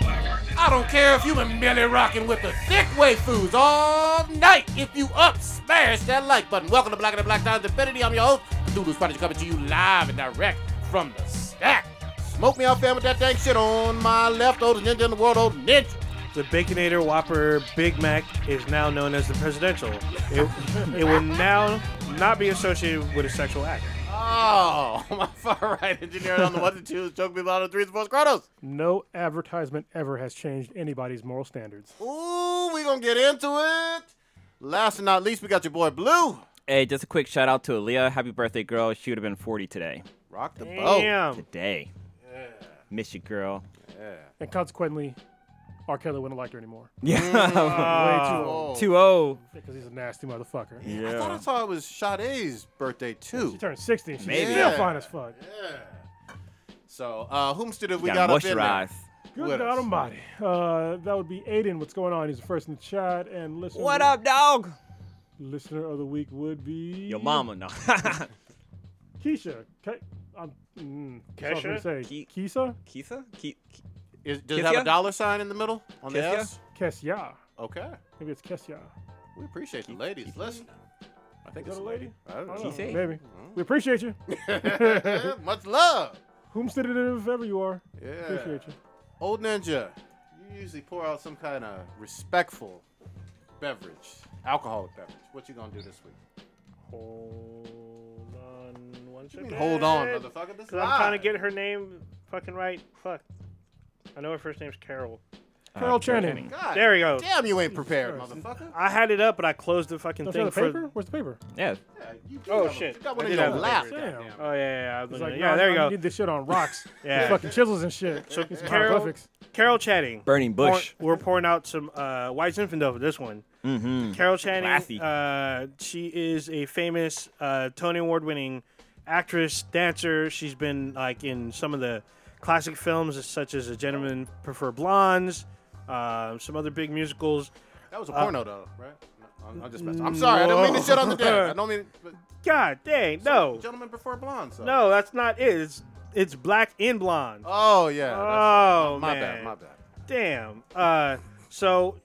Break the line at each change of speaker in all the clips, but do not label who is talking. I don't care if you been belly rocking with the thick waifus all night. If you up, smash that like button. Welcome to Black and the Black Times Infinity. I'm your host, Cthulhu Spotted, coming to you live and direct from the stack. Smoke me out, fam, with that dang shit on my left, old ninja in the world, old ninja.
The Baconator Whopper Big Mac is now known as the presidential. It, it will now not be associated with a sexual act.
Oh, my far right engineer on the ones and twos, choke me out on threes and fours, Kratos.
No advertisement ever has changed anybody's moral standards.
Ooh, we gonna get into it. Last and not least, we got your boy Blue.
Hey, just a quick shout out to Aaliyah. Happy birthday, girl. She would have been 40 today.
Rock the boat.
Damn.
Today. Miss you, girl.
And consequently, R. Kelly wouldn't like her anymore.
Yeah.
Way too old.
Oh.
2 0.
Because he's a nasty motherfucker.
I thought I saw it was Sade's birthday too.
She turned 60 and she's
Maybe.
still
Yeah.
fine as fuck.
So, uh, whomster did we
Got
got up in
moisturized.
there?
Good
What
God
else?
almighty. Uh, that would be Aiden. What's going on? He's the first in the chat. And listener,
What up, dog?
listener of the week would be...
Your mama, no.
Keisha. Ke- I'm, mm, that's all I was gonna Say.
Ke-
Keisha?
Keitha? Ke- Ke-
Is, does it have a
Kithia?
dollar sign in the middle on the
Kithia?
S?
Kesya.
Okay.
Maybe it's Kesya.
We appreciate the ladies. Listen. I think
Is
it's
that a lady?
I don't
I
know.
don't know.
Keisha?
Maybe. We appreciate you.
Yeah, Much love.
Whomstedative ever you are.
Yeah.
Appreciate you.
Old Ninja, you usually pour out some kind of respectful beverage, alcoholic beverage. What you gonna do this week?
Hold on one
I
second.
mean, hold on, motherfucker. This is
Because I'm trying to
live.
get her name fucking right. Fuck. I know her first name's Carol.
Carol Channing.
God,
There we go.
Damn, you ain't prepared, motherfucker.
I had it up, but I closed the fucking
Don't you
thing
have the
for.
paper? Where's the paper?
Yeah.
Yeah, you do
Oh,
have a-
shit.
You got one
I
in
did
your
have a
lap.
paper. Damn.
goddamn.
Oh yeah, yeah. I was
It's
gonna-
like,
yeah,
no,
there you
you
go.
need this shit on rocks.
Yeah.
Fucking chisels and shit. It's
Carol-
hieroglyphics.
Carol Channing.
Burning bush.
Pour- we're pouring out some uh, White Zinfandel for this one.
Mm-hmm.
Carol Channing.
Classy.
Uh, she is a famous uh, Tony Award-winning actress, dancer. She's been like in some of the classic films, such as A Gentleman Prefer Blondes, uh, some other big musicals.
That was a porno,
Uh,
though, right? No, I'm, I'm just messing.
Mm.
I'm sorry. I don't mean to shit on the dad. I don't mean. But,
God dang, no,
Gentlemen prefer blonde. So.
no, that's not it. It's it's black and blonde.
Oh yeah. that's-
Oh,
my bad.
man.
My bad.
Damn. Uh, so,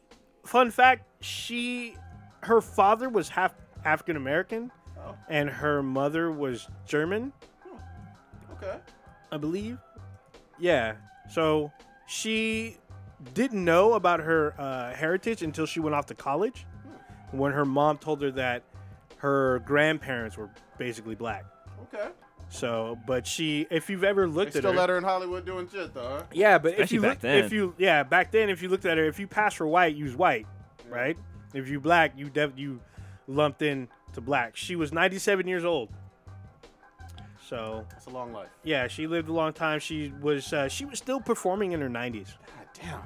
fun fact: she, her father was half African American,
Oh.
and her mother was German,
Okay.
I believe. Yeah. So she didn't know about her uh, heritage until she went off to college, when her mom told her that her grandparents were basically black.
Okay.
So, but she, if you've ever
They
looked at
still
her,
let her in Hollywood doing shit though. Huh?
Yeah, but if
Especially
you
back
look,
then.
if you yeah back then, if you looked at her, if you pass for white, you was white, right? If you black, you def- you lumped in to black. She was 97 years old, so
That's a long life.
yeah, she lived a long time. She was uh, she was still performing in her 90s,
God damn.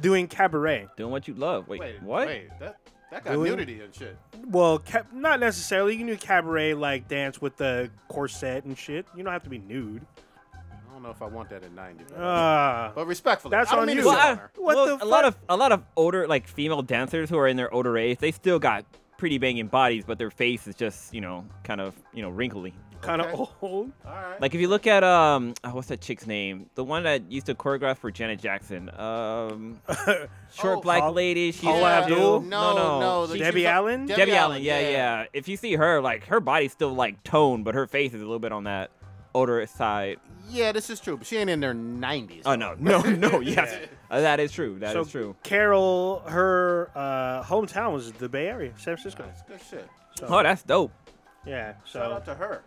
doing cabaret.
Doing what you love. Wait,
Wait.
what?
Wait. That that got
Really?
nudity and shit.
Well, ca- not necessarily. You can do cabaret like dance with the corset and shit. You don't have to be nude.
I don't know if I want that at 90. But,
Uh,
but respectfully,
that's
I don't
on
mean
you.
To shit
Well,
on
I-
her.
What
well,
the
a lot
fuck?
of a lot of older like female dancers who are in their older age, they still got pretty banging bodies, but their face is just you know kind of you know wrinkly.
kind of
Okay.
old.
All right.
Like if you look at um, oh, what's that chick's name? The one that used to choreograph for Janet Jackson. Um, short
Oh,
black
Paul-
lady. She
Paula
used to do-
Abdul?
No, no.
she-
the-
Debbie,
Debbie
she's a-
Allen?
Allen. Yeah, yeah, If you see her, like her body's still like toned, but her face is a little bit on that older side.
Yeah, this is true, but she ain't in their 90s.
Oh no, no, no. Yes, Uh, that is true. That is
so
true.
Carol, her uh, hometown was the Bay Area, San Francisco.
That's good shit.
So,
Oh, that's dope.
yeah.
Shout
So
out to her.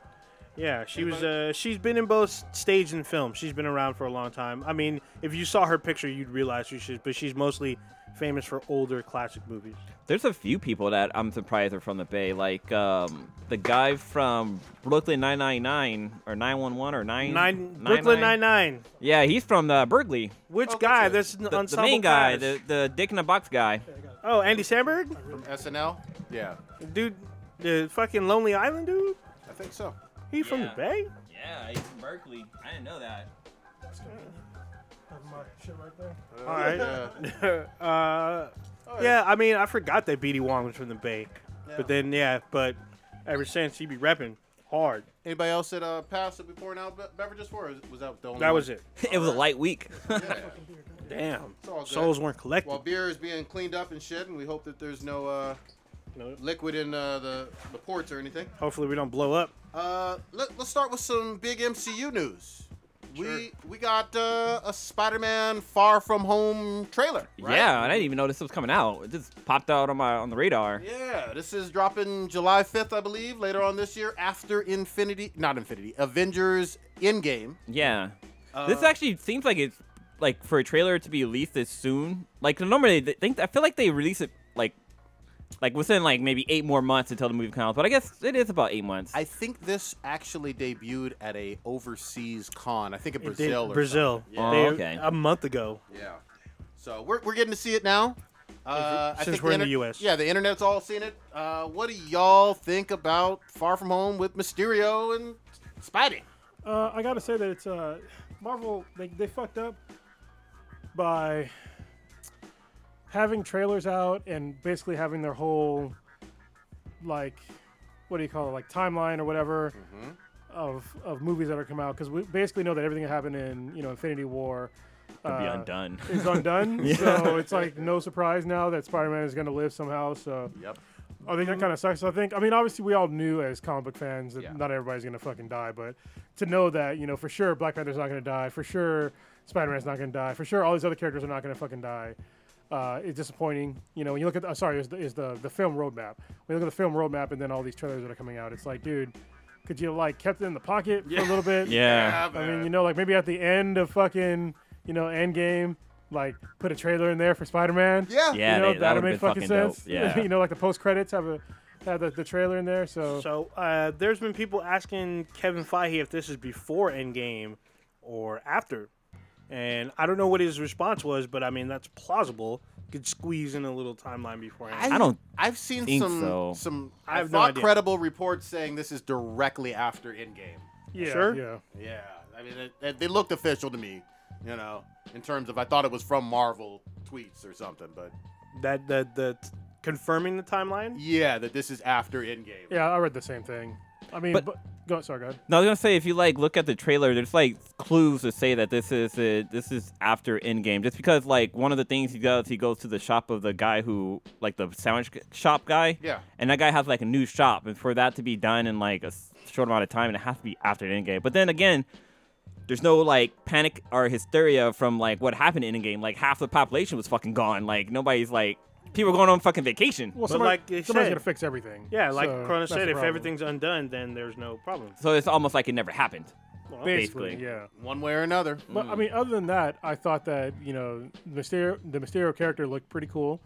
yeah, she was.
Anybody?
Uh, she's been in both stage and film. She's been around for a long time. I mean, if you saw her picture, you'd realize who she is. But she's mostly famous for older classic movies.
There's a few people that I'm surprised are from the Bay. Like um, the guy from Brooklyn 999 or 911 or 9
Nine Brooklyn Nine Nine.
Yeah, he's from uh, Berkeley.
Which
Oh,
guy?
good.
This is an
The, the
ensemble
main guy,
cast.
the, the dick in a box guy.
Oh, Andy Samberg,
From SNL? Yeah,
dude, the fucking Lonely Island dude.
I think so.
He from the
Yeah.
Bay?
Yeah, he's from Berkeley. I didn't know that.
All right.
Yeah.
uh,
Alright.
yeah, I mean, I forgot that BD Wong was from the Bay,
Yeah.
but then yeah, but ever since he be repping hard.
Anybody else that uh, passed that we pouring out be- beverages for? Or was that the only
That
one?
was it.
it was a light week.
Damn.
It's all good.
Souls weren't collected.
While beer is being cleaned up and shit, and we hope that there's no uh,
No.
liquid in uh, the, the ports or anything.
Hopefully we don't blow up.
Uh, let, let's start with some big MCU news. We we got uh, a Spider-Man Far From Home trailer. right?
Yeah, and I didn't even notice it was coming out. It just popped out on my on the radar.
Yeah, this is dropping July 5th, I believe, later on this year after Infinity, not Infinity, Avengers Endgame.
Yeah.
Uh,
this actually seems like it's like for a trailer to be released this soon. Like normally they think I feel like they release it like like within like maybe eight more months until the movie comes out. But I guess it is about eight months.
I think this actually debuted at a overseas con. I think in
It did-
Brazil. or
Brazil.
something.
Oh,
They-
okay.
A month ago.
Yeah. yeah. So we're, we're getting to see it now. Uh, I
Since
think
we're in the
inter-
US.
Yeah, the internet's all seen it. Uh, what do y'all think about Far From Home with Mysterio and Spidey?
Uh, I gotta say that it's uh, Marvel. They, they fucked up by having trailers out and basically having their whole like what do you call it like timeline or whatever of of movies that are come out because we basically know that everything that happened in you know Infinity War
Could be
uh,
undone.
is undone. So it's like no surprise now that Spider-Man is gonna live somehow. So
Yep.
I think that kind of sucks. I think I mean obviously we all knew as comic book fans that
Yeah.
not everybody's gonna fucking die, but to know that you know for sure Black Panther's not gonna die, for sure Spider-Man's not gonna die, for sure all these other characters are not gonna fucking die. Uh, it's disappointing, you know. When you look at, the, uh, sorry, is the, is the the film roadmap? When you look at the film roadmap and then all these trailers that are coming out, it's like, dude, could you like kept it in the pocket for a little bit?
Yeah.
I mean, you know, like maybe at the end of fucking, you know, Endgame, like put a trailer in there for Spider Man.
Yeah.
Yeah,
you know,
they- that
that'd
would've
make
been
fucking,
fucking dope.
sense.
Yeah.
you know, like the post credits have a have the, the trailer in there. So,
So uh, there's been people asking Kevin Feige if this is before Endgame or after, and I don't know what his response was, but I mean that's plausible. Could squeeze in a little timeline before. Endgame.
I don't
I've seen
think
some
so.
some
I have
I
no
thought
idea.
credible reports saying this is directly after Endgame.
yeah,
Sure.
yeah.
Yeah, I mean, it, it, they looked official to me, you know, in terms of I thought it was from Marvel tweets or something, but
That the the t- confirming the timeline.
yeah, that this is after Endgame.
Yeah, I read the same thing. I mean,
But-
but, go sorry, go ahead.
No, I was gonna say if you like look at the trailer, there's like clues to say that this is uh this is after Endgame. Just because like one of the things he does, he goes to the shop of the guy who like the sandwich g- shop guy.
Yeah.
And that guy has like a new shop, and for that to be done in like a s- short amount of time, and it has to be after Endgame. But then again, there's no like panic or hysteria from like what happened in Endgame. Like half the population was fucking gone. Like nobody's like people are going on fucking vacation.
Well, somebody,
like they
somebody's
said-
gonna fix everything.
Yeah, like
so
Corona
that's
said,
the
if
problem.
everything's undone, then there's no problem.
So it's almost like it never happened.
basically,
basically.
yeah.
One way or another.
But I mean, other than that, I thought that you know, Mysterio, the Mysterio character looked pretty cool.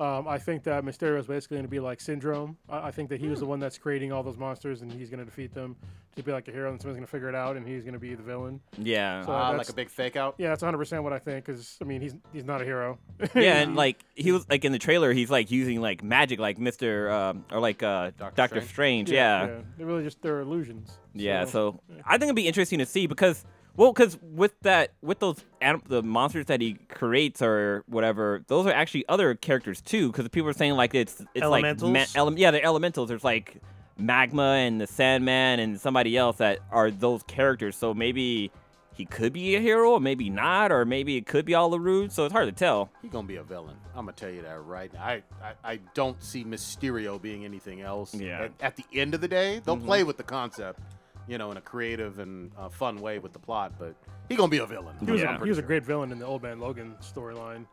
Um, I think that Mysterio is basically going to be like Syndrome. I, I think that he was the one that's creating all those monsters, and he's going to defeat them to be like a hero, and someone's going to figure it out, and he's going to be the villain.
Yeah.
So
Uh,
that's-
like a big fake out.
yeah, that's 100 percent what I think. Because I mean, he's he's not a hero.
yeah, and like he was like in the trailer, he's like using like magic, like Mister um, or like uh, Doctor, Strange. Yeah, yeah.
they're really just they're illusions.
so I think it'd be interesting to see because well, because with that with those anim- the monsters that he creates or whatever, those are actually other characters too. Because people are saying like it's it's like
Elementals?
ma- ele- yeah, they're elementals. There's like magma and the Sandman and somebody else that are those characters. So maybe. He could be a hero, or maybe not, or maybe it could be all a ruse. So it's hard to tell.
He's gonna be a villain. I'm gonna tell you that right now. I, I, I don't see Mysterio being anything else.
Yeah.
At, at the end of the day,
Mm-hmm.
they'll play with the concept, you know, in a creative and uh, fun way with the plot. But he gonna be a villain.
He was,
Yeah.
a, he was a great villain in the Old Man Logan storyline.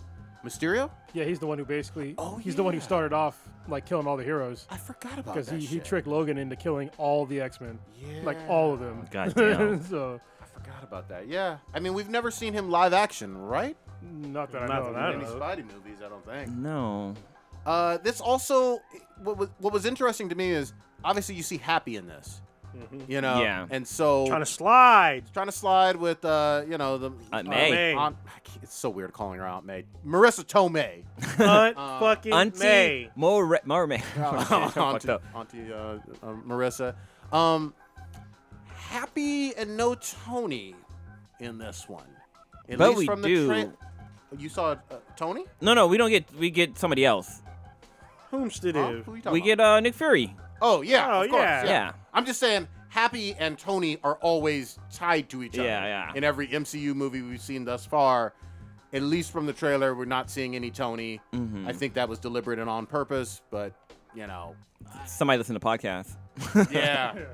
Mysterio.
Yeah, he's the one who basically
Oh,
he's the one who
yeah.
started off like killing all the heroes.
I forgot about
because
that.
he, he
shit.
tricked Logan into killing all the X Men,
Yeah.
like all of them.
Goddamn.
so
I forgot about that. Yeah. I mean, we've never seen him live action, right?
not that I
Not
know.
that I
of.
any
know.
Spidey movies, I don't think.
No,
Uh, this also, what was, what was interesting to me is obviously you see Happy in this,
Mm-hmm.
you know,
Yeah.
and so
Trying to slide.
trying to slide with, uh, you know, the
Aunt
uh,
May.
May.
Aunt- I can't- it's so weird calling her Aunt May, Marissa Tomei,
Hunt
Uh,
fucking May.
Auntie More Mermaid.
Oh, Auntie, Auntie uh, uh, Marissa, um, Happy and no Tony in this one, at
But
least
we
from
do.
the tran- you saw uh, Tony.
No, no, we don't get. We get somebody else.
Huh?
Whomstative.
Who you talking
We
about?
get uh, Nick Fury.
Oh yeah,
Oh,
of course.
yeah.
Yeah.
Yeah.
I'm just saying, Happy and Tony are always tied to each other.
Yeah, yeah.
In every MCU movie we've seen thus far, at least from the trailer, we're not seeing any Tony.
Mm-hmm.
I think that was deliberate and on purpose, but you know,
Somebody listen to podcasts.
yeah. I mean,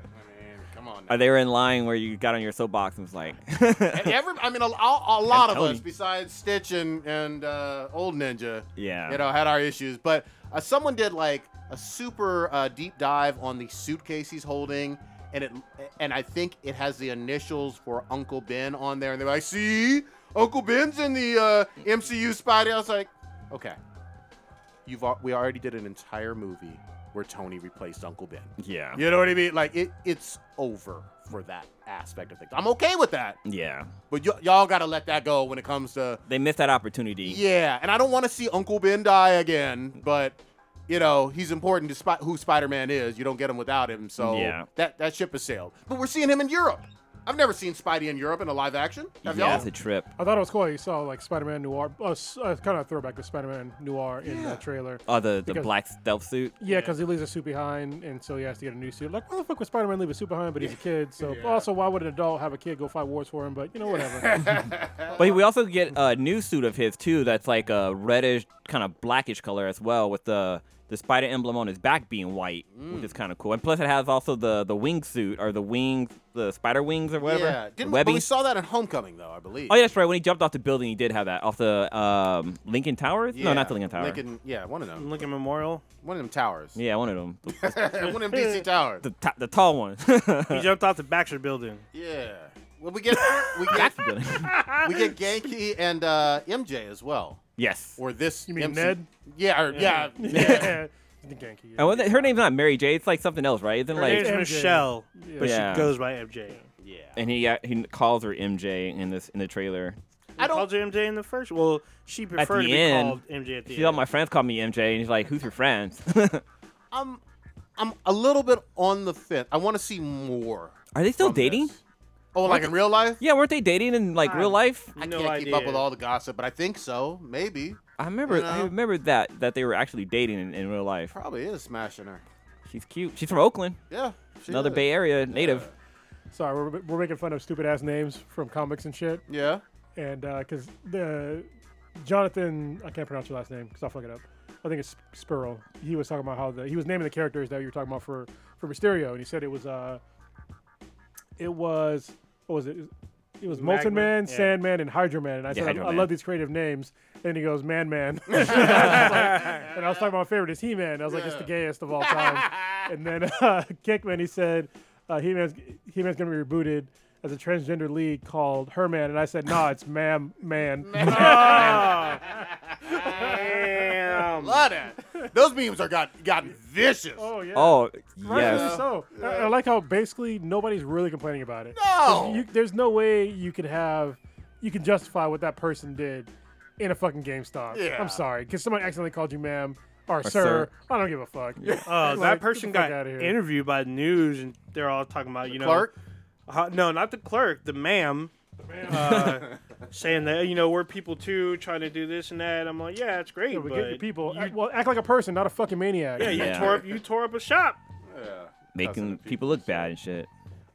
come on. now.
Are they were in line where you got on your soapbox and was like,
And every, I mean, a, a, a lot of
And Tony.
us, besides Stitch and and uh, old Ninja,
Yeah.
you know, had our issues. But uh, someone did like a super uh, deep dive on the suitcase he's holding, and it, and I think it has the initials for Uncle Ben on there, and they're like, "See, Uncle Ben's in the uh, MCU Spidey." I was like, "Okay, you've al- we already did an entire movie where Tony replaced Uncle Ben."
yeah,
You know what I mean? Like it, it's over for that aspect of things. I'm okay with that.
yeah.
But y- y'all gotta let that go when it comes to
They missed that opportunity.
yeah. And I don't want to see Uncle Ben die again, but you know he's important to spot who Spider-Man is. You don't get him without him, so
Yeah.
that that ship has sailed. But we're seeing him in Europe. I've never seen Spidey in Europe in a live action. Have
Yeah, it's
y'all?
a trip.
I thought it was cool. You saw like Spider-Man Noir, uh, s- uh, kind of throwback to Spider-Man Noir in the trailer.
Oh, the, the
Because-
black stealth suit.
Yeah, because he leaves a suit behind, and so he has to get a new suit. Like, why the fuck would Spider-Man leave a suit behind? But he's a kid, so also why would an adult have a kid go fight wars for him? But you know, whatever.
But we also get a new suit of his too. That's like a reddish, kind of blackish color as well, with the the spider emblem on his back being white, which
Mm.
is kind of cool. And plus, it has also the the wingsuit or the wings, the spider wings or whatever.
Yeah.
the
Didn't we, but
webbing.
we saw that in Homecoming though, I believe.
Oh yeah, that's right. When he jumped off the building, he did have that off the um, Lincoln Towers. No, not the Lincoln Tower.
Lincoln, yeah, one of them.
Lincoln Memorial.
One of them towers.
Yeah, one of them. The,
one of them DC towers.
the, ta- the tall one.
He jumped off the Baxter Building.
Yeah. Well, we get we get we get Genki and uh, MJ as well,
yes.
or this.
You mean
MC
Ned?
Yeah, or, yeah.
yeah, the Genki.
And what the- her name's not Mary J. It's like something else, right? Isn't it
Her
like
name's
MJ.
Michelle, but
Yeah.
she goes by MJ.
and he uh, he calls her MJ in this in the trailer.
I don't.
Called her MJ in the first. Well, she preferred to
the
be
end,
called MJ at the
She's all
end.
my friends call me MJ, and he's like, "Who's your friends?"
I'm I'm a little bit on the fence. I want to see more.
Are they still
from
dating?
this. Oh, like in real life?
Yeah, weren't they dating in like real life?
I
No
can't keep up
idea.
with all the gossip, but I think so. Maybe.
I remember
You
I
know.
remember that that they were actually dating in, in real life.
Probably is smashing her.
She's cute. She's from Oakland,
Yeah. she
another
is.
Bay Area native.
Sorry, we're, we're making fun of stupid ass names from comics and shit.
Yeah.
and because the Jonathan, I can't pronounce your last name because I'll fuck it up. I think it's Sp- Spurl. He was talking about how the he was naming the characters that you were talking about for for Mysterio, and he said it was uh, it was what was it? It was Molten
Magma-
Man,
yeah.
Sandman, and Hydra Man. And I said,
Hydra
I, I
Man.
love these creative names. And he goes, Man Man. and I was talking about my favorite is He Man. I was like, it's the gayest of all time. and then uh, Kickman, he said, uh, He Man's He Man's gonna be rebooted as a transgender league called Her Man. And I said, Nah, it's Mam Man.
Damn.
Love it. Those memes are got gotten vicious.
oh yeah.
Oh
Rightfully
yes,
so. I, I like how basically nobody's really complaining about it.
No.
You, there's no way you could have, you can justify what that person did in a fucking GameStop.
Yeah.
I'm sorry, because somebody accidentally called you ma'am or, sir.
sir.
I don't give a fuck. Uh,
Oh, that person got interviewed by the news, and they're all talking about you know.
Clark.
Uh, no, not the clerk, the ma'am. Uh, saying that you know we're people too, trying to do this and that. I'm like, yeah, it's great,
we
but
get the people. Uh,
You,
act, well, act like a person, not a fucking maniac.
yeah, you
Yeah.
tore up, you tore up a shop.
making people look bad and shit.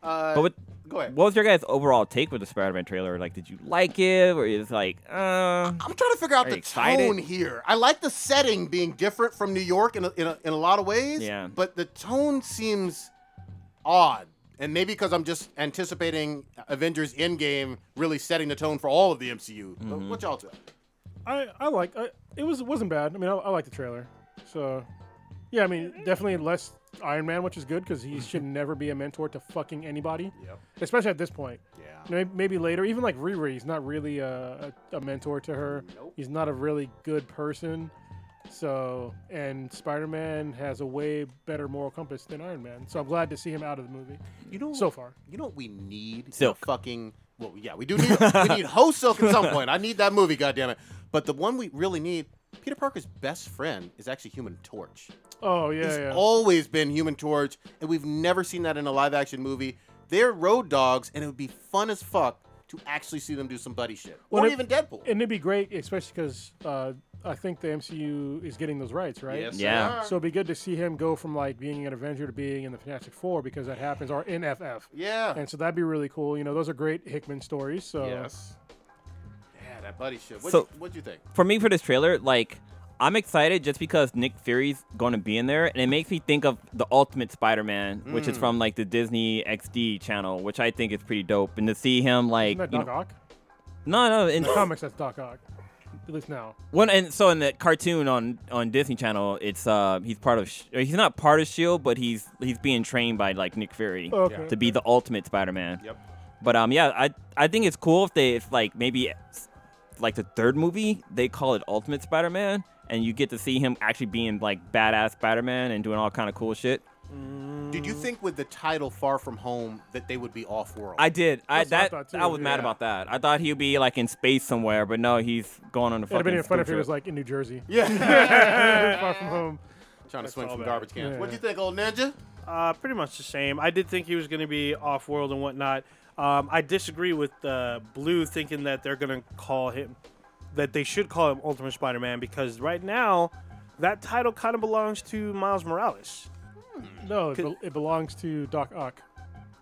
Uh,
But what,
go ahead.
what was your guys' overall take with the Spider-Man trailer? Like, did you like it, or is like, uh,
I'm trying to figure out
Are
the
you excited?
tone here. I like the setting being different from New York in a, in a, in a lot of ways.
Yeah.
But the tone seems odd. And maybe because I'm just anticipating Avengers Endgame really setting the tone for all of the MCU. But what y'all do?
I, I like I, it was it wasn't bad. I mean, I, I like the trailer. So, yeah, I mean, definitely less Iron Man, which is good because he should never be a mentor to fucking anybody.
Yep.
Especially at this point.
Yeah.
You know, may- maybe later, even like Riri, he's not really a, a, a mentor to her.
Nope.
He's not a really good person. So, and Spider Man has a way better moral compass than Iron Man. So I'm glad to see him out of the movie
You know,
so far.
you know what we need?
Silk.
A fucking. Well, yeah, we do need. we need Ho Silk at some point. I need that movie, goddammit. But the one we really need, Peter Parker's best friend is actually Human Torch.
Oh, yeah,
He's
yeah.
always been Human Torch, and we've never seen that in a live action movie. They're road dogs, and it would be fun as fuck to actually see them do some buddy shit.
Well,
or
it-
even Deadpool.
and it'd be great, especially because uh, I think the MCU is getting those rights, right?
Yes,
Yeah.
they are.
So it'd be good to see him go from like being an Avenger to being in the Fantastic Four because that happens, or in FF.
yeah.
And so that'd be really cool. You know, those are great Hickman stories. So
yes. Yeah, that buddy shit. What
So-
you, what'd you think?
for me for this trailer, like I'm excited just because Nick Fury's going to be in there, and it makes me think of the Ultimate Spider-Man, which
Mm.
is from like the Disney XD channel, which I think is pretty dope. And to see him
Isn't
like,
that
you
Doc
know,
Ock?
no, no, in
In comics, that's Doc Ock. At least now.
one, and so in that cartoon on on Disney Channel, it's uh he's part of, Sh- or he's not part of Shield, E but he's he's being trained by like Nick Fury
Okay.
to be the Ultimate Spider-Man.
Yep.
But um, yeah, I I think it's cool if they if like maybe s- like the third movie they call it Ultimate Spider-Man, and you get to see him actually being like badass Spider-Man and doing all kind of cool shit.
Did you think with the title Far From Home that they would be off world?
I did. I
That's what I
that I,
thought, too,
was mad
yeah.
about that. I thought he'd be like in space somewhere, but no, he's going on a
It'd have
fucking.
been fun
school
if it was
trip.
like in New Jersey.
yeah.
Far from home.
Trying to swing
all
from
bad.
garbage cans.
Yeah.
What'd you think, old ninja?
Uh, pretty much the same. I did think he was going to be off world and whatnot. Um, I disagree with uh, Blue thinking that they're going to call him, that they should call him Ultimate Spider Man because right now, that title kind of belongs to Miles Morales.
No, it, be- it belongs to Doc Ock.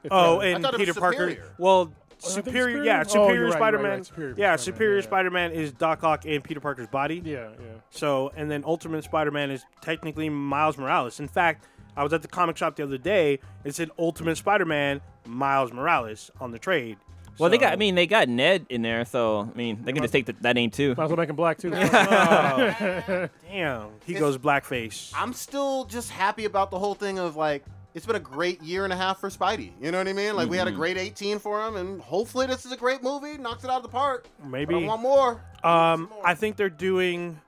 It's
Oh,
not-
and
thought it was
Peter Parker.
Superior.
Well,
Oh, I think
Superior,
Superior-
yeah,
Oh,
Superior
you're right, you're right,
Spider Man.
right, Superior
Yeah,
Spider-Man,
Superior
yeah.
Spider Man is Doc Ock and Peter Parker's body.
yeah, yeah.
So, and then Ultimate Spider-Man is technically Miles Morales. In fact, I was at the comic shop the other day. It said Ultimate Spider-Man Miles Morales on the trade.
Well, they
So-
got. I mean, they got Ned in there, so I mean, they can just take the, that name too.
Might as well make him black too.
damn, he
It's-
goes blackface.
I'm still just happy about the whole thing of like it's been a great year and a half for Spidey. You know what I mean? Like we
Mm-hmm.
had a great 18 for him, and hopefully this is a great movie. Knocks it out of the park. But I
Maybe.
want more.
Um, I think they're doing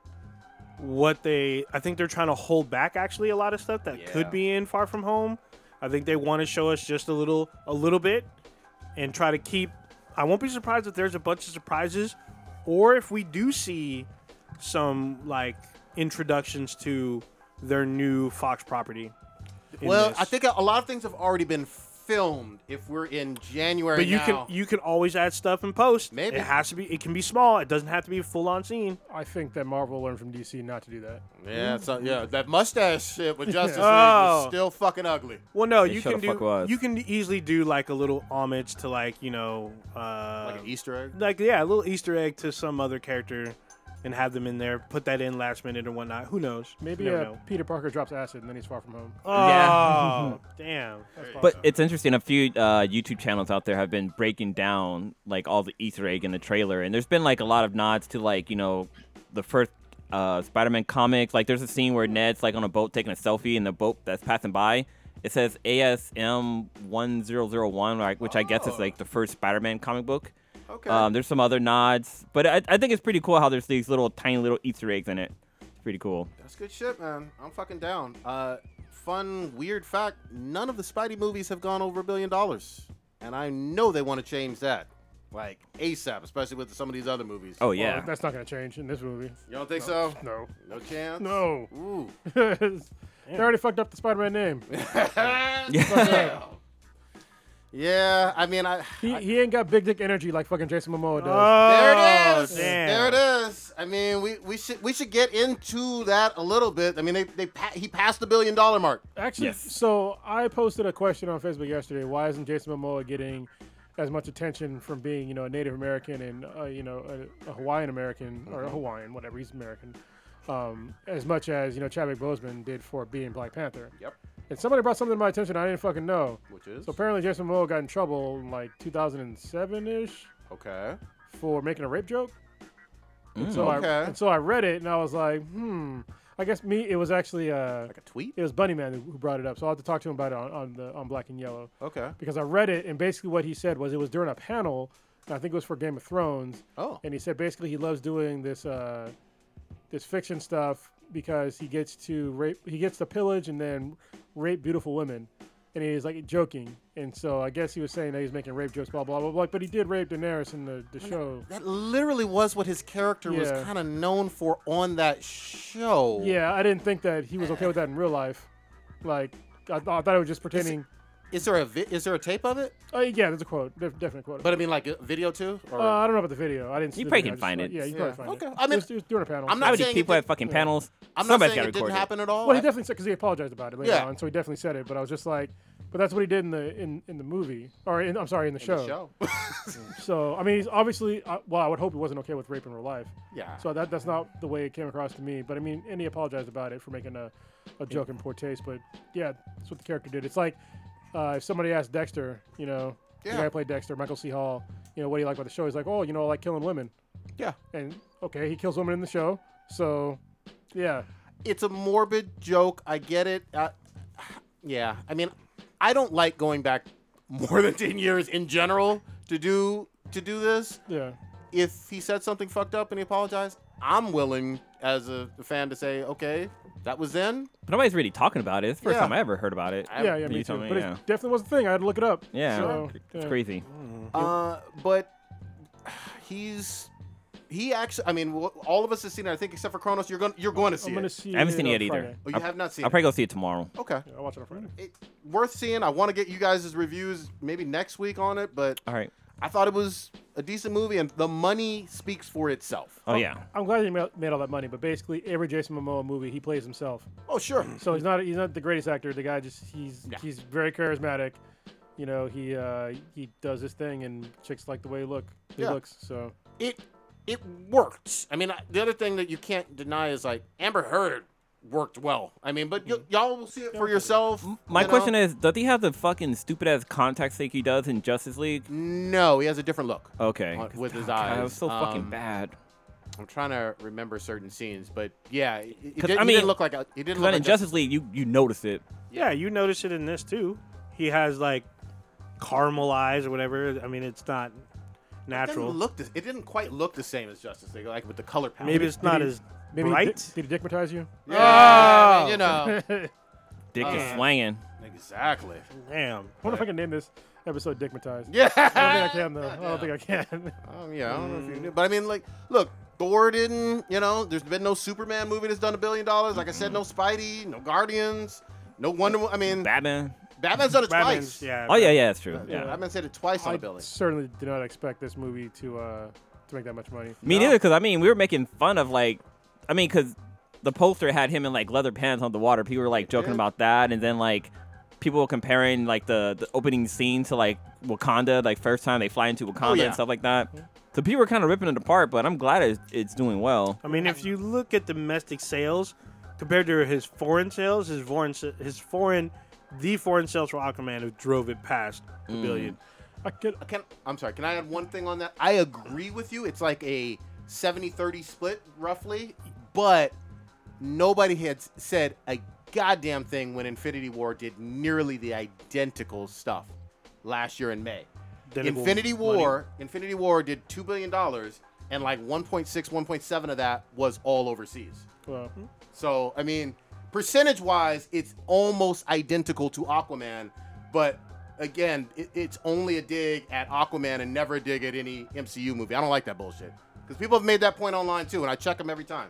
what they. I think they're trying to hold back actually a lot of stuff that
Yeah.
could be in Far From Home. I think they want to show us just a little, a little bit, and try to keep. I won't be surprised if there's a bunch of surprises, or if we do see some like introductions to their new Fox property. in
Well,
this.
I think a a lot of things have already been filmed. If we're in January
But you
now,
can you can always add stuff in post.
Maybe.
it has to be. It can be small. It doesn't have to be full on scene.
I think that Marvel learned from DC not to do that.
yeah, so, yeah, that mustache shit with Justice League
Oh.
was still fucking ugly.
Well, no,
They
you
shut
can
the fuck
do
was.
you can easily do like a little homage to like you know uh,
Like an Easter egg.
like, yeah a little Easter egg to some other character and have them in there. Put that in last minute or whatnot. Who knows?
Maybe
You never
uh,
know.
Peter Parker drops acid and then he's far from home.
Oh damn!
But it's interesting. A few uh, YouTube channels out there have been breaking down like all the Easter egg in the trailer, and there's been like a lot of nods to like you know the first uh, Spider-Man comic. Like there's a scene where Ned's like on a boat taking a selfie, and the boat that's passing by it says ASM one zero zero one, like which I guess is like the first Spider-Man comic book.
Okay.
Um, there's some other nods, but I, I think it's pretty cool how there's these little tiny little Easter eggs in it. It's pretty cool.
That's good shit, man. I'm fucking down. Uh, fun, weird fact none of the Spidey movies have gone over a billion dollars. And I know they want to change that. Like ASAP, especially with some of these other movies.
Oh
Well,
yeah.
that's not going to change in this movie.
You don't think so?
No.
No chance?
No.
Ooh.
they already fucked up the Spider-Man name.
yeah. yeah, I mean, I.
He, he ain't got big dick energy like fucking Jason Momoa does.
There it is.
Oh, damn.
There it is. I mean, we, we should we should get into that a little bit. I mean, they, they pa- he passed the billion dollar mark.
Actually,
Yes.
so I posted a question on Facebook yesterday. Why isn't Jason Momoa getting as much attention from being, you know, a Native American and uh, you know a, a Hawaiian American or a Hawaiian, whatever he's American, um, as much as you know Chadwick Boseman did for being Black Panther?
Yep.
And somebody brought something to my attention I didn't fucking know.
Which is
So apparently Jason Momoa got in trouble in like 2007 ish
okay.
for making a rape joke. And so I
okay.
and so I read it and I was like, hmm. I guess me it was actually uh,
Like a tweet.
it was Bunny Man who who brought it up, so I'll have to talk to him about it on, on the on Black and Yellow
Okay.
because I read it and basically what he said was it was during a panel, and I think it was for Game of Thrones,
Oh.
and he said basically he loves doing this uh, this fiction stuff because he gets to rape he gets to pillage and then rape beautiful women, and he's like joking, and so I guess he was saying that he's making rape jokes, blah blah blah, blah but he did rape Daenerys in the, the show.
That literally was what his character was
Yeah.
kind of known for on that show.
Yeah, I didn't think that he was okay with that in real life, like I, th- I thought it was just pretending.
Is there a vi- is there a tape of it?
Oh yeah, there's a quote, def- definite quote.
But I mean, like a video too. Or
uh, I don't know about the video. I didn't. see
You
the
probably
video.
can
I just-
find it.
Yeah, you
Yeah.
probably find it.
Okay. I mean,
He was, he was doing a panel.
I'm
so-
How
not
many
saying it
people
did-
have fucking
yeah.
panels?
I'm not
Somebody's got
saying
to
it didn't
record it.
happen at all.
Well, he
I-
definitely said because he apologized about it later
Yeah.
on, so he definitely said it. But I was just like, but that's what he did in the in, in the movie, or in, I'm sorry, in the,
in
show.
the show.
So I mean, he's obviously. Uh, well, I would hope he wasn't okay with rape in real life.
yeah.
So that that's not the way it came across to me. But I mean, and he apologized about it for making a, a joke in poor taste. But yeah, that's what the character did. It's like uh, if somebody asked Dexter, you know, the
Yeah.
guy who played Dexter, Michael C. Hall, you know, what do you like about the show? He's like, oh, you know, I like killing women.
Yeah.
And okay, he kills women in the show. So yeah,
it's a morbid joke. I get it. Uh, yeah, I mean, I don't like going back more than ten years in general to do to do this.
yeah.
If he said something fucked up and he apologized, I'm willing as a fan to say, okay, that was then.
But nobody's really talking about it. It's the first
Yeah.
time I ever heard about it.
I-
yeah, yeah,
you
me
tell
too.
me,
but
yeah.
it definitely was a thing. I had to look it up.
Yeah,
So,
it's
yeah.
crazy.
Uh, but he's he actually. I mean, wh- all of us have seen it. I think except for Kronos, you're going you're going to see
I'm
it.
gonna see.
I haven't seen it
on
yet either.
Friday.
oh, you
I'll-
have not seen.
I'll
it.
probably go see it tomorrow.
Okay,
Yeah, I'll watch it on Friday.
it, worth seeing. I want to get you guys' reviews maybe next week on it, but
All right.
I thought it was a decent movie, and the money speaks for itself.
Oh yeah.
I'm glad he ma- made all that money, but basically every Jason Momoa movie he plays himself.
Oh, sure.
mm.
So he's not he's not the greatest actor. The guy just he's he's very charismatic. You know he uh, he does his thing and chicks like the way he look he
Yeah.
looks. So
It it worked. I mean, I- the other thing that you can't deny is like Amber Heard worked well. I mean, but y- y'all will see it for yourself.
Mm. My question is, does he have the fucking stupid ass contacts like he does in Justice League?
no, he has a different look
Okay.
on- with his
God,
eyes.
that was so fucking
Um,
bad.
I'm trying to remember certain scenes, but yeah, it, it
'Cause,
did,
I
he
mean,
didn't look like a, he didn't
Because
look
in
like a-
Justice League, you you notice it.
Yeah, you notice it in this too. He has like caramel eyes or whatever. I mean, it's not
it didn't
natural.
look. The, it didn't quite look the same as Justice League, like with the color palette.
Maybe it's not
Maybe-
as
maybe
bright.
Did, did he dickmatize you?
Yeah, I mean, you know.
Dick is
Uh,
swinging.
exactly.
Damn.
I wonder if I can name this episode "Dickmatized."
Yeah.
I don't think I can though. I don't think I can.
Um, yeah, I don't know if you knew, but I mean, like, look, Thor didn't. You know, there's been no Superman movie that's done a billion dollars. Like I said, no Spidey, no Guardians, no Wonder. Wo- I mean,
Batman.
Batman's done it
Batman's,
twice.
yeah.
Oh yeah, yeah, that's true.
yeah.
Yeah.
Batman said it twice on
I
a billion.
certainly did not expect this movie to uh, to make that much money.
Me neither, because I mean, we were making fun of like, I mean, because the poster had him in like leather pants on the water. People were like joking
did.
about that, and then like people were comparing like the the opening scene to like Wakanda, like first time they fly into Wakanda
Oh, yeah. Mm-hmm.
and stuff like that. So people were kind of ripping it apart, but I'm glad it's, it's doing well.
I mean, if you look at domestic sales compared to his foreign sales, his foreign his foreign the foreign sales for Aquaman have drove it past a billion.
Mm.
I could.
Can I'm sorry. Can I add one thing on that? I agree with you. It's like a 70-30 split roughly, but nobody had s- said a goddamn thing when Infinity War did nearly the identical stuff last year in May.
Identical
Infinity
money.
War, Infinity War did 2 billion dollars and like 1.6 1.7 of that was all overseas.
Well,
So, I mean, percentage wise, it's almost identical to Aquaman, but again, it, it's only a dig at Aquaman and never a dig at any MCU movie. I don't like that bullshit. Because people have made that point online too, and I check them every time.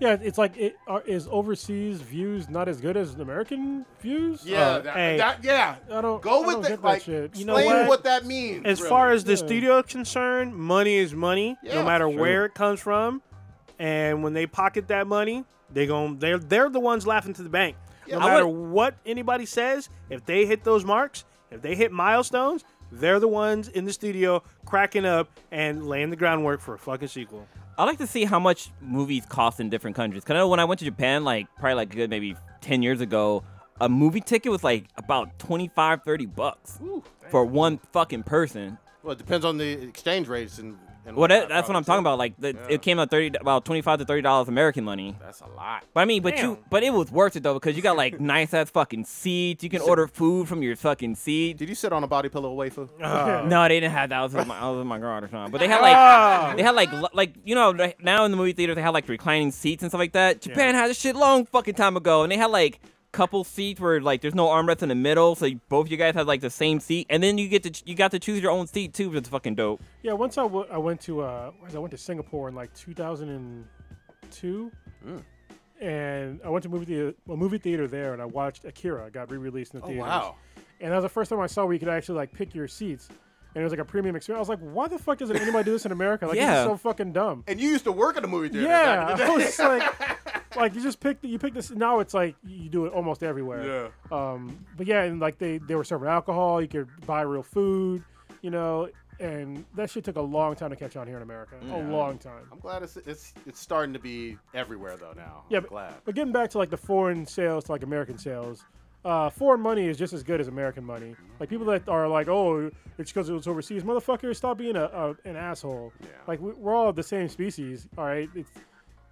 yeah, it's like it are, is overseas views not as good as American views?
Yeah,
Uh,
that,
hey.
that- yeah.
I don't
Go
I
with
don't
it.
get that
Like,
shit.
explain
know
what?
what?
that means.
As
really.
far as the
Yeah.
studio is concerned, money is money,
Yeah,
no matter
sure.
where it comes from. And when they pocket that money, they gon' they're they're the ones laughing to the bank.
Yeah.
No
I
matter what anybody says, if they hit those marks, if they hit milestones, they're the ones in the studio cracking up and laying the groundwork for a fucking sequel.
I like to see how much movies cost in different countries. Cause I know when I went to Japan, like probably like a good maybe ten years ago, a movie ticket was like about 25, 30 bucks for one fucking person.
well, it depends on the exchange rates and. and
Well, that,
whatnot,
that's what I'm talking
probably,
about. Like, the, it came out thirty, about twenty-five to thirty dollars American money.
too. That's a lot.
But I mean, but you,
Damn.
but it was worth it though because you got like nice ass fucking seats. You can order food from your fucking seat.
Did you sit on a body pillow wafer?
Oh,
No, they didn't have that. I was in my, I was in my garage or something. But they had like, they had like, l- like you know, like, now in the movie theater they had like reclining seats and stuff like that. Japan had this shit long fucking time ago, and they had like couple seats where like there's no armrests in the middle, so you, both you guys had like the same seat, and then you get to ch- you got to choose your own seat too, which is fucking dope.
Yeah, once I, w- I went to uh, where was I I went to Singapore in like 2002,
Hmm.
and I went to movie theater, a movie theater there, and I watched Akira. It got re-released in the
Oh,
theaters.
wow.
and that was the first time I saw where you could actually like pick your seats, and it was like a premium experience. I was like, why the fuck doesn't anybody do this in America? Like, this
Yeah.
is so fucking dumb.
And you used to work at a movie theater.
Yeah,
back in
I
the day.
was like, like you just picked you pick this. Now it's like you do it almost everywhere. Yeah. Um, but yeah, and like they they were serving alcohol. You could buy real food, you know, and that shit took a long time to catch on here in America. A long time.
I'm glad it's, it's it's starting to be everywhere though now.
Yeah,
I'm
but,
glad.
but getting back to like the foreign sales to like American sales, uh, foreign money is just as good as American money. Like people that are like, oh, it's because it was overseas, motherfucker, stop being a, a an asshole.
Yeah.
Like we, we're all the same species, all right. It's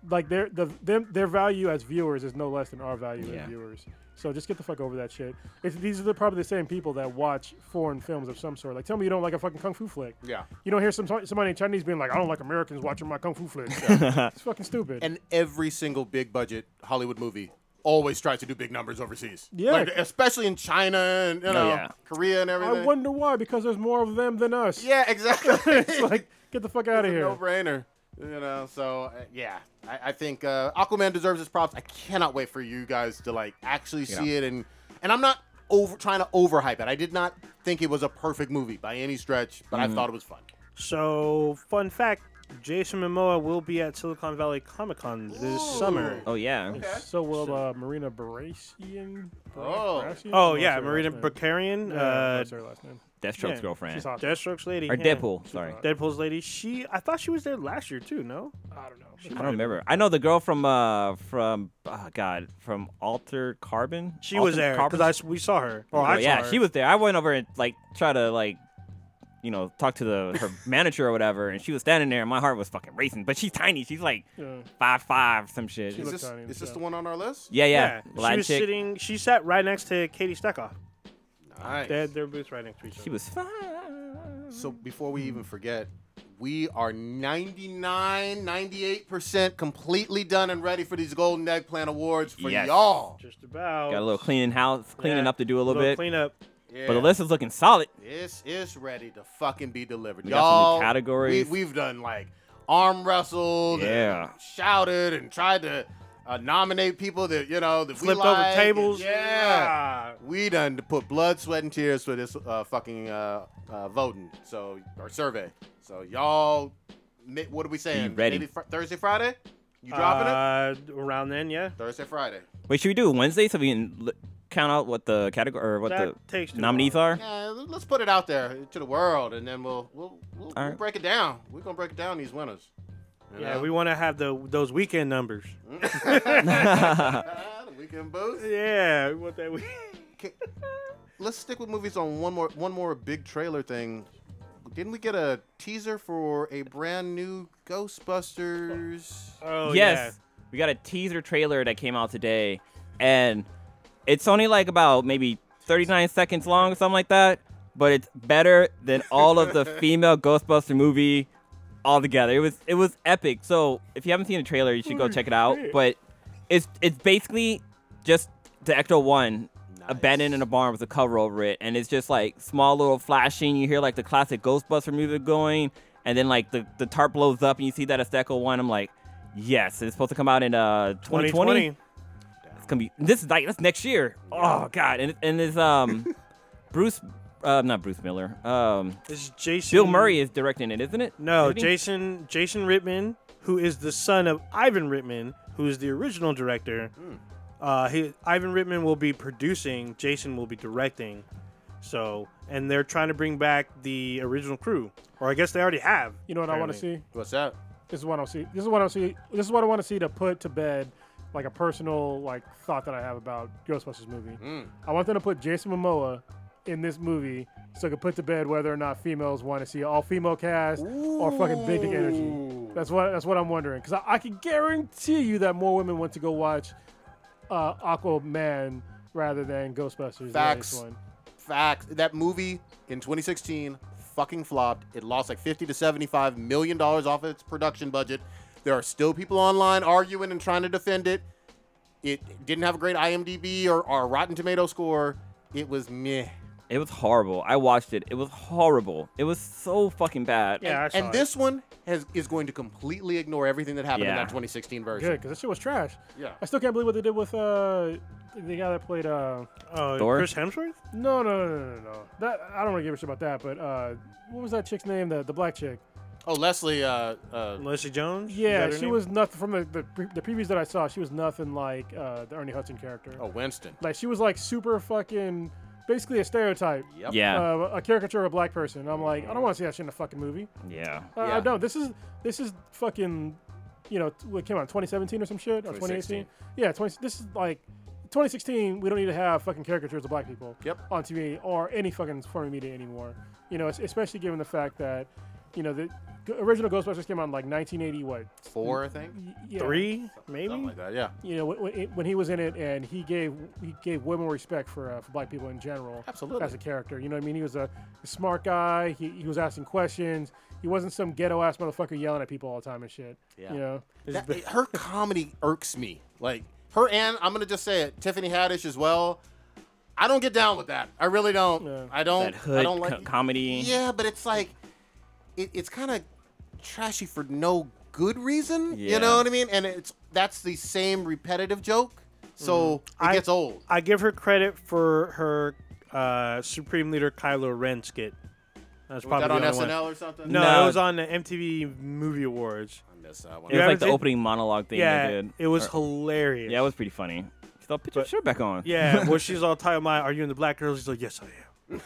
like their the them, their value as viewers is no less than our value
Yeah.
as viewers. So just get the fuck over that shit. It's, these are the, probably the same people that watch foreign films of some sort. Like, tell me you don't like a fucking kung fu flick.
Yeah.
You don't hear some somebody in Chinese being like, I don't like Americans watching my kung fu flicks. it's fucking stupid.
And every single big budget Hollywood movie always tries to do big numbers overseas.
Yeah.
Like, especially in China and you know
Oh, yeah.
Korea and everything.
I wonder why, because there's more of them than us.
Yeah, exactly.
It's like, get the fuck out of here.
No brainer. You know, so uh, yeah, I, I think uh, Aquaman deserves his props. I cannot wait for you guys to like actually see it, and and I'm not over trying to overhype it. I did not think it was a perfect movie by any stretch, but
Mm-hmm.
I thought it was fun.
So, fun fact Jason Momoa will be at Silicon Valley Comic Con this summer.
Oh yeah.
So will uh, Marina Barasian.
Oh.
Barasian?
Oh,
I'm not
yeah,
sure her
Marina
last name.
Bacarian,
Yeah,
uh,
that's her last name.
Deathstroke's
Yeah.
girlfriend.
She's hot.
Deathstroke's lady.
Or
yeah.
Deadpool, sorry.
Deadpool's lady. She, I thought she was there last year too. No,
I don't know.
I don't remember. I know the girl from uh from oh god from Alter Carbon.
she was
Altered
there
Carbon?
because I s- we saw her. Oh,
Oh,
I
yeah,
saw her.
she was there. I went over and like try to like you know talk to the her manager or whatever, and she was standing there, and my heart was fucking racing. But she's tiny. She's like
Yeah.
five five some shit.
She
Is
looked
this
tiny,
is this
yeah.
the one on our list?
yeah, yeah,
Yeah, she
Latin
was
chick.
sitting. She sat right next to Katie Steckoff.
Nice.
They had their booths right next to each other.
She was fine.
So before we even forget, we are 99, 98% completely done and ready for these Golden Egg Plan Awards for
Yes.
y'all.
just about
Got a little cleaning house, cleaning
Oh. Yeah.
up to do a little, bit.
cleanup.
Yeah.
But the list is looking solid.
This is ready to fucking be delivered.
We got some new
y'all,
categories.
We, have done like arm wrestled, and
Yeah.
shouted, and tried to uh, nominate people that, you know, that
Flipped
we like.
over
and-
tables.
yeah. We done to put blood, sweat, and tears for this uh, fucking uh, uh, voting, so or survey. So y'all, mi- what are we saying?
ready.
Maybe fr- Thursday, Friday? You dropping it?
Uh, around then, yeah.
Thursday, Friday.
Wait, should we do it Wednesday so we can l- count out what the category or what
That
the
takes too
nominees
long.
are?
Yeah, let's put it out there to the world, and then we'll we'll, we'll, we'll
right.
break it down. We're gonna break it down these winners. You
Yeah,
know?
we want to have the those weekend numbers.
Ah, the weekend boost.
Yeah, we want that. We-
Okay. Let's stick with movies on one more one more big trailer thing. Didn't we get a teaser for a brand new Ghostbusters?
oh
yes, we got a teaser trailer that came out today, and it's only like about maybe 39 seconds long, something like that. But it's better than all of the female Ghostbuster movie all together. It was it was epic. So if you haven't seen the trailer, you should go check it out.
shit.
But it's it's basically just the Ecto One abandoned in a barn with a cover over it, and it's just like small little flashing. You hear like the classic Ghostbuster music going, and then like the the tarp blows up, and you see that it's the Ecto One. I'm like, yes, it's supposed to come out in uh
2020.
2020 it's gonna be this is like that's next year. Oh god, and and it's um Bruce, uh, not Bruce Miller. Um,
This is Jason.
Bill Murray is directing it, isn't it?
No,
Isn't he?
Jason Jason Rittman, who is the son of Ivan Rittman, who is the original director.
Hmm.
Uh, he, Ivan Rittman will be producing. Jason will be directing. So, and they're trying to bring back the original crew, or I guess they already have.
You know what I want to
apparently.
see?
What's that?
This is what I'll see. This is what I'll see. This is what I want to see to put to bed, like a personal like thought that I have about Ghostbusters movie. I want them to put Jason Momoa in this movie so I can put to bed whether or not females want to see all female cast or fucking big dick energy. That's what that's what I'm wondering because I, I can guarantee you that more women want to go watch uh, Aquaman rather than Ghostbusters. the
Facts.
latest one.
Facts. That movie in 2016 fucking flopped. It lost like 50 to 75 million dollars off its production budget. There are still people online arguing and trying to defend it. It didn't have a great IMDb or, or Rotten Tomato score. It was meh.
It was horrible. I watched it. It was horrible. It was so fucking bad.
Yeah, I
and,
saw
and
it.
this one has is going to completely ignore everything that happened in
Yeah.
that 2016 version.
Good, because that shit was trash.
Yeah.
I still can't believe what they did with uh the guy that played uh
Uh,
Thor?
Chris Hemsworth?
no no no no no no that I don't really give a shit about that. But uh, what was that chick's name? The the black chick.
Oh, Leslie. Uh, uh,
Leslie Jones? Is
Yeah,
that her
she
name?
was nothing from the the, pre- the previews that I saw. She was nothing like uh, the Ernie Hudson character.
oh, Winston.
Like she was like super fucking basically a stereotype.
Yep.
Yeah.
Uh, a caricature of a black person. I'm like, I don't want to see that shit in a fucking movie.
yeah.
Uh,
Yeah.
I don't. This is this is fucking, you know, t- what came out 2017 or some shit or
2016.
2018. Yeah, 20, this is like 2016. We don't need to have fucking caricatures of black people
Yep.
on TV or any fucking form of media anymore. You know, es- especially given the fact that, you know, the g- original Ghostbusters came out in like 1980. What?
Four, I think.
Y- yeah.
Three, maybe?
Something like that. Yeah.
You know, when, when he was in it, and he gave he gave way more respect for uh, for black people in general
Absolutely.
as a character. You know what I mean? He was a, smart guy. He, he was asking questions. He wasn't some ghetto ass motherfucker yelling at people all the time and shit.
Yeah.
You know?
That- her comedy irks me. Like her and I'm gonna just say it, Tiffany Haddish as well. I don't get down with that. I really don't.
Yeah.
I don't.
That hood
I don't
co-
like
comedy.
Yeah, but it's like it, it's kind of trashy for no good reason.
Yeah.
You know what I mean? And it's that's the same repetitive joke, so it
Mm-hmm. I-
gets old.
I give her credit for her uh, Supreme Leader Kylo Ren skit.
Was
That's probably
that on
the only one.
SNL or something?
No,
No.
it was on the MTV Movie Awards.
I missed that one.
It was
Yeah,
like the
it-
opening monologue thing they
yeah,
did.
it was
Or-
hilarious.
yeah, it was pretty funny. She's all, put your
But-
shirt back on.
Yeah, well, she's all tied my. Are you in the black girls? She's like, yes, I am.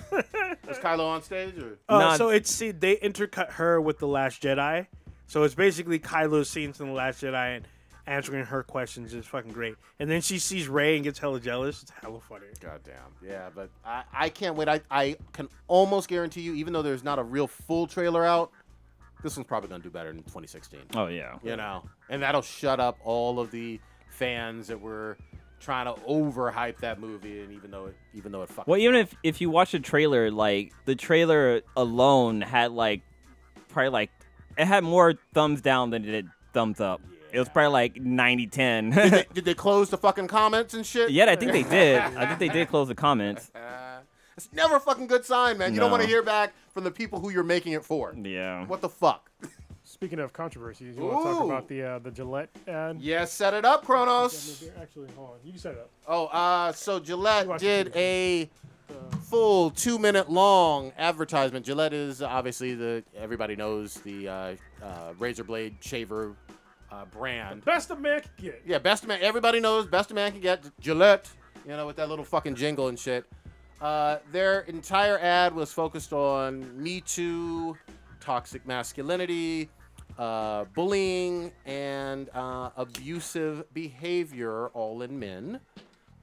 Was Kylo on stage or?
Oh,
Nah.
so it's see they intercut her with the Last Jedi, so it's basically Kylo's scenes in the Last Jedi and answering her questions is fucking great. And then she sees Ray and gets hella jealous. It's hella funny.
God damn. Yeah, but I, I can't wait. I, I can almost guarantee you, even though there's not a real full trailer out, this one's probably going to do better than 2016.
Oh yeah.
You know? And that'll shut up all of the fans that were trying to overhype that movie, and even though it, even though it fucking.
Well, even if if you watch the trailer, like the trailer alone had like probably like it had more thumbs down than it did thumbs up. It was probably like 90-10.
did, they, did they close the fucking comments and shit?
yeah, I think they did. I think they did close the comments.
Uh, it's never a fucking good sign, man. You don't
No.
want to hear back from the people who you're making it for.
Yeah.
What the fuck?
Speaking of controversies, you want to talk
Ooh.
about the uh, the Gillette ad?
Yeah, set it up, Kronos.
Actually, hold on. You set it up.
Oh, uh, so Gillette
watch
did
it.
a full two-minute-long advertisement. Gillette is uh, obviously the everybody knows the uh, uh, razor blade shaver uh, brand.
Best of man can get.
Yeah, best man. Everybody knows best man can get Gillette. You know, with that little fucking jingle and shit. Uh, their entire ad was focused on Me Too, toxic masculinity, uh, bullying, and uh, abusive behavior, all in men,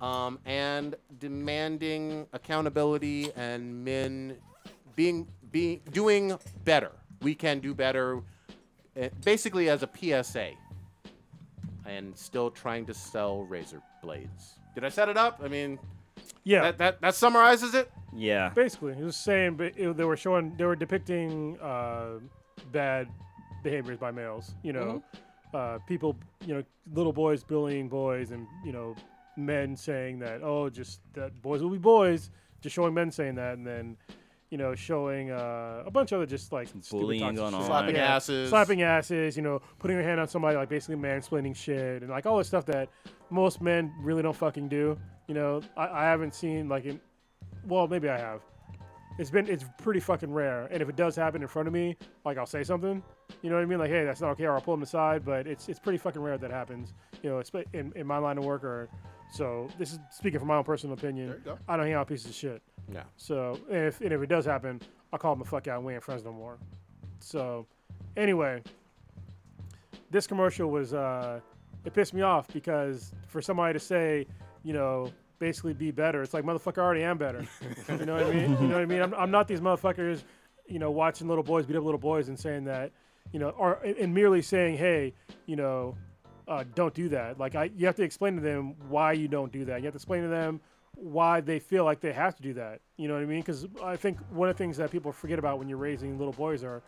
um, and demanding accountability and men being being doing better. We can do better. eh, Basically, as a PSA, and still trying to sell razor blades. Did I set it up? I mean,
Yeah.
that, that, that summarizes it.
Yeah.
basically, he was saying but it, they were showing they were depicting uh, bad behaviors by males. You know,
Mm-hmm.
uh, people, you know, little boys bullying boys, and you know, men saying that oh, just that boys will be boys. Just showing men saying that, and then. You know, showing uh, a bunch of other just like stupid
Bullying
toxic
going
shit.
on.
Slapping
Yeah.
asses.
slapping asses, you know, putting your hand on somebody, like basically mansplaining shit, and like all this stuff that most men really don't fucking do. You know, I, I haven't seen like, in, well, maybe I have. It's been it's pretty fucking rare, and if it does happen in front of me, like I'll say something. You know what I mean? Like, hey, that's not okay, or I'll pull them aside. But it's it's pretty fucking rare that happens. You know, espe- in, in my line of work, or so this is speaking from my own personal opinion.
There you go.
I don't hang out with pieces of shit.
Yeah.
So and if and if it does happen, I'll call him the fuck out. We ain't friends no more. So anyway, this commercial was uh, it pissed me off because for somebody to say, you know, basically be better, it's like motherfucker, I already am better. you know what I mean? You know what I mean? I'm, I'm not these motherfuckers, you know, watching little boys beat up little boys and saying that, you know, or and- and merely saying, hey, you know, uh, don't do that. Like I, you have to explain to them why you don't do that. You have to explain to them why they feel like they have to do that. You know what I mean? Because I think one of the things that people forget about when you're raising little boys are,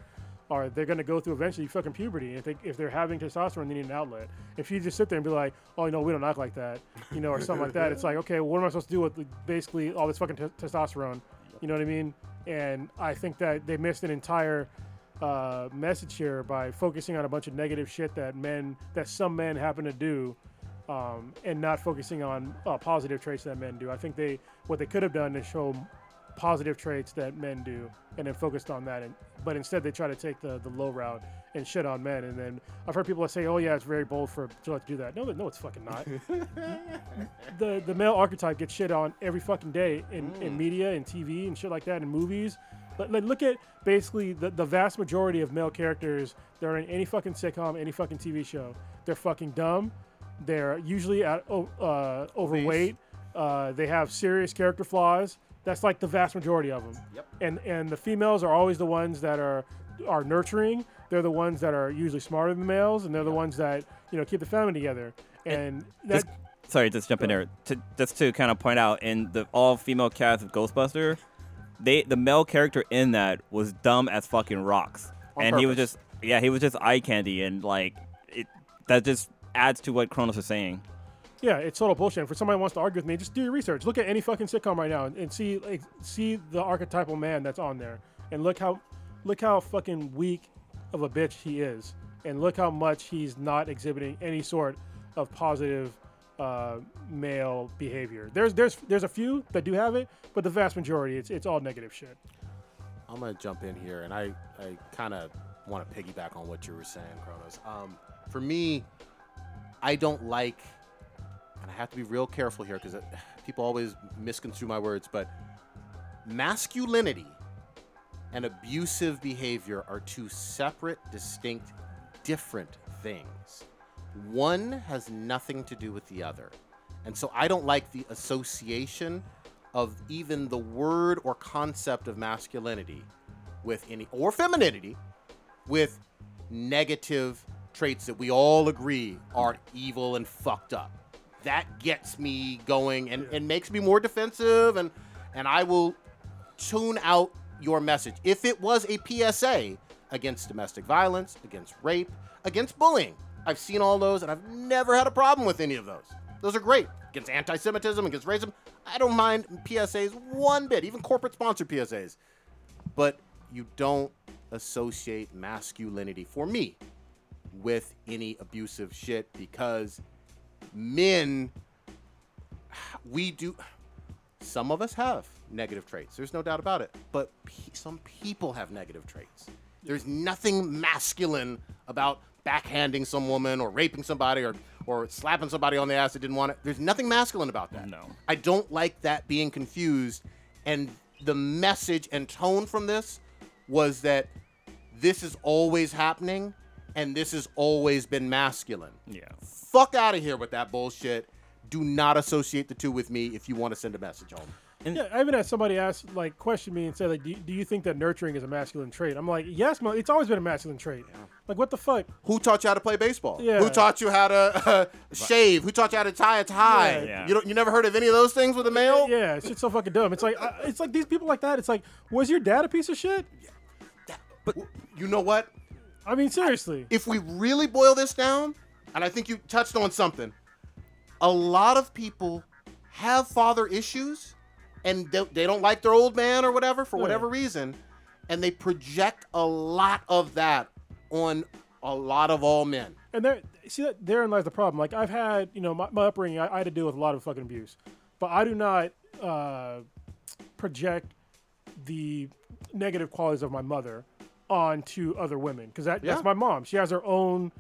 are they're going to go through eventually fucking puberty. If they if they're having testosterone, they need an outlet. If you just sit there and be like, oh no, we don't act like that, you know, or something like that, it's like, okay, well, what am I supposed to do with like, basically all this fucking t- testosterone? You know what I mean? And I think that they missed an entire uh, message here by focusing on a bunch of negative shit that men that some men happen to do, um, and not focusing on uh, positive traits that men do. I think they what they could have done is show positive traits that men do, and then focused on that. And, but instead, they try to take the, the low route and shit on men. And then I've heard people say, "Oh yeah, it's very bold for Gillette to do that." No, no, it's fucking not the the male archetype gets shit on every fucking day in, in media and TV and shit like that in movies. Like, like, look at basically the, the vast majority of male characters that are in any fucking sitcom, any fucking TV show. They're fucking dumb. They're usually at, o- uh, overweight. Uh, they have serious character flaws. That's like the vast majority of them.
Yep.
And and the females are always the ones that are are nurturing. They're the ones that are usually smarter than males, and they're the ones that you know keep the family together. And, that,
Just- sorry, just jump in there. To, just to kind of point out, in the all female cast of Ghostbuster, they the male character in that was dumb as fucking rocks,
On
and he was
purpose.
just yeah, he was just eye candy, and like it that just adds to what Kronos was saying.
Yeah, it's total bullshit. And for somebody who wants to argue with me, just do your research. Look at any fucking sitcom right now and, and see like see the archetypal man that's on there, and look how look how fucking weak of a bitch he is, and look how much he's not exhibiting any sort of positive uh, male behavior. There's there's there's a few that do have it, but the vast majority it's it's all negative shit.
I'm gonna jump in here, and I, I kind of want to piggyback on what you were saying, Kronos. Um, for me, I don't like, and I have to be real careful here because people always misconstrue my words, but masculinity and abusive behavior are two separate, distinct, different things. One has nothing to do with the other. And so I don't like the association of even the word or concept of masculinity with any or femininity with negative traits that we all agree are evil and fucked up. That gets me going and, and makes me more defensive and and I will tune out your message. If it was a PSA against domestic violence, against rape, against bullying, I've seen all those and I've never had a problem with any of those. Those are great. Against anti Semitism, against racism, I don't mind PSAs one bit, even corporate sponsored PSAs. But you don't associate masculinity, for me, with any abusive shit because men, we do some of us have negative traits. There's no doubt about it. But pe- some people have negative traits. There's nothing masculine about backhanding some woman or raping somebody or, or slapping somebody on the ass that didn't want it. There's nothing masculine about that.
No.
I don't like that being confused. And the message and tone from this was that this is always happening and this has always been masculine
Yeah.
fuck out of here with that bullshit. Do not associate the two with me if you want to send a message home.
Yeah, I even had somebody ask, like, question me and say, like, do, do you think that nurturing is a masculine trait? I'm like, yes, ma- it's always been a masculine trait. Like, what the fuck?
Who taught you how to play baseball?
Yeah.
Who taught you how to uh, shave? Who taught you how to tie a tie?
Yeah.
Yeah.
You don't, you never heard of any of those things with a male?
Yeah, it's just so fucking dumb. It's like I- it's like these people like that. It's like, was your dad a piece of shit?
You know what?
I mean, seriously.
If we really boil this down, and I think you touched on something, a lot of people have father issues and they, they don't like their old man or whatever for whatever reason, and they project a lot of that on a lot of all men.
And there, see that therein lies the problem. Like I've had, you know, my, my upbringing, I, I had to deal with a lot of fucking abuse, but I do not uh, project the negative qualities of my mother onto other women because that,
Yeah.
that's my mom. She has her own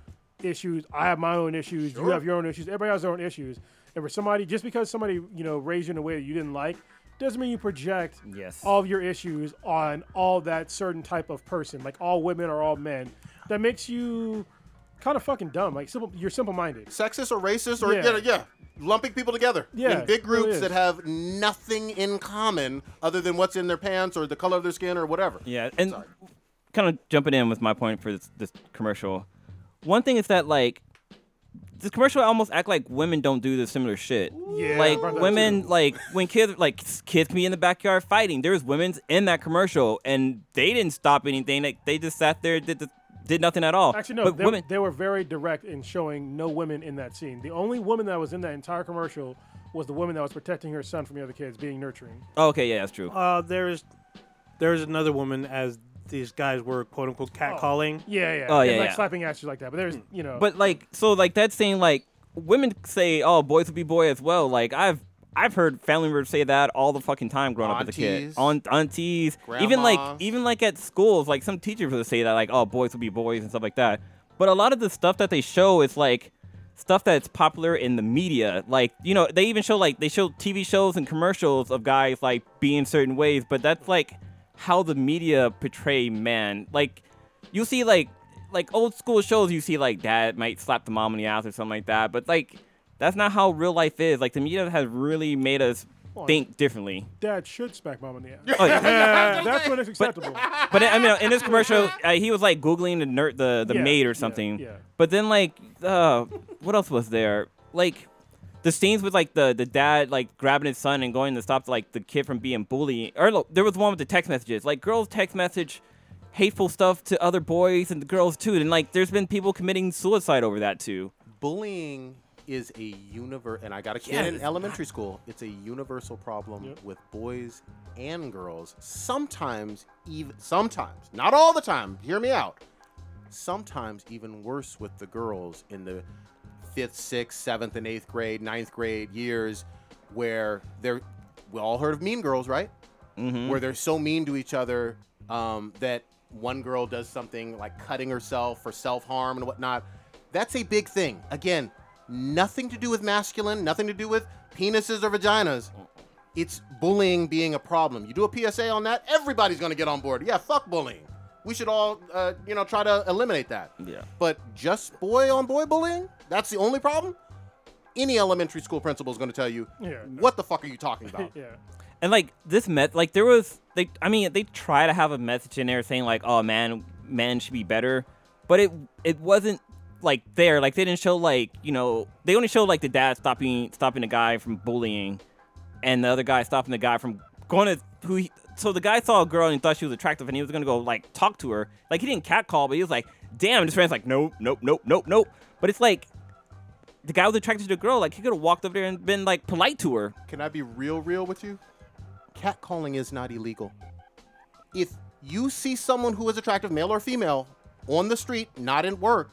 issues. I have my own issues. You
Sure.
have your own issues. Everybody has their own issues. And for somebody, just because somebody you know raised you in a way that you didn't like, doesn't mean you project
Yes.
all of your issues on all that certain type of person, like all women or all men. That makes you kind of fucking dumb. Like simple, you're simple minded.
sexist or racist or yeah,
Yeah.
yeah, lumping people together
Yeah,
in big
it really
groups
is.
that have nothing in common other than what's in their pants or the color of their skin or whatever.
Yeah, and kind of jumping in with my point for this, this commercial. One thing is that like this commercial almost act like women don't do this similar shit.
Yeah,
like
brother,
women, like when kids, like s- kids can be in the backyard fighting. There was women's in that commercial, and they didn't stop anything. Like they just sat there, did the, did nothing at all.
Actually, no,
but
they,
women.
they were very direct in showing no women in that scene. The only woman that was in that entire commercial was the woman that was protecting her son from the other kids, being nurturing.
Oh, okay, yeah, that's true.
Uh, there's there's another woman as these guys were quote unquote catcalling.
Yeah, yeah.
Oh,
and,
yeah,
like
yeah.
slapping asses like that. But there's, you know,
But like, so like that saying, like women say, "Oh, boys will be boy as well." Like I've I've heard family members say that all the fucking time growing up as a kid.
Aunties.
Aunt, aunties, even like
Grandmas.
even like at schools, like some teachers will say that, like, "Oh, boys will be boys" and stuff like that. But a lot of the stuff that they show is like stuff that's popular in the media. Like you know, they even show like they show TV shows and commercials of guys like being certain ways, but that's like how the media portray man. Like you see like like old school shows you see like dad might slap the mom in the ass or something like that but like that's not how real life is like the media has really made us think differently
dad should smack mom in the ass.
oh, yeah.
That's when it's acceptable.
but i mean in this commercial uh, he was like googling the nerd the, the
Yeah,
maid
yeah,
or something
yeah.
but then like uh, what else was there like the scenes with like the, the dad like grabbing his son and going to stop like the kid from being bullied or look, there was one with the text messages like girls text message hateful stuff to other boys and girls too and like there's been people committing suicide over that too
bullying is a universe, and I got a kid
Yeah,
in
it's
elementary school. It's a universal problem
Yep.
with boys and girls. Sometimes, even sometimes, not all the time. Hear me out. Sometimes even worse with the girls in the fifth, sixth, seventh, and eighth grade, ninth grade years, where they're. We all heard of Mean Girls, right?
mm-hmm.
where they're so mean to each other um, that one girl does something like cutting herself for self harm and whatnot. That's a big thing. Again, nothing to do with masculine, nothing to do with penises or vaginas. It's bullying being a problem. You do a PSA on that, everybody's going to get on board. Yeah, fuck bullying. We should all, uh, you know, try to eliminate that.
yeah
But just boy on boy bullying? That's the only problem? Any elementary school principal is going to tell you,
Yeah.
what the fuck are you talking about?
Yeah.
And like this met like there was they I mean they try to have a message in there saying like oh man man should be better, but it it wasn't like there like they didn't show like you know they only showed like the dad stopping stopping the guy from bullying, and the other guy stopping the guy from going to who he, so the guy saw a girl and thought she was attractive and he was gonna go like talk to her like he didn't catcall but he was like damn and his friend's like nope nope nope nope nope but it's like the guy was attracted to the girl like he could have walked up there and been like polite to her
Can I be real, real with you? Catcalling is not illegal. If you see someone who is attractive, male or female, on the street, not in work,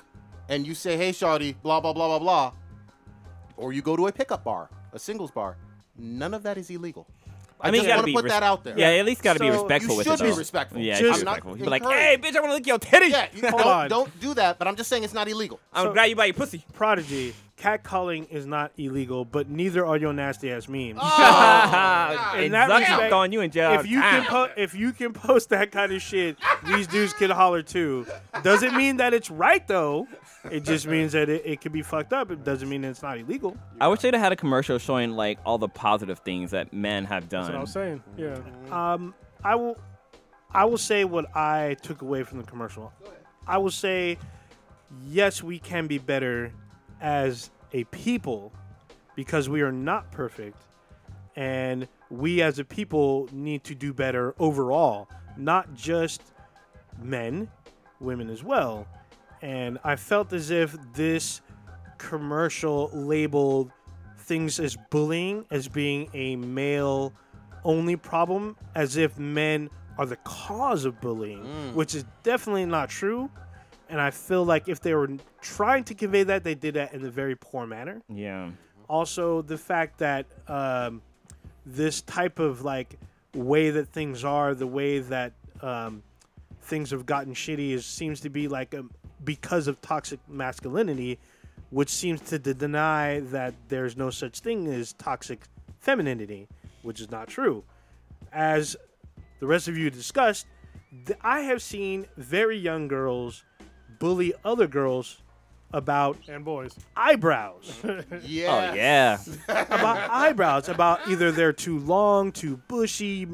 and you say, hey, shawty, blah, blah, blah, blah, blah, or you go to a pickup bar, a singles bar, none of that is illegal. I,
I mean,
just
you gotta
want to
be
put
res-
that out there.
Yeah, at least gotta be
So,
respectful
you
with
should
it.
be
though.
respectful.
Yeah, you
Just-
should be
I'm not
respectful. You'd be like, "Hey,
encouraged.
bitch, I want to lick your titty.
Yeah, you
Hold
don't,
on.
don't do that, but I'm just saying it's not illegal.
I'm
So-
gonna grab you by your pussy."
Prodigy, catcalling is not illegal, but neither are your nasty ass memes.
Oh,
Oh.
and
that
Zuck, I'm
respect,
throwing you in jail. Ah.
if you can po- if you can post that kind of shit, these dudes can holler too. Doesn't mean that it's right though. It just means that it, it could be fucked up. It doesn't mean it's not illegal.
I wish they'd have had a commercial showing like all the positive things that men have
That's what I
done.
was saying. Yeah.
Um, I will, I will say what I took away from the commercial. I will say, yes, we can be better as a people because we are not perfect, and we as a people need to do better overall, not just men, women as well. And I felt as if this commercial labeled things as bullying as being a male only problem, as if men are the cause of bullying, which is definitely not true. And I feel like if they were trying to convey that, they did that in a very poor manner
Yeah,
also the fact that um, this type of like way that things are the way that um, things have gotten shitty is seems to be like um because of toxic masculinity which seems to de- deny that there's no such thing as toxic femininity which is not true as the rest of you discussed th- i have seen very young girls bully other girls about
And boys.
eyebrows
Yeah.
oh yeah,
about eyebrows, about either they're too long, too bushy,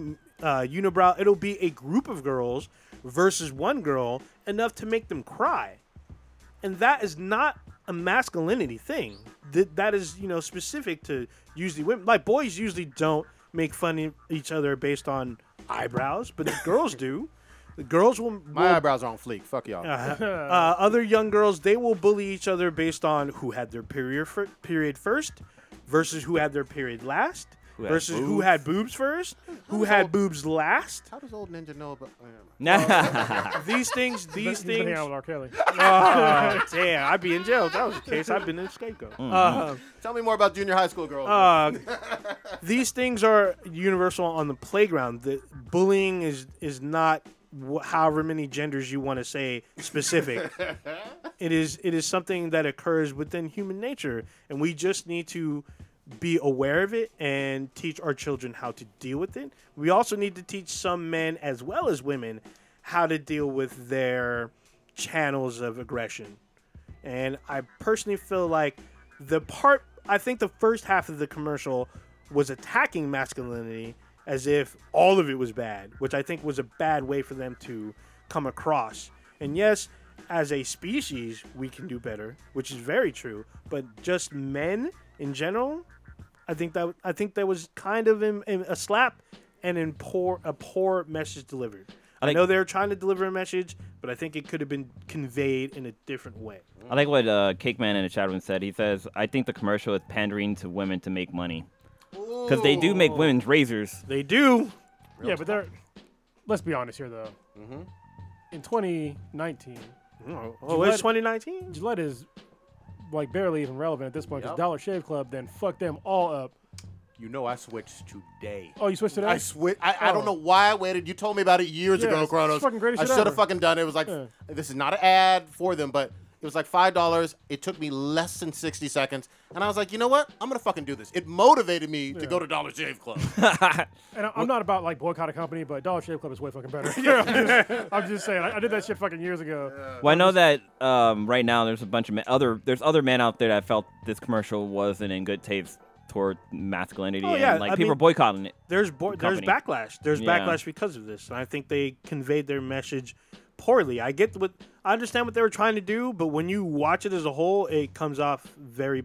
uh, unibrow. It'll be a group of girls versus one girl, enough to make them cry. And that is not a masculinity thing. Th- that is, you know, specific to usually women. Like boys usually don't make fun of each other based on eyebrows, but the girls do. The girls will.
My
will
eyebrows are on fleek. Fuck y'all.
uh, uh, other young girls, they will bully each other based on who had their period fir- period first versus who had their period last
Who had
versus who
boobs.
had boobs first, who had boobs last.
How does old ninja know about? oh, never mind.
Nah.
These things, these
He's been hanging
things.
out with R. Kelly.
Oh, damn, I'd be in jail if that was the case. I've been in a scapegoat. Uh,
Tell me more about junior high school girls.
uh, these things are universal on the playground. The bullying is is not wh- however many genders you want to say specific. it is it is something that occurs within human nature, and we just need to be aware of it and teach our children how to deal with it. We also need to teach some men as well as women how to deal with their channels of aggression. And I personally feel like the part, I think the first half of the commercial was attacking masculinity as if all of it was bad, which I think was a bad way for them to come across. And yes, as a species, we can do better, which is very true. But just men in general, I think that I think that was kind of in, in a slap and in poor a poor message delivered. I,
think-
know they were trying to deliver a message, but I think it could have been conveyed in a different way.
I like what uh, Cake Man in the chat room said. He says, "I think the commercial is pandering to women to make money because they do make women's razors."
They do.
yeah, but they're. Let's be honest here, though. In 2019,
Mm-hmm. Oh,
Gillette-
it's 2019.
Gillette is like barely even relevant at this point because
Yep.
Dollar Shave Club then fucked them all up.
You know I switched today.
Oh, you switched it up?
I switch. I, I don't
Oh.
know why I waited. You told me about it years
Yeah,
ago,
it's-
Chronos.
it's fucking greatest
I
shit
should
ever.
have fucking done it. It was like
Yeah.
this is not an ad for them, but it was like five dollars. It took me less than sixty seconds, and I was like, you know what? I'm gonna fucking do this. It motivated me to go to Dollar Shave Club.
and I, I'm not about like boycott a company, but Dollar Shave Club is way fucking better. I'm, just, I'm just saying, I, I did that shit fucking years ago.
Well, I know that um, right now there's a bunch of men, other there's other men out there that felt this commercial wasn't in good taste toward masculinity,
Oh, yeah,
and like
I
people
mean-
are boycotting it.
There's bo- there's
Company.
backlash. There's
Yeah.
backlash because of this, and I think they conveyed their message poorly. I get what I understand what they were trying to do, but when you watch it as a whole, it comes off very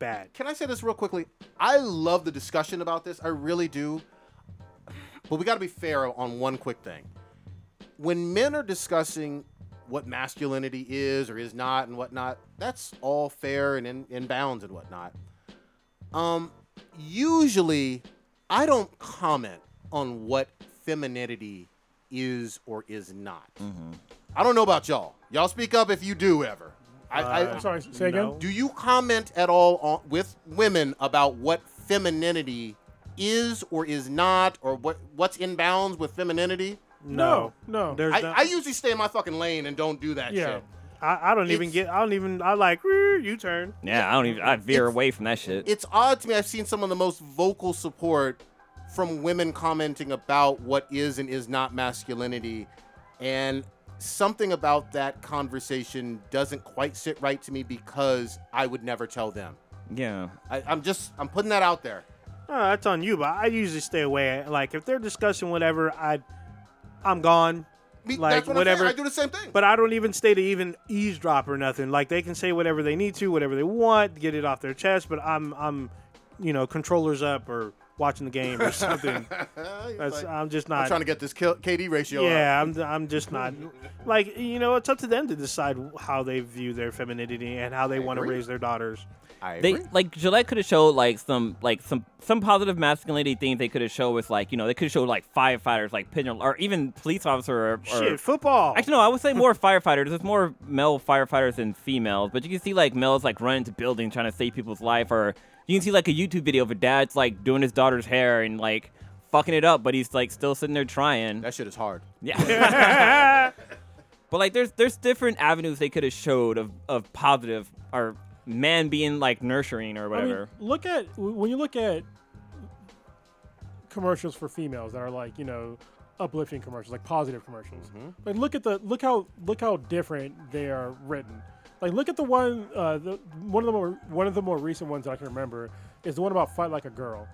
bad.
Can I say this real quickly? I love the discussion about this. I really do. But we got to be fair on one quick thing. When men are discussing what masculinity is or is not and whatnot, that's all fair and in, in bounds and whatnot. Um, usually, I don't comment on what femininity is or is not. I don't know about y'all. Y'all speak up if you do ever. I, I,
Uh, I'm sorry, say
no.
again?
do you comment at all on, with women about what femininity is or is not, or what what's in bounds with femininity?
No,
no.
There's
I,
no,
I usually stay in my fucking lane and don't do that
Yeah.
shit.
I, I don't even
it's-
get. I don't even. I like you turn.
Yeah, I don't even I veer
It's-
away from that shit.
It's odd to me. I've seen some of the most vocal support from women commenting about what is and is not masculinity, and something about that conversation doesn't quite sit right to me because I would never tell them.
yeah,
I, I'm just I'm putting that out there.
Oh, that's on you, but I usually stay away. Like if they're discussing whatever, I, I'm gone.
Me-
Like,
that's what
whatever-
I'm saying. I do the same thing.
But I don't even stay to even eavesdrop or nothing. Like they can say whatever they need to, whatever they want, get it off their chest. But I'm, I'm, you know, controllers up or watching the game or something. That's, I'm just not.
I'm trying to get this kill- KD ratio. up.
yeah, I'm, I'm just not. Like you know, it's up to them to decide how they view their femininity and how they want to
agree.
raise their daughters.
I
they
agree.
like Gillette could have showed like some like some some positive masculinity things they could have showed with like you know they could have showed like firefighters like pigeon or even police officer or, or
Shit, football.
Actually, no. I would say more firefighters. There's more male firefighters than females, but you can see like males like running to buildings trying to save people's life, or you can see like a YouTube video of a dad's like doing his daughter's hair and like fucking it up, but he's like still sitting there trying.
that shit is hard.
Yeah. but like, there's there's different avenues they could have showed of of positive or man being like nurturing or
I mean,
whatever.
look at w- when you look at commercials for females that are like you know uplifting commercials, like positive commercials.
Mm-hmm.
Like look at the look how look how different they are written. Like look at the one uh, the one of the more one of the more recent ones I can remember is the one about fight like a girl,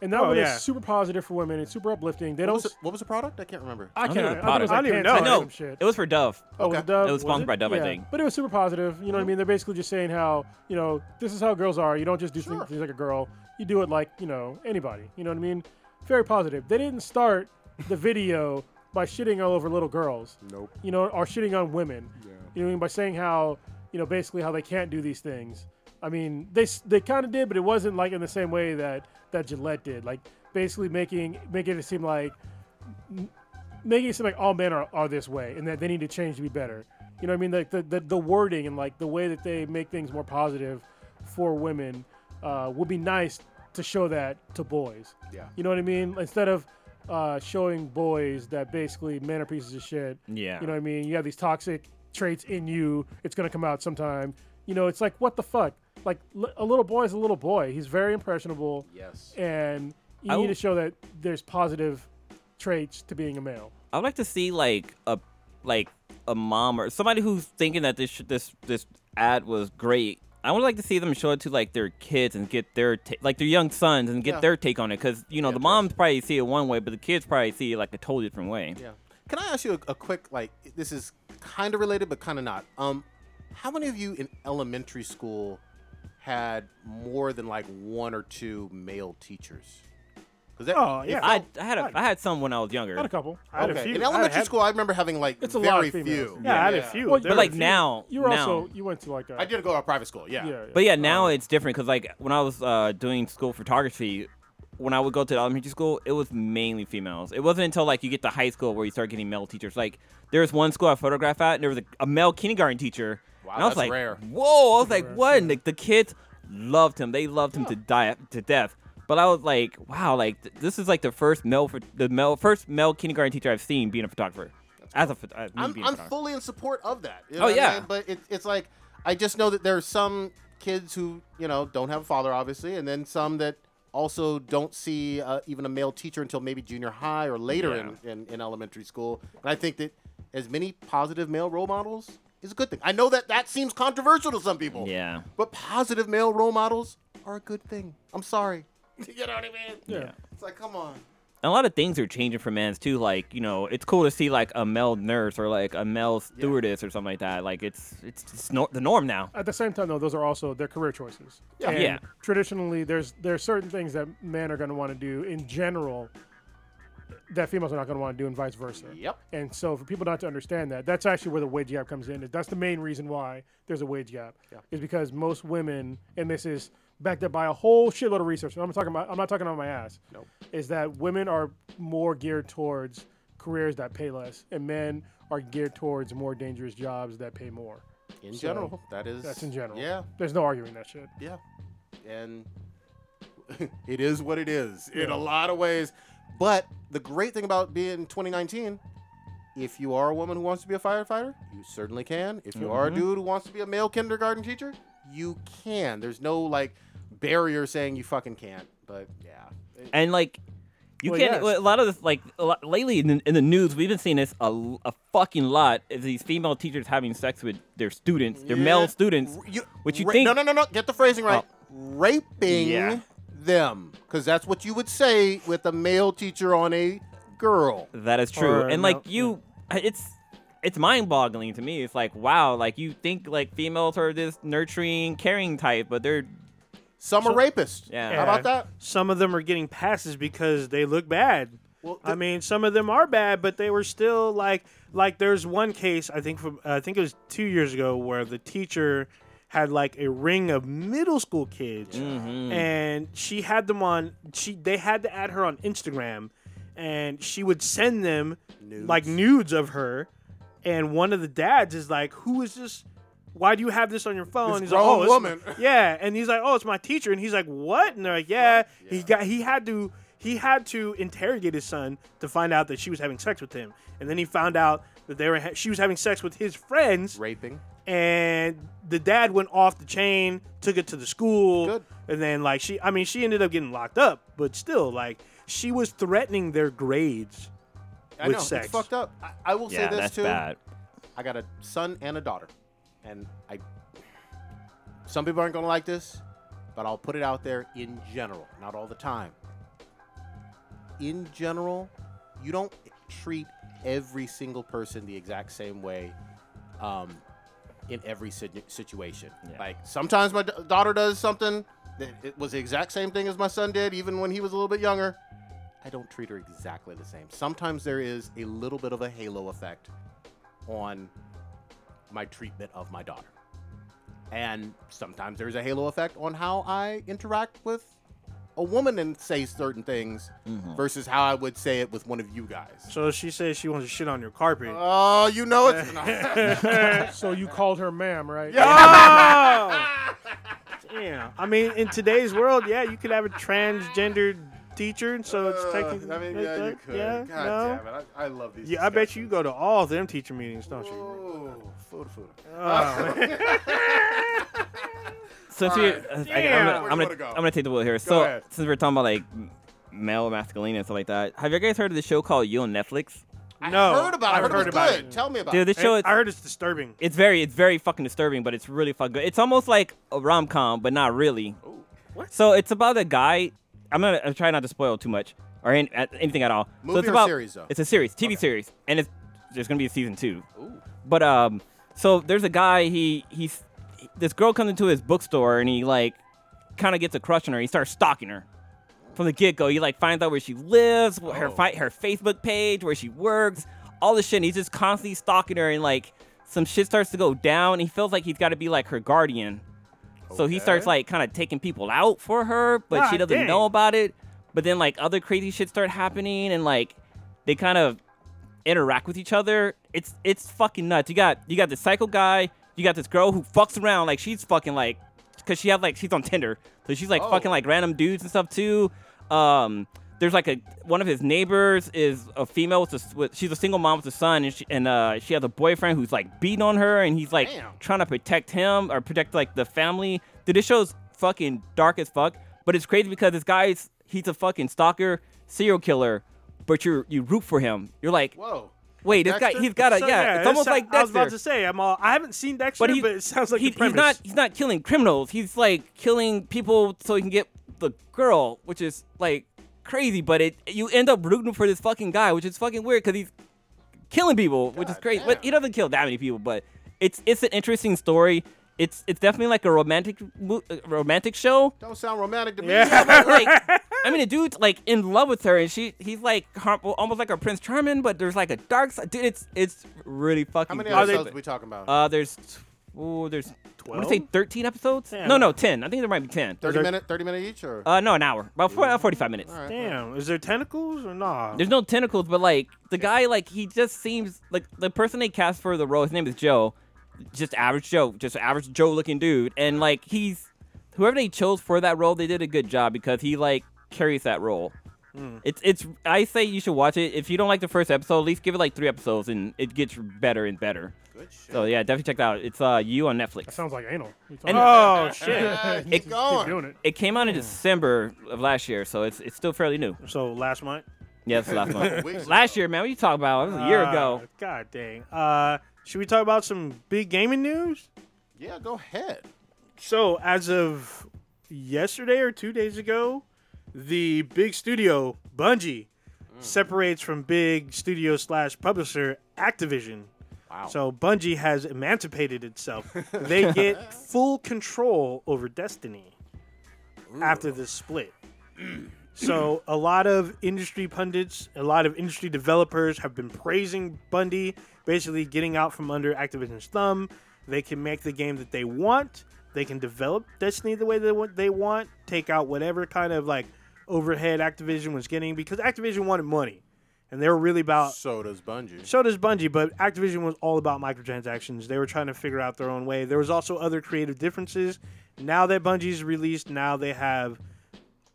and that
Oh,
one
yeah.
is super positive for women. It's super uplifting. They
What
don't.
was, the,
s-
what was the product? I can't remember.
I
don't
can't.
know
I,
the
thought it was
product.
like
I don't even
Pantene
know. No,
or oh, some shit.
It was for Dove.
Oh, was
Okay.
it Dove?
It was sponsored by Dove, I think.
But it was super positive. You know what I mean? They're basically just saying how, you know, this is how girls are. You don't just do
Sure.
things like a girl. You do it like, you know, anybody. You know what I mean? Very positive. They didn't start the video by shitting all over little girls.
Nope.
You know, or shitting on women. You know what I mean? By saying how, you know, basically how they can't do these things. I mean, they s- they kind of did, but it wasn't like in the same way that that Gillette did. Like basically making making it seem like making it seem like all men are, are this way and that they need to change to be better. You know what I mean? Like the, the, the wording and like the way that they make things more positive for women uh, would be nice to show that to boys.
Yeah.
You know what I mean? Instead of uh, showing boys that basically men are pieces of shit.
Yeah.
You know what I mean? You have these toxic traits in you. It's going to come out sometime. You know, it's like, what the fuck? Like, l- a little boy is a little boy. He's very impressionable.
Yes.
And you
I
need
will-
to show that there's positive traits to being a male.
I would like to see like a like a mom or somebody who's thinking that this sh- this this ad was great. I would like to see them show it to like their kids and get their ta- like their young sons and get
Yeah.
their take on it because you know the moms probably see it one way, but the kids probably see it like a totally different way.
Yeah. Can I ask you a, a quick like this is kind of related but kind of not. Um how many of you in elementary school had more than like one or two male teachers? 'Cause that-
Oh,
it
yeah.
felt-
I, I had a, I had some when I was younger,
Not a couple. I had a
okay.
few.
In
I
elementary
had-
school I remember having like
It's a lot
very
of females.
few.
Yeah, I had a few.
Well,
There
but
but
were
like
a few.
now
You were
now.
also you went to like a
I did go to private school. Yeah. Um,
Yeah, yeah.
But yeah, now it's different because like when I was uh, doing school photography, when I would go to elementary school, it was mainly females. It wasn't until like you get to high school where you start getting male teachers. Like there was one school I photographed at, and there was a, a male kindergarten teacher.
Wow,
and I was
that's
like,
rare.
whoa! I was like, what? And, like the kids loved him. They loved him to die to death. But I was like, wow, like th- this is like the first male, pho- the male first male kindergarten teacher I've seen being a photographer. As a, pho- uh, me
I'm,
being a
I'm
photographer.
fully in support of that. You
Oh,
know what I
yeah.
mean? But it, it's like I just know that there are some kids who you know don't have a father, obviously, and then some that also don't see uh, even a male teacher until maybe junior high or later in, in, in elementary school. And I think that as many positive male role models is a good thing. I know that that seems controversial to some people.
Yeah.
But positive male role models are a good thing. I'm sorry. you know what I mean?
Yeah.
It's like, come on.
And a lot of things are changing for men's too. Like you know, it's cool to see like a male nurse or like a male stewardess or something like that. Like it's it's, it's nor- the norm now.
At the same time, though, those are also their career choices. Yeah.
Yeah.
Traditionally, there's there are certain things that men are going to want to do in general that females are not going to want to do, and vice versa.
Yep.
And so, for people not to understand that, that's actually where the wage gap comes in. That's the main reason why there's a wage gap. Is because most women, and this is backed up by a whole shitload of research. and I'm talking about. I'm not talking on my ass. Nope. Is that women are more geared towards careers that pay less, and men are geared towards more dangerous jobs that pay more.
In general, that is.
That's in general.
Yeah.
There's no arguing that shit.
Yeah. And it is what it is in a lot of ways. But the great thing about being 2019, if you are a woman who wants to be a firefighter, you certainly can. If you are
Mm-hmm.
a dude who wants to be a male kindergarten teacher, you can. There's no like barrier saying you fucking can't. But yeah. It-
And like you
Well,
can't.
yes.
A lot of this like a lot, lately in, the- in the news, we've been seeing this a, l- a fucking lot. Is these female teachers having sex with their students, their
Yeah.
male students,
R- you-
which you
ra-
think
No, no, no, no. Get the phrasing right.
Oh.
Raping
Yeah.
them. Because that's what you would say with a male teacher on a girl.
That is true.
Or
and like
mount-
you, it's it's mind-boggling to me. It's like wow, like you think like females are this nurturing, caring type, but they're
Some are rapists.
Yeah.
How about that?
Some of them are getting passes because they look bad.
Well,
I mean, some of them are bad, but they were still like like there's one case I think from I think it was 2 years ago where the teacher had like a ring of middle school kids
Mm-hmm.
and she had them on she they had to add her on Instagram and she would send them like nudes of her and one of the dads is like who is this why do you have this on your phone?
This
he's like,
grown
oh, it's my-
woman."
yeah, and he's like, "Oh, it's my teacher," and he's like, "What?" And they're like, "Yeah, he got he had to he had to interrogate his son to find out that she was having sex with him, and then he found out that they were ha- she was having sex with his friends,
raping.
and the dad went off the chain, took it to the school,
Good.
and then like she, I mean, she ended up getting locked up, but still, like she was threatening their grades.
I
With
know
sex.
it's fucked up. I, I will
yeah,
say this
that's
too.
bad.
I got a son and a daughter, and I. Some people aren't gonna like this, but I'll put it out there in general, not all the time. In general, you don't treat every single person the exact same way. Um, in every sit- situation,
Yeah.
like sometimes my d- daughter does something that it was the exact same thing as my son did, even when he was a little bit younger. I don't treat her exactly the same. Sometimes there is a little bit of a halo effect on my treatment of my daughter. And sometimes there's a halo effect on how I interact with a woman and say certain things
Mm-hmm.
versus how I would say it with one of you guys.
So she says she wants to shit on your carpet.
Oh, you know it's not.
So you called her ma'am, right?
Oh! Damn. I mean, in today's world, yeah, you could have a transgendered teacher, so it's technically.
I mean, yeah, you could.
Yeah,
God
no?
damn it. I, I love these.
Yeah, I bet you go to all them teacher meetings, don't you?
Oh, food, food.
since
All
we,
right.
I- I'm,
Where do you
Damn.
gonna, I'm, gonna,
wanna go?
I'm gonna take the wheel here. so
ahead.
since we're talking about like m- male masculinity and stuff like that, have you guys heard of the show called You on Netflix?
no.
I heard about it. I
I've
heard,
heard
it was
about
good.
it.
Tell me about
Dude,
Uh, it.
this show
I
it's,
heard it's disturbing.
it's very it's very fucking disturbing, but it's really fucking good. It's almost like a rom com, but not really. So it's about a guy. I'm not. I'm trying not to spoil too much or any, uh, anything at all. so
Movie
it's
or
about,
series, though?
It's a series, TV series, and it's there's gonna be a season two. But um, so there's a guy. He he's he- this girl comes into his bookstore and he like kind of gets a crush on her. He starts stalking her from the get go. He like finds out where she lives, wh-
Oh.
her fight, her Facebook page, where she works, all this shit. And he's just constantly stalking her, and like some shit starts to go down. And he feels like he's got to be like her guardian. So he starts like kind of taking people out for her, but she
God
doesn't
dang.
know about it. But then like other crazy shit start happening, and like they kind of interact with each other. It's it's fucking nuts. You got you got this psycho guy. You got this girl who fucks around like she's fucking like because she have like she's on Tinder, so she's like
Oh.
fucking like random dudes and stuff too. Um, there's like a one of his neighbors is a female with a s- with, she's a single mom with a son and she, and uh, she has a boyfriend who's like beating on her and he's like
Damn.
trying to protect him or protect like the family. Dude, this show's fucking dark as fuck, but it's crazy because this guy's he's a fucking stalker, serial killer, but you you root for him. You're like,
Whoa.
Wait, this guy,
Dexter?
he's got a
So,
yeah.
it
it's almost
sou-
like
I was
Dexter,
about to say. I'm all. I haven't seen Dexter, but,
he-
it sounds like
he-
the premise.
he's not he's not killing criminals. He's like killing people so he can get the girl, which is like crazy. But it you end up rooting for this fucking guy, which is fucking weird because he's killing people, which is crazy. But he doesn't kill that many people. But it's it's an interesting story. It's it's definitely like a romantic mo- uh, romantic show.
Don't sound romantic to me.
Yeah.
But, like, I mean, the dude's like in love with her, and she he's like har- almost like a Prince Charming, but there's like a dark side. Dude, it's it's really fucking.
How many
good.
episodes are we talking about?
Uh, there's ooh, there's I want to say
12?
13 episodes.
Damn.
No, no, 10. I think there might be 10.
30 minute, 30 minute each or?
Uh, no, an hour, about four, uh, 45 minutes.
All right.
Damn. Is there tentacles or nah?
There's no tentacles, but like the guy, like he just seems like the person they cast for the role. His name is Joe, just average Joe, just average Joe looking dude, and like he's whoever they chose for that role, they did a good job because he like carries that role. It's it's. I say you should watch it. If you don't like the first episode, at least give it like three episodes, and it gets better and better.
Good shit.
So yeah, definitely check that out. It's uh you on
That
Netflix.
sounds like anal. We talking
And-
about-
Oh shit.
Yeah, keep
It-
going.
Keep doing it.
It came out in December of last year, so it's it's still fairly new.
So last month.
Yes, last
Weeks
month. last
ago.
year, man, what you talking about? It was a year
Ah,
ago.
God dang. Uh, should we talk about some big gaming news?
Yeah, go ahead.
So as of yesterday or two days ago, the big studio Bungie separates from big studio slash publisher Activision.
Wow.
So Bungie has emancipated itself. they get full control over Destiny after this split. so a lot of industry pundits, a lot of industry developers have been praising Bungie, basically getting out from under Activision's thumb. They can make the game that they want. They can develop Destiny the way they want. They want take out whatever kind of like overhead Activision was getting because Activision wanted money, and they were really about
So does Bungie.
so does Bungie, but Activision was all about microtransactions. They were trying to figure out their own way. There was also other creative differences. Now that Bungie's released, now they have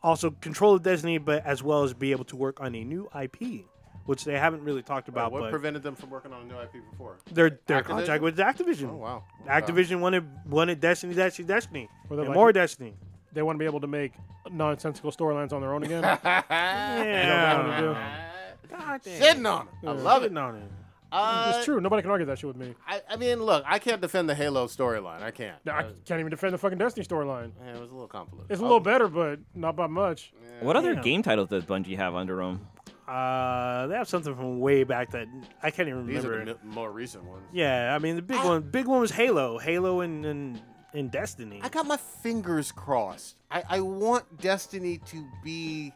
also control of Destiny, but as well as be able to work on a new IP, which they haven't really talked about.
what
but
prevented them from working on a new IP before?
their their
Activision?
contract with Activision.
Oh, wow. Okay.
Activision wanted wanted Destiny, Destiny, Destiny,
Well, they're
and
like-
more Destiny.
They want to be able to make nonsensical storylines on their own again.
Yeah, God damn.
Sitting on it. I love it.
Sitting on it.
Uh,
it's true. Nobody can argue that shit with me.
I, I mean, look, I can't defend the Halo storyline. I can't.
No, I
Uh,
can't even defend the fucking Destiny storyline.
yeah, it was a little complicated.
It's a
I'll-
little better, but not by much.
Uh,
What other
Yeah.
game titles does Bungie have under them?
Uh, they have something from way back that I can't even
These
remember.
are the mi- more recent ones.
Yeah, I mean the big one. Big one was Halo, Halo, and and, and Destiny.
I got my fingers crossed. I, I want Destiny to be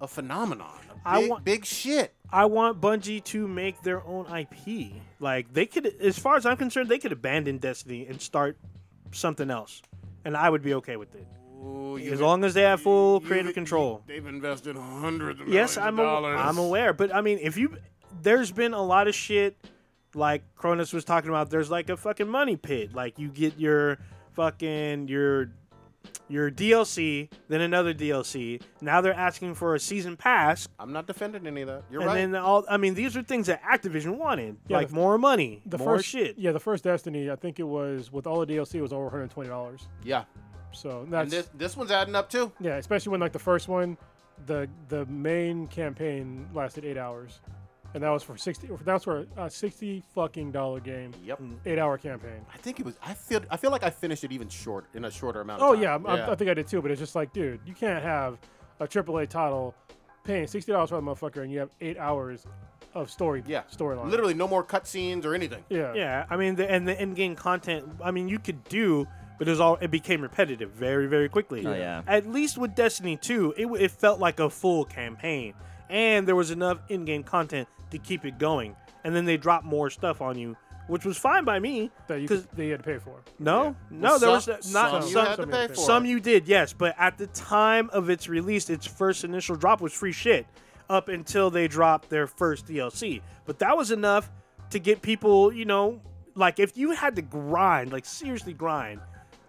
a phenomenon. A big,
I want-
big shit.
I want Bungie to make their own IP. Like they could, as far as I'm concerned, they could abandon Destiny and start something else, and I would be okay with it
Ooh,
as long as they have full
you-
creative
you-
control.
They've invested hundreds of millions
yes,
of
I'm aw-
dollars.
I'm aware, but I mean, if you there's been a lot of shit like Cronus was talking about. There's like a fucking money pit. Like you get your fucking your your DLC, then another DLC. Now they're asking for a season pass,
I'm not defending any of that. You're
and
right.
then all. I mean, these are things that Activision wanted,
Yeah,
like
the-
more money,
The
more
first
shit.
Yeah, the first Destiny, I think it was with all the DLC it was over 120 dollars.
yeah,
So
and
that's
this this one's adding up too.
yeah, especially when like the first one, the the main campaign lasted eight hours, and that was for 60. That's for a 60 fucking dollar game,
Yep.
eight hour campaign.
I think it was. I feel. I feel like I finished it even short in a shorter amount. of
Oh
time.
yeah, I'm- I, I think I did too. But it's just like, dude, you can't have a AAA title paying sixty dollars for the motherfucker, and you have eight hours of story.
yeah.
storyline.
Literally, no more cutscenes or anything.
Yeah.
Yeah, I mean, the, and the end game content. I mean, you could do, but it was all it became repetitive very, very quickly.
Oh, yeah.
At least with Destiny Two, it, w- it felt like a full campaign, and there was enough in game content to keep it going. And then they dropped more stuff on you, which was fine by me.
That you
'cause-
could, that you had to pay for.
no, no,
Well,
there
some-
was not
some,
some.
you had to
some-
pay for.
Some you did, yes, but at the time of its release, its first initial drop was free shit up until they dropped their first DLC. But that was enough to get people, you know, like if you had to grind, like seriously grind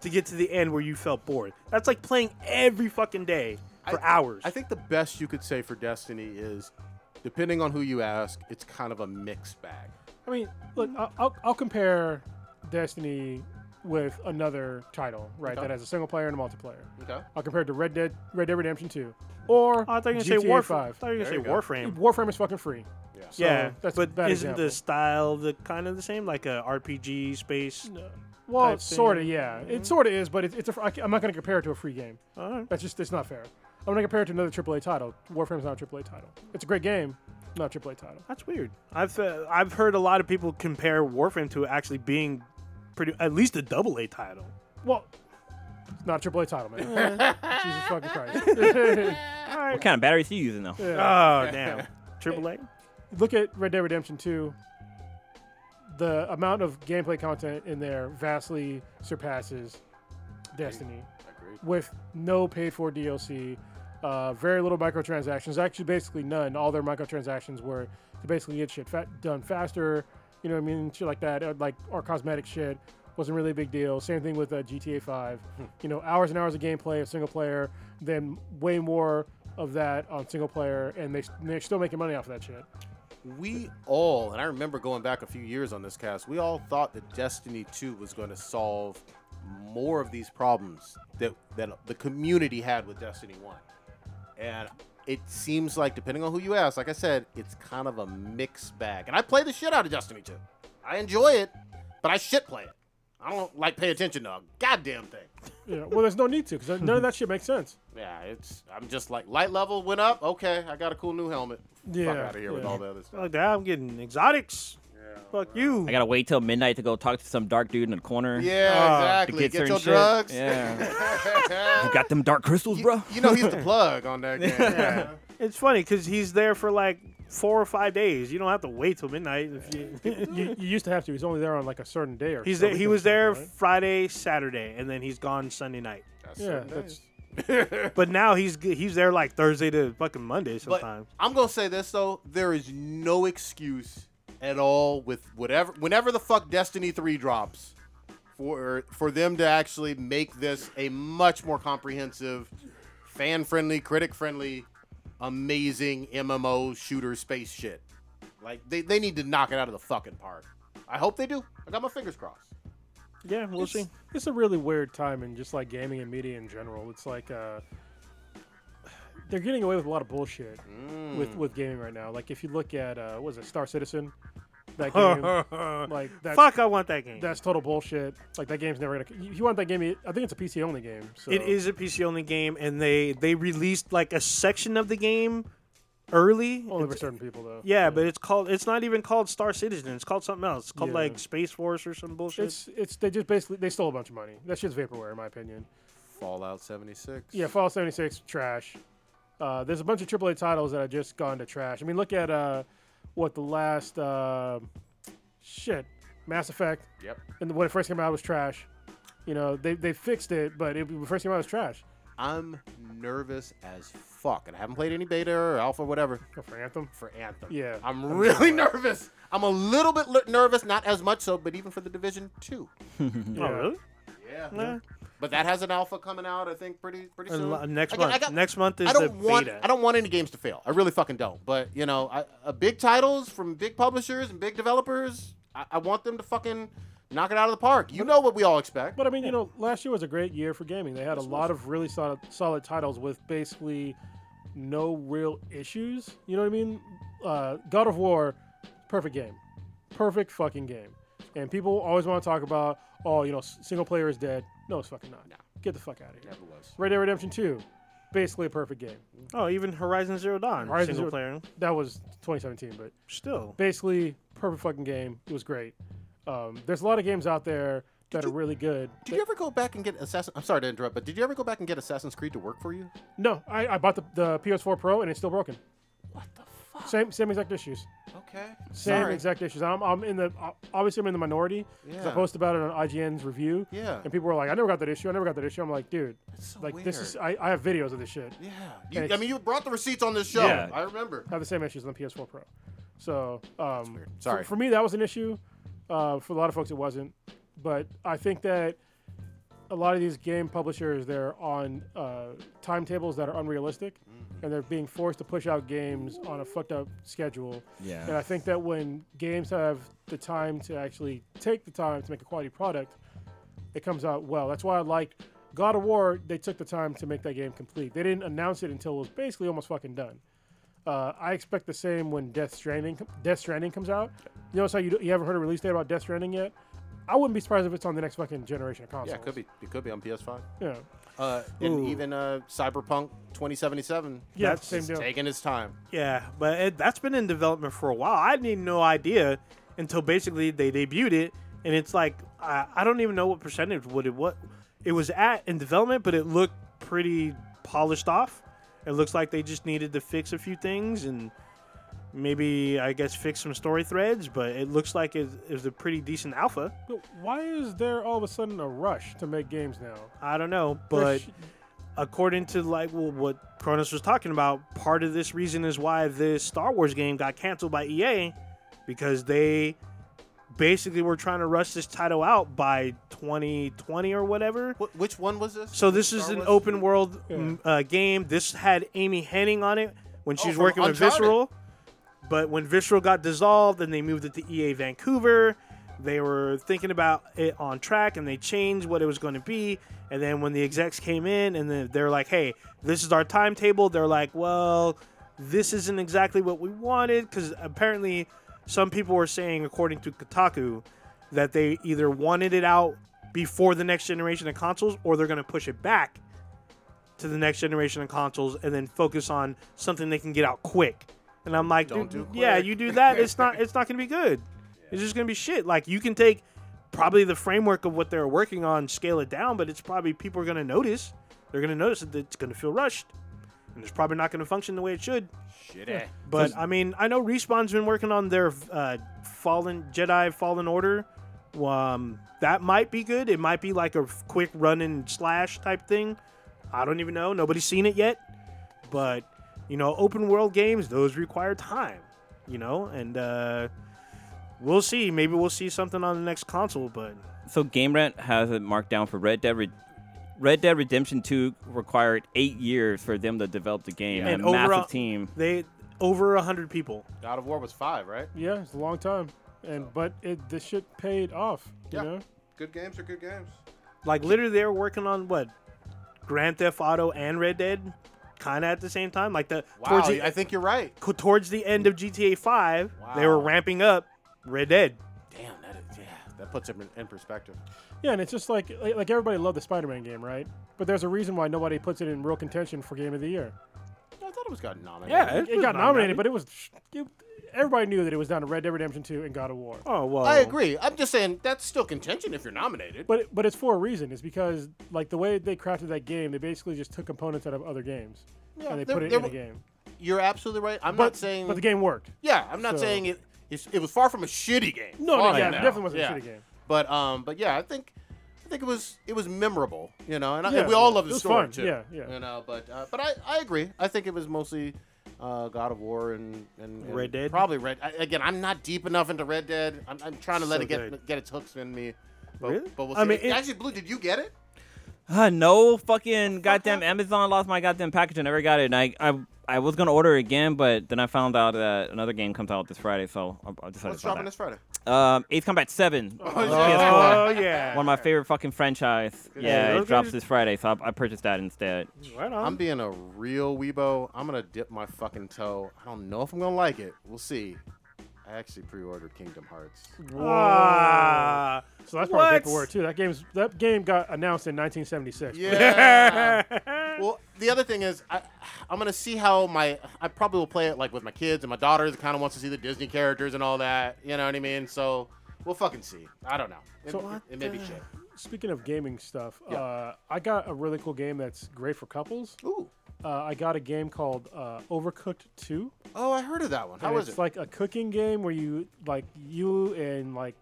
to get to the end where you felt bored. That's like playing every fucking day for
I-
hours.
I think the best you could say for Destiny is, depending on who you ask, it's kind of a mixed bag.
I mean, look, I'll, I'll, I'll compare Destiny with another title, right?
Okay.
That has a single player and a multiplayer.
Okay.
I'll compare it uh, to Red Dead, Red Dead Redemption Two, or
Oh, I thought you were
GTA
going to say Warframe. I
Five.
thought you were
There you
going to say
go.
Warframe.
Warframe is fucking free.
Yeah.
So
yeah,
that's a
but
bad
isn't
example.
the style the kind of the same, like a RPG space?
well,
type
sort of,
thing?
yeah, it sort of is, but it's it's a, fr- I ca- I'm not going to compare it to a free game.
Alright.
That's just it's not fair. I'm going to compare it to another AAA title. Warframe's not a AAA title. It's a great game, not a AAA title.
That's weird. I've uh, I've heard a lot of people compare Warframe to actually being pretty at least a double A title.
Well, it's not a AAA title, man. Jesus fucking Christ.
What kind of batteries you using though?
Yeah.
Oh damn. Triple A?
look at Red Dead Redemption 2, the amount of gameplay content in there vastly surpasses Destiny
Agreed.
with no paid for DLC, uh, very little microtransactions, actually, basically none. All their microtransactions were to basically get shit fa- done faster, you know what I mean? Shit like that, uh, like our cosmetic shit wasn't really a big deal. Same thing with uh, GTA 5. You know, hours and hours of gameplay of single player, then way more of that on single player, and they, they're still making money off of that shit.
We all, and I remember going back a few years on this cast, we all thought that Destiny 2 was going to solve more of these problems that, that the community had with Destiny 1. And it seems like, depending on who you ask, like I said, it's kind of a mixed bag. And I play the shit out of Destiny 2. I enjoy it, but I shit play it. I don't like pay attention to a goddamn thing.
Yeah, well, there's no need to because none of that shit makes sense.
Yeah, it's I'm just like light level went up. Okay, I got a cool new helmet.
Yeah,
Fuck out of here with
yeah.
all the other stuff.
Like that, I'm getting exotics. Fuck you.
I gotta wait till midnight to go talk to some dark dude in the corner.
Ah,
Yeah,
Oh, To
exactly.
get,
Get
certain
your
shit.
drugs.
Yeah. you got them dark crystals,
You-
bro.
You know he's the plug on that game. Yeah.
It's funny because he's there for like four or five days. You don't have to wait till midnight. If you,
you, you used to have to. He's only there on like a certain day or
he's
a
there, he
weekend or
was there
something, right?
Friday, Saturday, and then he's gone Sunday night.
Yeah, that's
But now he's g- he's there like Thursday to fucking Monday
But
sometimes.
I'm gonna say this though, there is no excuse at all with whatever whenever the fuck Destiny 3 drops for for them to actually make this a much more comprehensive, fan friendly, critic friendly, amazing MMO shooter space shit. Like they, they need to knock it out of the fucking park. I hope they do. I got my fingers crossed.
yeah, we'll see.
it's, it's a really weird time in just like gaming and media in general. It's like uh, they're getting away with a lot of bullshit with
Mm.
with gaming right now. Like if you look at uh, what is it Star Citizen, that game, like that,
Fuck, I want that game.
that's total bullshit. Like that game's never gonna. You, you want that game? I think it's a PC only game. So.
It is a PC only game, and they they released like a section of the game early.
only for
It's-
certain people though.
yeah, but it's called. It's not even called Star Citizen. It's called something else. It's called
Yeah.
like Space Force or some bullshit.
It's it's they just basically they stole a bunch of money. That shit's vaporware in my opinion.
Fallout 76.
Yeah, Fallout 76 trash. Uh, there's a bunch of AAA titles that have just gone to trash. I mean, look at uh, what the last uh, shit Mass Effect
Yep.
and when it first came out it was trash. You know, they, they fixed it, but it, the first game I was trash.
I'm nervous as fuck, and I haven't played any beta or alpha, whatever,
Go for Anthem.
for Anthem.
Yeah.
I'm really nervous. I'm a little bit li- nervous, not as much so, but even for the Division Two.
Oh, really?
Yeah.
Nah.
But that has an alpha coming out, I think, pretty pretty soon.
Uh, next
Again,
month.
I got-
next month is
I
the
don't want
beta.
I don't want any games to fail. I really fucking don't. But you know, I, uh, big titles from big publishers and big developers, I, I want them to fucking knock it out of the park. You know what we all expect.
But I mean, you know, last year was a great year for gaming. They had a lot of really solid, solid titles with basically no real issues. You know what I mean? Uh, God of War, perfect game, perfect fucking game. And people always want to talk about, oh, you know, s- single player is dead. No, it's fucking not. Get the fuck out of here.
Never was.
Red Dead Redemption Two, basically a perfect game.
oh, even Horizon Zero Dawn
Horizon
single
Zero-
player.
That was 2017, but
Still,
basically perfect fucking game. It was great. Um, there's a lot of games out there that are really good.
Did you ever go back and get Assassin? I'm sorry to interrupt, but did you ever go back and get Assassin's Creed to work for you?
No, I, I bought the, the PS4 Pro and it's still broken. What the fuck? Same same exact issues.
Okay.
Same
Sorry.
exact issues. I'm, I'm in the o- obviously I'm in the minority 'cause I
Yeah.
posted about it on IGN's review.
Yeah.
And people were like, I never got that issue. I never got that issue. I'm like, dude,
That's so
like this is I, I have videos of this shit.
Yeah.
It's-
You, I mean, you brought the receipts on this show.
Yeah.
I remember.
I have the same issues on the PS4 Pro. So um, for-
Sorry.
For, me, that was an issue. Uh, for a lot of folks, it wasn't. But I think that a lot of these game publishers they're on uh, timetables that are unrealistic, and they're being forced to push out games on a fucked up schedule.
Yeah.
And I think that when games have the time to actually take the time to make a quality product, it comes out well. That's why I liked God of War. They took the time to make that game complete. They didn't announce it until it was basically almost fucking done. Uh, I expect the same when Death Stranding Death Stranding comes out. You notice how you, you haven't heard a release date about Death Stranding yet? I wouldn't be surprised if it's on the next fucking generation of consoles.
Yeah, it could be. It could be on PS5.
Yeah,
Uh, and even uh, Cyberpunk 2077.
yeah
That's
same deal.
Taking his time.
yeah, but it, that's been in development for a while. I didn't no idea until basically they debuted it, and it's like I, I don't even know what percentage would it what it was at in development, but it looked pretty polished off. It looks like they just needed to fix a few things and maybe I guess fix some story threads, but it looks like it, it was a pretty decent alpha.
But Why is there all of a sudden a rush to make games now?
I don't know,
There
but
sh-
according to like well, what Cronus was talking about, part of this reason is why this Star Wars game got canceled by EA because they basically were trying to rush this title out by 2020 or whatever.
Wh- which one was this?
So this is
Star
an
Wars?
open world mm, uh, game. This had Amy Henning on it when she was
Oh, from
working with
Uncharted.
Visceral. But when Visceral got dissolved and they moved it to EA Vancouver, they were thinking about it on track and they changed what it was going to be. And then when the execs came in and then they're like, "Hey, this is our timetable," they're like, "Well, this isn't exactly what we wanted," because apparently some people were saying, according to Kotaku, that they either wanted it out before the next generation of consoles or they're going to push it back to the next generation of consoles and then focus on something they can get out quick. And I'm like,
Don't
dude,
do
yeah,
quick.
you do that, it's not it's not gonna be good. It's just gonna be shit. Like you can take probably the framework of what they're working on, scale it down, but it's probably people are gonna notice. They're gonna notice that it's gonna feel rushed. And it's probably not gonna function the way it should.
Shitty.
But I mean, I know Respawn's been working on their uh, Fallen Jedi Fallen Order. Um, that might be good. It might be like a quick run and slash type thing. I don't even know. Nobody's seen it yet. But you know, open world games those require time. You know, and uh, we'll see. Maybe we'll see something on the next console. But
So Game Rant has it marked down for Red Dead. Red- Red Dead Redemption 2 required eight years for them to develop the game.
And
a massive
overall-
team.
they over a hundred people.
God of War was five, right?
Yeah, it's a long time, and but it the shit paid off. You
Yeah.
know,
Good games are good games.
Like literally, they were working on what Grand Theft Auto and Red Dead, kind of at the same time. Like the
Wow,
towards the-
I think you're right.
co- towards the end of GTA 5, they were
Wow.
ramping up Red Dead.
Damn, that is, yeah, that puts it in- in perspective.
yeah, and it's just like like, like everybody loved the Spider-Man game, right? But there's a reason why nobody puts it in real contention for Game of the Year.
I thought it was got nominated.
It, got nominated, but it was it, everybody knew that it was down to Red Dead Redemption 2 and God of War.
Oh well,
I agree. I'm just saying that's still contention if you're nominated.
But but it's for a reason. It's because like the way they crafted that game, they basically just took components out of other games
Yeah,
and they
there-
put it
there
in the
were-
game.
You're absolutely right. I'm
But
not saying.
but the game worked.
yeah, I'm not
So-
saying it. It's, it was far from a shitty game.
No, no,
Far
yeah,
from
it
that.
definitely wasn't a
Yeah.
shitty game.
But um, but yeah, I think I think it was it was memorable, you know, and, I,
Yeah,
we all love
it
the
was
story
fun,
too,
yeah, yeah.
you know. But uh, but I, I agree. I think it was mostly uh, God of War and, and, and
Red Dead?
probably Red. I, again, I'm not deep enough into Red Dead. I'm, I'm trying to let
So
it get
good.
get its hooks in me. But,
Really?
but we'll see.
I mean, it-
actually, Blue, did you get it?
Uh, no fucking goddamn Amazon lost my goddamn package. I never got it. And I, I, I was gonna order it again, but then I found out that another game comes out this Friday, so I, I decided
What's
to buy
dropping
that.
this Friday?
Um, Ace Combat Seven.
Oh,
on
yeah.
PS4.
Oh yeah.
One of my favorite fucking franchise.
Yeah,
Yeah,
those
it drops
guys-
this Friday, so I, I purchased that instead.
Right on.
I'm being a real weebo. I'm gonna dip my fucking toe. I don't know if I'm gonna like it. We'll see. I actually pre-ordered Kingdom Hearts.
Ah.
So that's part
What?
of paperwork too. That game's that game got announced in 1976.
Yeah. well, the other thing is, I, I'm gonna see how my. I probably will play it like with my kids and my daughters. Kind of wants to see the Disney characters and all that. You know what I mean? So we'll fucking see. I don't know. It,
So
it-
what
it may be
the-
shit.
Speaking of gaming stuff,
Yeah.
uh, I got a really cool game that's great for couples.
Ooh.
Uh, I got a game called uh, Overcooked 2.
Oh, I heard of that one. How
and
was
it's
it?
like a cooking game where you like you and like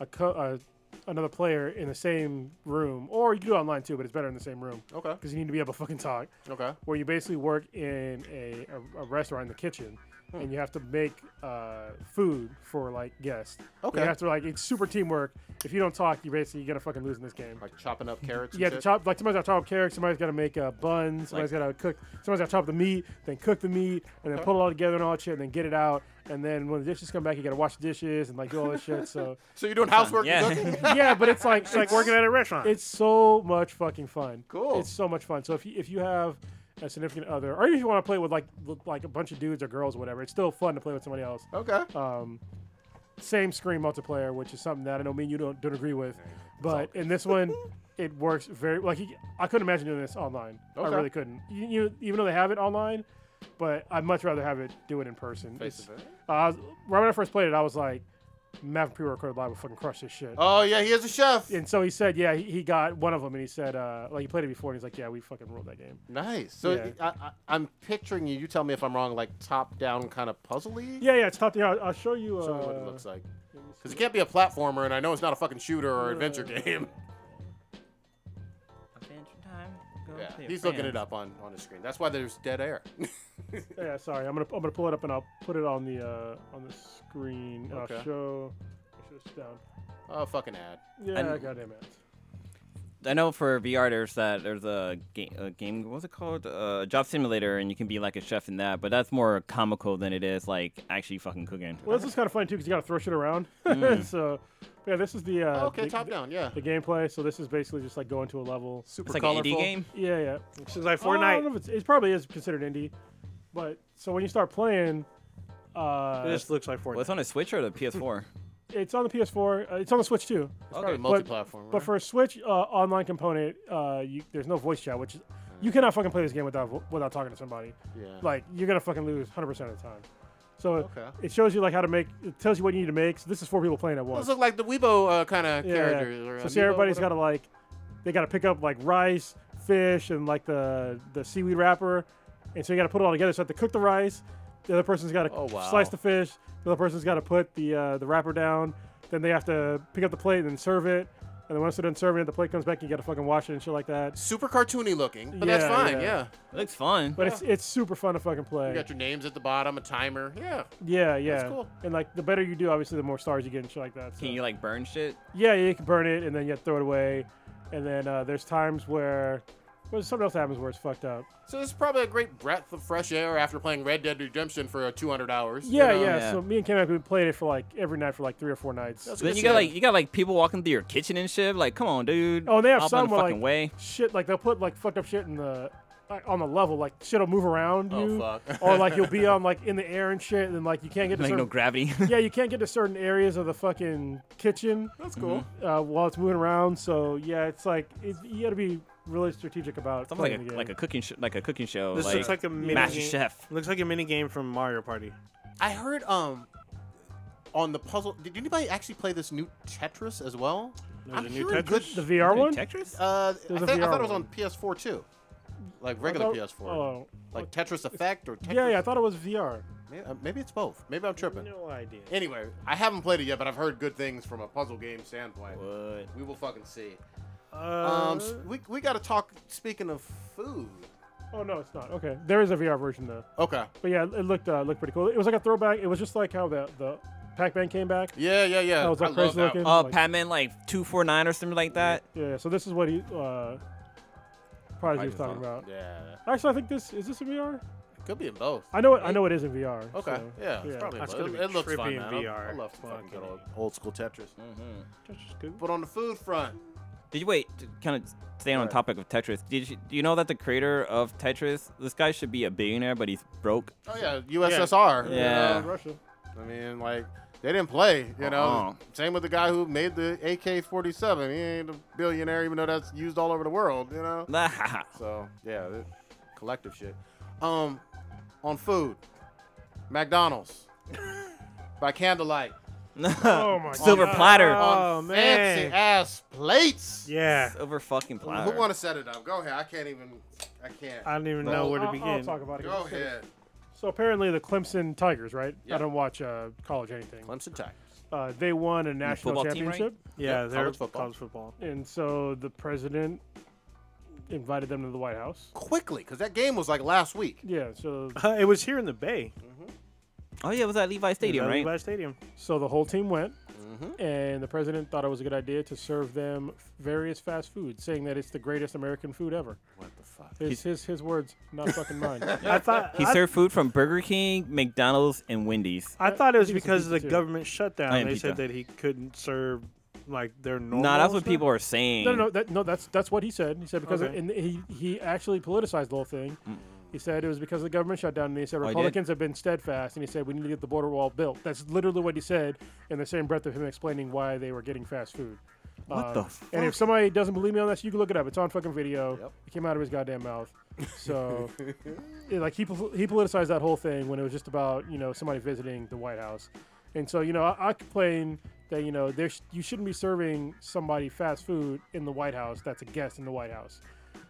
a co- uh, another player in the same room, or you can do it online too, but it's better in the same room
Oh, okay.
because you need to be able to fucking talk.
Okay.
Where you basically work in a, a, a restaurant in the kitchen,
Hmm.
and you have to make uh, food for like guests.
Okay.
You have to like it's super teamwork. If you don't talk, you basically you're gonna fucking lose in this game.
Like chopping up carrots.
You
and
have to
shit?
chop like somebody's got to chop up carrots, somebody's got to make uh, buns, somebody's got to cook, somebody's got to chop the meat, then cook the meat, and then pull it all together and all that shit, and then get it out. And then when the dishes come back, you got to wash the dishes and like do all this shit. So
So you're doing housework
Yeah.
and cooking?
yeah, but it's like
It's like working at a restaurant.
It's so much fucking fun.
Cool.
It's so much fun. So if you, if you have a significant other, or if you want to play with like with, like a bunch of dudes or girls or whatever, it's still fun to play with somebody else.
okay.
Uh, Same screen multiplayer, which is something that I know me and you don't don't agree with, but in this one. It works very like you- I couldn't imagine doing this online.
Okay.
I really couldn't. You, you even though they have it online, but I'd much rather have it do it in person.
Face
It's-
to face.
uh, I was- right when I first played it, I was like, "Maverick pre-recorded live would fucking crush this shit."
Oh yeah, he is a chef.
And so he said, yeah, he, he got one of them, and he said, uh, like he played it before, and he's like, yeah, we fucking ruled that game.
Nice. So
Yeah.
I, I, I'm picturing you. You tell me if I'm wrong. Like top down, kind of puzzly.
Yeah, yeah, it's top. Yeah, I'll, I'll show you. Uh,
Show me what it looks like. Because it can't be a platformer, and I know it's not a fucking shooter or adventure game. Yeah, he's looking it up on, on his screen. That's why there's dead air.
Yeah, sorry, I'm gonna I'm gonna pull it up, and I'll put it on the uh, on the screen. and
Okay.
I'll show. I'll show this down.
oh, fucking ad.
Yeah,
And-
goddamn it.
I know for VR there's that there's a, ga- a game what's it called uh, job simulator and you can be like a chef in that but that's more comical than it is like actually fucking cooking.
Well, this is kind of fun too, because you gotta throw shit around. so, yeah, this is the uh,
okay,
the,
top down, yeah.
the gameplay. So this is basically just like going to a level.
Super
It's like
colorful.
an indie game.
Yeah, yeah.
This is like
I don't know
Fortnite.
if it's, it probably is considered indie, but so when you start playing, uh,
This looks like
Well,
Fortnite.
it's on the Switch or the PS4.
it's on the PS4. Uh, it's on the Switch too.
It's probably
But-
multi-platform.
But for a Switch uh, online component, uh, you, there's no voice chat, which is, you cannot fucking play this game without vo- without talking to somebody.
right? yeah.
Like you're gonna fucking lose 100 percent of the time. So
Okay.
it shows you like how to make. It tells you what you need to make. So this is four people playing at once.
Those look like the Weibo uh, kind of
Yeah,
characters.
yeah.
or
So see,
amiibo,
everybody's
whatever.
got to like, they got to pick up like rice, fish, and like the the seaweed wrapper, and so you got to put it all together. So you have to cook the rice. The other person's got to
Oh, wow.
slice the fish. The other person's got to put the uh, the wrapper down. Then they have to pick up the plate and then serve it. And then once they're done serving it, the plate comes back. and You got to fucking wash it and shit like that.
Super cartoony looking, but that's
Yeah,
fine, yeah.
yeah.
It looks fun.
But it's it's super fun to fucking play.
You got your names at the bottom, a timer. Yeah.
yeah, yeah.
cool.
And like the better you do, obviously, the more stars you get and shit like that. So.
Can you like burn shit?
Yeah, yeah, you can burn it and then you have to throw it away. And then uh, there's times where well, something else happens where it's fucked up.
So this is probably a great breath of fresh air after playing Red Dead Redemption for uh, 200 hours. you
Yeah,
know?
yeah,
Yeah.
So me and Cam we played it for like every night for like three or four nights.
That's
So then
good
you
shit.
got like you got like people walking through your kitchen and shit. Like, come on, dude.
oh, and they have
Hop
some
on the
where,
fucking
like
way.
shit, like they'll put like fucked up shit in the like, on the level, like shit'll move around
Oh,
you,
fuck.
or like you'll be on like in the air and shit, and like you can't get to
Like
certain,
no gravity.
yeah, you can't get to certain areas of the fucking kitchen
That's cool.
uh, while it's moving around. So yeah, it's like it, you got to be really strategic about
Something like
playing
a,
the
like a
game.
cooking sh- like a cooking show.
This
like,
looks like a mini
Master
game.
Chef.
Looks like a mini game from Mario Party.
I heard um on the puzzle. Did anybody actually play this new Tetris as well?
There's
I'm
a new
hearing good-
Tetris.
the VR one.
Tetris.
Uh, I,
There's a
thi- I
VR
thought it was on
one.
PS4 too, like regular
thought-
PS4,
oh.
like Tetris Effect or Tetris.
Yeah, yeah, I thought it was VR.
Maybe, uh, maybe it's both. Maybe I'm tripping.
No idea.
Anyway, I haven't played it yet, but I've heard good things from a puzzle game standpoint.
What?
We will fucking see.
Uh,
Um, s- we we got to talk. Speaking of food,
Oh no, it's not. Okay, there is a VR version though.
okay.
But yeah, it looked uh, looked pretty cool. It was like a throwback. It was just like how the the Pac-Man came back.
Yeah, yeah, yeah.
That was
I
like
love
crazy
that
looking.
Uh,
like-
Pac-Man like two four nine or something like that.
Yeah, so this is what he uh, Prodigy was
Prodigy's
talking
on.
one.
about.
Yeah,
Actually, I think this is this in VR.
it could be in both.
I know it. I know it is in VR.
Okay,
so,
yeah, it's probably in
That's
both.
gonna
It,
be
it looks
trippy
fun.
in
man. I- I
VR.
love fucking good
Fucking
old, old school Tetris.
Mm.
that's just good.
But on the food front,
Did you wait? Kind of staying on topic of Tetris. Did you do you know that the creator of Tetris, this guy should be a billionaire, but he's broke.
oh yeah, USSR.
Yeah.
you know?
Russia.
I mean, like they didn't play. You know,
Uh-uh.
same with the guy who made the AK-47. He ain't a billionaire, even though that's used all over the world. You know. So yeah, that- collective shit. Um, on food, McDonald's by candlelight,
Oh my
Silver
God.
platter.
Oh
fancy
man.
ass plates.
Yeah.
Silver fucking platter.
Who want to set it up? Go ahead. I can't even. I can't.
I don't even
No.
know where
I'll,
to
I'll
begin.
talk about it.
Go ahead.
So apparently the Clemson Tigers, right?
Yeah.
I don't watch uh, college anything.
Clemson Tigers.
Uh, they won a national
football team, right?
championship,
yeah, they're
college football.
college football.
and so the president invited them to the White House.
Quickly, because that game was like last week.
Yeah. So
it was here in the Bay.
Oh yeah, it was at Levi Stadium,
Valley
right?
Village Stadium.
So the whole team went,
Mm-hmm.
and the president thought it was a good idea to serve them various fast foods, saying that it's the greatest American food ever.
What the fuck?
His his, his words, not fucking mine.
I thought
He
I,
served food from Burger King, McDonald's, and Wendy's.
I thought it was
He was a
because of the
pizza too.
government shutdown.
I am
They said
pizza.
that he couldn't serve like their normal.
Nah, that's what
stuff.
people are saying.
No, no, no, that, no. That's that's what he said. He said because
Okay.
and he he actually politicized the whole thing. He said it was because of the government shutdown, and he said
Oh, he did?
Republicans have been steadfast, and he said we need to get the border wall built. That's literally what he said in the same breath of him explaining why they were getting fast food.
What
Uh,
the fuck?
And if somebody doesn't believe me on this, you can look it up. It's on fucking video.
Yep.
It came out of his goddamn mouth. So, it- like he pol- he politicized that whole thing when it was just about you know somebody visiting the White House, and so you know I, I complain that you know there sh- you shouldn't be serving somebody fast food in the White House that's a guest in the White House,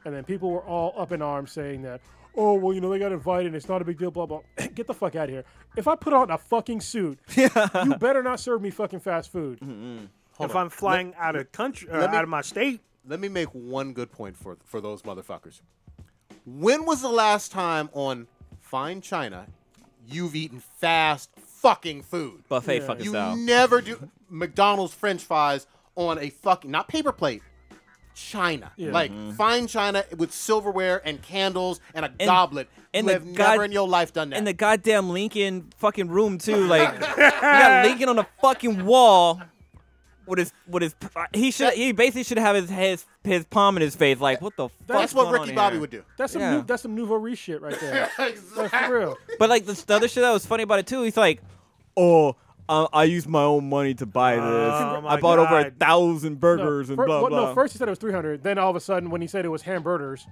and then people were all up in arms saying that. Oh well, you know they got invited. and It's not a big deal. Blah blah. Get the fuck out of here. If I put on a fucking suit, you better not serve me fucking fast food.
If I'm flying out of country, or
let me-
out of my state,
Let me make one good point for for those motherfuckers. When was the last time on Fine China you've eaten fast fucking food?
Buffet
Yeah.
fucking
You
style.
never do McDonald's French fries on a fucking not paper plate. China,
Yeah.
like fine china with silverware and candles and a
Mm-hmm. And-
goblet.
and
you
the
have
god-
never in your life done that.
in the goddamn Lincoln fucking room too. Like you got Lincoln on the fucking wall with his with his uh, he should he basically should have his his, his palm in his face. Like what the fuck?
That's what Ricky Bobby would do.
That's some
Yeah.
new, that's some nouveau Riche shit right there. Like, for real.
But like the, the other shit that was funny about it too, he's like, oh. Uh, I used my own money to buy this.
Oh, my
I bought over a
God.
thousand
No,
burgers
fir-
and blah
well,
blah.
No, first he said it was 300. Then all of a sudden, when he said it was hamburgers,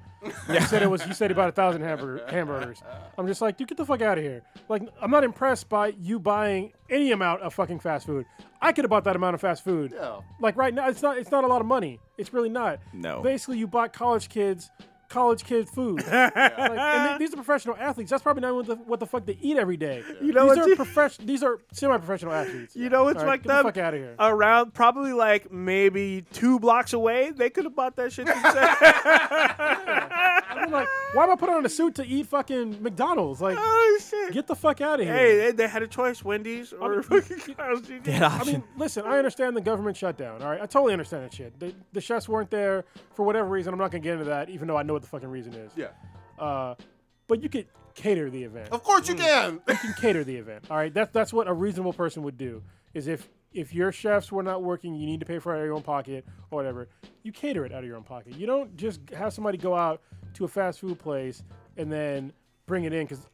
he said it was. He said he bought a thousand hamburger, hamburgers. I'm just like, dude, get the fuck out of here. Like, I'm not impressed by you buying any amount of fucking fast food. I could have bought that amount of fast food.
Yeah.
Like right now, it's not. It's not a lot of money. It's really not.
No.
Basically, you bought college kids. College kid food. Like, and th- these are professional athletes. That's probably not what the, what the fuck they eat every day.
You know
these
what's-
are professional. These are semi-professional athletes.
you know it's
All
like
right, get the
that.
fuck out of here.
Around probably like maybe two blocks away, they could have bought that shit. themselves.
I'm like, why am I putting on a suit to eat fucking McDonald's? Like,
oh shit!
get the fuck out of here.
hey, they, they had a choice: Wendy's
I
or
mean,
fucking Carl's Jr.
Dead
I
option.
mean, listen, I understand the government shutdown. All right, I totally understand that shit. The, the chefs weren't there for whatever reason. I'm not gonna get into that, even though I know what the fucking reason is.
Yeah.
Uh, but you could cater the event.
Of course you
Mm.
can.
You can cater the event. All right, that's that's what a reasonable person would do. Is if if your chefs were not working, you need to pay for it out of your own pocket or whatever. You cater it out of your own pocket. You don't just have somebody go out to a fast food place and then bring it in because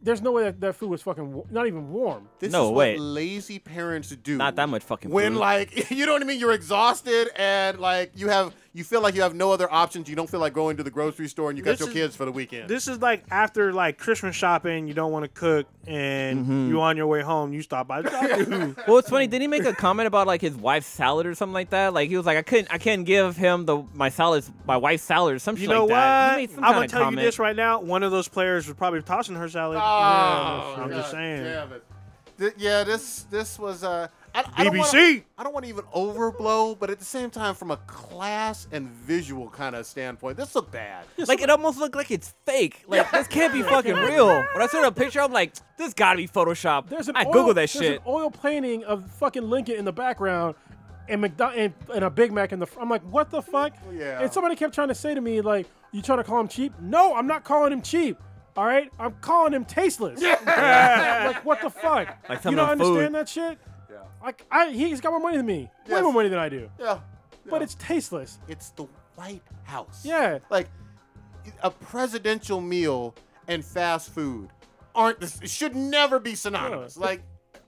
there's no way that that food was fucking wa- not even warm.
This
No,
is
wait.
what lazy parents do.
Not that much fucking
When
food.
like you know what I mean, you're exhausted and like you have You feel like you have no other options. You don't feel like going to the grocery store, and you got
This
your
is-
kids for the weekend.
This is like after like Christmas shopping, you don't want to cook, and
Mm-hmm.
you on your way home, you stop by the drive-thru.
Well, it's funny. Didn't he make a comment about like his wife's salad or something like that? Like he was like, I couldn't, I can't give him the my salad, my wife's salad or some
You
shit
know
like
what? I'm
that. He made some
gonna
kinda
tell
comment.
you this right now. One of those players was probably tossing her salad.
Oh,
Yeah, I'm
God
just saying.
damn it. Th- yeah, this this was uh, I, I don't
BBC.
Wanna, I don't want to even overblow, but at the same time, from a class and visual kind of standpoint, this looked bad.
Like it almost looked like it's fake. Like this can't be fucking real. When I saw the picture, I'm like, this gotta be Photoshop.
There's an
I
oil,
googled that
there's
shit.
An oil painting of fucking Lincoln in the background, and McDo- and, and a Big Mac in the. Fr- I'm like, what the fuck?
Oh, Yeah.
And somebody kept trying to say to me like, you trying to call him cheap? No, I'm not calling him cheap. All right, I'm calling him tasteless. like what the fuck?
Like some
you
of
don't
the food.
understand that shit?
Yeah,
Like I, he's got more money than me. Way
Yes.
more money than I do.
yeah.
But it's tasteless.
it's the White House.
Yeah.
like a presidential meal and fast food aren't this should never be synonymous.
Yeah.
Like,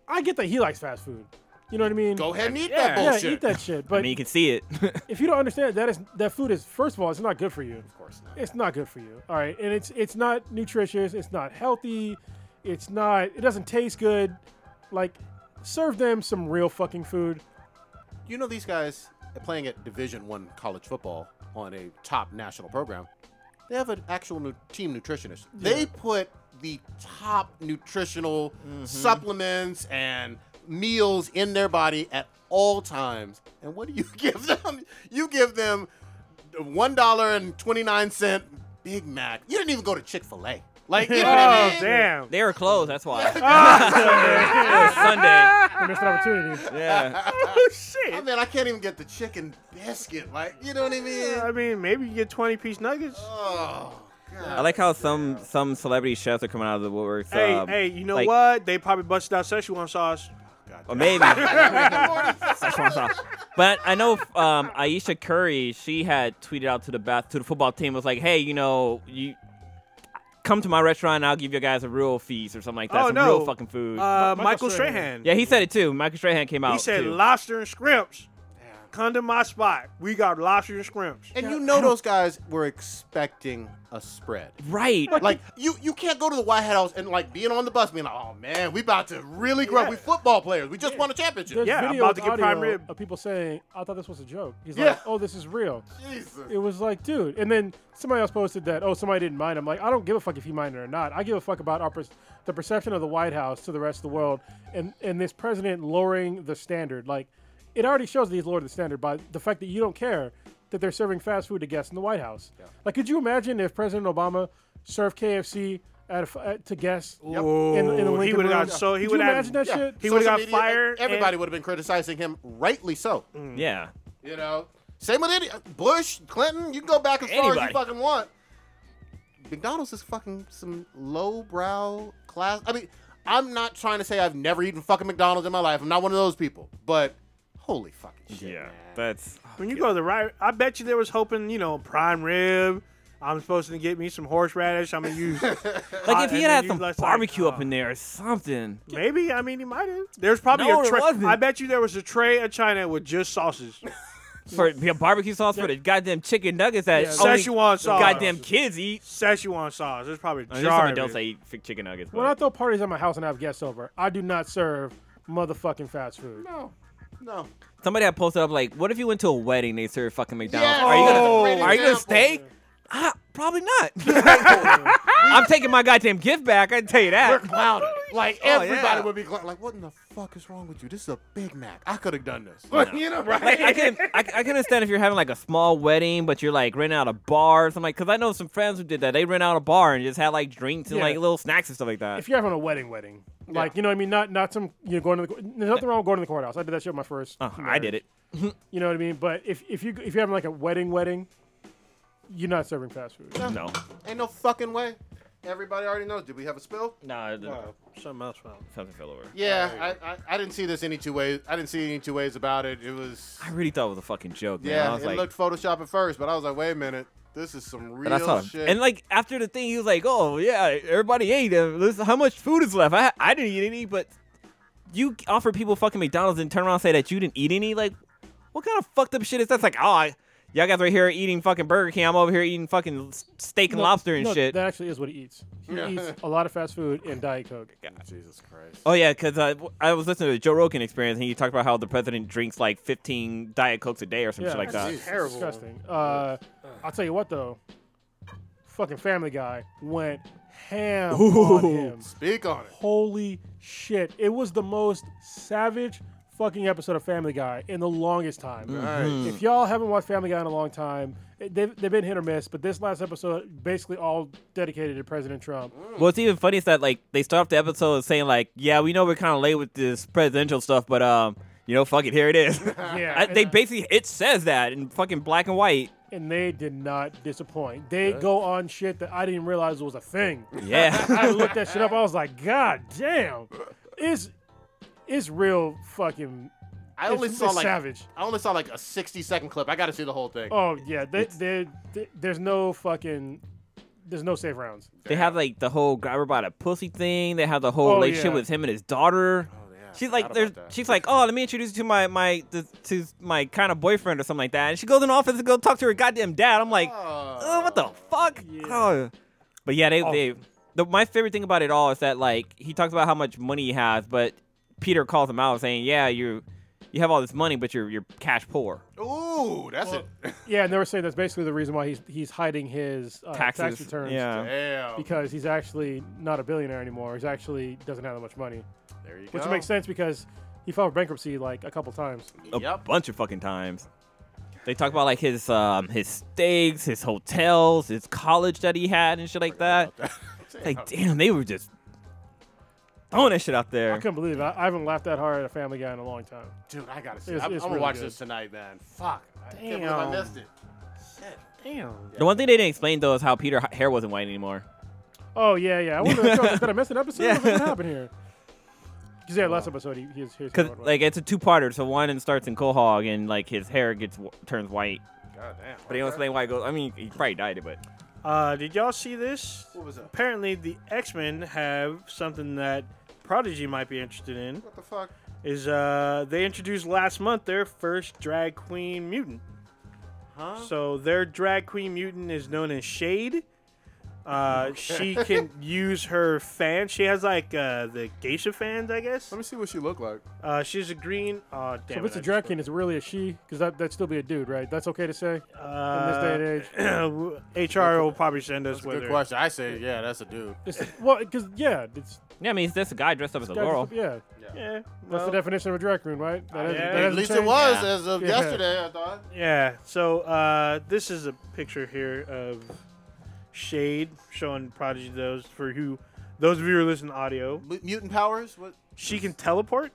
I get that he likes fast food. You know what I mean?
go ahead and eat that
yeah,
bullshit.
eat that shit. But
I mean, you can see it.
if you don't understand that is that food is first of all, it's not good for you. Of course not. It's not good for you. All right, and it's it's not nutritious. It's not healthy. It's not. It doesn't taste good. Like, serve them some real fucking food.
You know these guys are playing at Division One college football on a top national program. They have an actual nu- team nutritionist. They put the top nutritional
Mm-hmm.
supplements and meals in their body at all times. And what do you give them? You give them one dollar and twenty nine cent Big Mac. You didn't even go to Chick fil A. Like you know what I
Oh
mean?
damn!
they were closed. That's why. it
Ah,
was Sunday.
I missed an opportunity.
Yeah.
Oh shit!
I mean, I can't even get the chicken biscuit. Like you know what I mean?
I mean, maybe you get twenty piece nuggets.
Oh. God.
I like how some some celebrity chefs are coming out of the woodworks.
hey,
um,
hey, you know
like-
what? They probably busted out Szechuan sauce.
Or maybe. Szechuan sauce. But I know um, Aisha Curry. She had tweeted out to the bath to the football team was like, "Hey, you know, you come to my restaurant, and I'll give you guys a real feast or something like that.
oh
some
no,
real fucking food."
Uh,
Michael
Michael,
Strahan.
Strahan.
yeah, he said it too. Michael Strahan came out.
he said
too.
lobster and scrimps. Come to my spot. We got lobster and scrimps.
And you know those guys were expecting a spread.
"Right,
Like you, you can't go to the White House and like being on the bus being like, oh man, we about to really grow. up. We football players. We just won a championship.
There's
Yeah, I'm
video
about to
and
get
audio
prime rib.
of people saying, "I thought this was a joke." He's
Yeah.
like, "Oh, this is real."
Jesus.
It was like, dude. And then somebody else posted that, oh, somebody didn't mind. I'm like, I don't give a fuck if he minded or not. I give a fuck about our per- the perception of the White House to the rest of the world and, and this president lowering the standard. Like, it already shows that he's lowered the standard by the fact that you don't care that they're serving fast food to guests in the White House. Like, could you imagine if President Obama served KFC at, a f at to guests in, in the
Ooh, he
Lincoln
would've
Room?
got so- he
could you
would've had-
imagine that
Yeah.
shit?
He would've
Social
got
media,
fired
Everybody
and-
would have been criticizing him, rightly so.
yeah."
You know, same with any Bush, Clinton. You can go back as far as
Anybody.
you fucking want. McDonald's is fucking some lowbrow class. I mean, I'm not trying to say I've never eaten fucking McDonald's in my life. I'm not one of those people. But holy fucking shit.
Yeah,
man.
that's
When you go to the right, I bet you there was hoping, you know, prime rib. I'm supposed to get me some horseradish. I'm gonna use.
like if
and
he
then
had, had
you
some
just like,
barbecue
uh,
up in there or something.
Maybe I mean he might have. There's probably
No,
a
there
tray.
wasn't.
I bet you there was a tray of China with just sauces.
For yeah, barbecue sauce for the goddamn chicken nuggets that
Yeah.
only
Szechuan
the
sauce.
goddamn Oh, kids eat.
Szechuan sauce. There's probably a
I mean, there's
jar.
some
of
adults
it.
that eat f- chicken nuggets.
When
but-
I throw parties at my house and I have guests over, I do not serve motherfucking fast food.
No, no.
Somebody had posted up like, "What if you went to a wedding? They serve fucking McDonald's.
Yes,
are you gonna,
Oh.
that's a great
are you gonna
example.
stay? Ah, probably not. I'm taking my goddamn gift back. I can tell you
We're
that.
clouded. Like
yeah.
everybody would be clouded. Like, what in the fuck is wrong with you? This is a Big Mac. I could have done this. you know, right?
Like, I can I, I can understand if you're having like a small wedding, but you're like renting out a bar or something. Like, Cause I know some friends who did that. They rent out a bar and just had like drinks and
Yeah.
like little snacks and stuff like that.
if you're having a wedding, wedding, like you know what I mean, not not some you know going to the cour- there's nothing wrong with going to the courthouse. I did that shit with my first.
Uh, I
marriage.
did it.
You know what I mean? But if if you if you're having like a wedding, wedding, you're not serving fast food.
No,
Ain't no fucking way. Everybody already knows. Did we have a spill?
no, no.
Something else. Found.
something fell over.
Yeah, I, I, I didn't see this any two ways. I didn't see any two ways about it. It was
I really thought it was a fucking joke. Man. I
yeah,
was
it
like,
looked Photoshop at first, but I was like, wait a minute, this is some
But I saw
real
him.
shit.
And like after the thing, he was like, "Oh yeah, everybody ate. Uh, this- How much food is left? I I didn't eat any, but you offer people fucking McDonald's and turn around and say that you didn't eat any. Like, what kind of fucked up shit is that? It's like, oh, I, y'all guys right here eating fucking Burger King. I'm over here eating fucking s- steak and
No,
lobster and
no,
shit.
That actually is what he eats. He eats a lot of fast food and Diet Coke.
Jesus Christ.
Oh yeah, because I, I was listening to the Joe Rogan experience, and he talked about how the president drinks like 15 Diet Cokes a day or some
Yeah.
shit like that.
Jesus.
Terrible.
Disgusting. Uh, I'll tell you what though. Fucking Family Guy went ham on him.
Speak on it.
Holy shit! It was the most savage fucking episode of Family Guy in the longest time. If y'all haven't watched Family Guy in a long time, it- they've, they've been hit or miss, but this last episode basically all dedicated to President Trump.
What's even funny is that like they start off the episode saying like, "Yeah, we know we're kind of late with this presidential stuff, but um, you know, fuck it, here it is."
Yeah,
I, they
and-
basically it says that in fucking black and white.
and they did not disappoint. They go on shit that I didn't even realize was a thing.
Yeah,
I looked that shit up. I was like, God damn, it's it's real fucking.
I only
it's,
saw
it's
like
savage.
I only saw like a 60 second clip. I got to see the whole thing.
Oh yeah, they, they, they, there's no fucking, there's no safe rounds.
they have like the whole grab her by the pussy thing. They have the whole
Oh,
relationship
yeah.
with him and his daughter.
yeah,
She's
forgot
like,
about
there's,
that.
she's like, oh, let me introduce you to my my to, to my kind of boyfriend or something like that. And she goes in the office to go talk to her goddamn dad. I'm like,
Uh,
oh, what the fuck? Oh. But yeah, they, they the, my favorite thing about it all is that like he talks about how much money he has, but Peter calls him out saying, yeah, you you have all this money, but you're you're cash poor.
Oh, Ooh, that's it.
Yeah, and they were saying that's basically the reason why he's he's hiding his uh,
Taxes,
tax returns.
yeah.
Damn.
Because he's actually not a billionaire anymore. He's actually doesn't have that much money,
there you go.
which makes sense because he filed for bankruptcy like a couple times.
a
Yep.
bunch of fucking times. They talk about like his um his steaks, his hotels, his college that he had and shit like that. It's like damn, they were just throwing that shit out
I
there.
couldn't believe it. I, I haven't laughed that hard at a Family Guy in a long time.
Dude, I got to see.
It's-
I'm,
it's
I'm gonna
really
watch
good.
this tonight, man. Fuck. I can't believe I
Damn.
missed it.
Damn.
The one thing they didn't explain though is how Peter h- hair wasn't white anymore.
Oh yeah, yeah. I wonder did I miss an episode? I was like, what happened here? Because yeah, last episode he, he was here's
Cause like it's a two parter, so one end starts in Quahog and like his hair gets w- turns white.
God damn.
But they don't explain why it goes. I mean, he probably dyed it, but
Uh, did y'all see this?
What was that?
Apparently, the X Men have something that Prodigy might be interested in.
What the fuck?
Is uh, they introduced last month their first drag queen mutant.
Huh?
So their drag queen mutant is known as Shade. Uh, she can use her fans. She has like uh, the geisha fans, I guess.
Let me see what she looked like.
Uh, she's a green. Oh, damn.
So if
it,
it's
I
a
just
drag queen, it's really a she, because that that'd still be a dude, right? That's okay to say.
Uh,
in this day
HR will probably send us
That's a good
whether
question. I say, yeah, that's a dude.
It's, well, because yeah, it's
yeah, I mean, it's just a guy dressed up as a laurel.
yeah.
Yeah,
That's
well,
the definition of a drag queen, right? That hasn't-
yeah.
that
At
At
hasn't
least it
changed.
was
Yeah.
as of
Yeah.
yesterday. I thought.
yeah. So uh, this is a picture here of Shade showing Prodigy those for who those of you who are listening to audio.
Mu- Mutant powers? What?
She can teleport,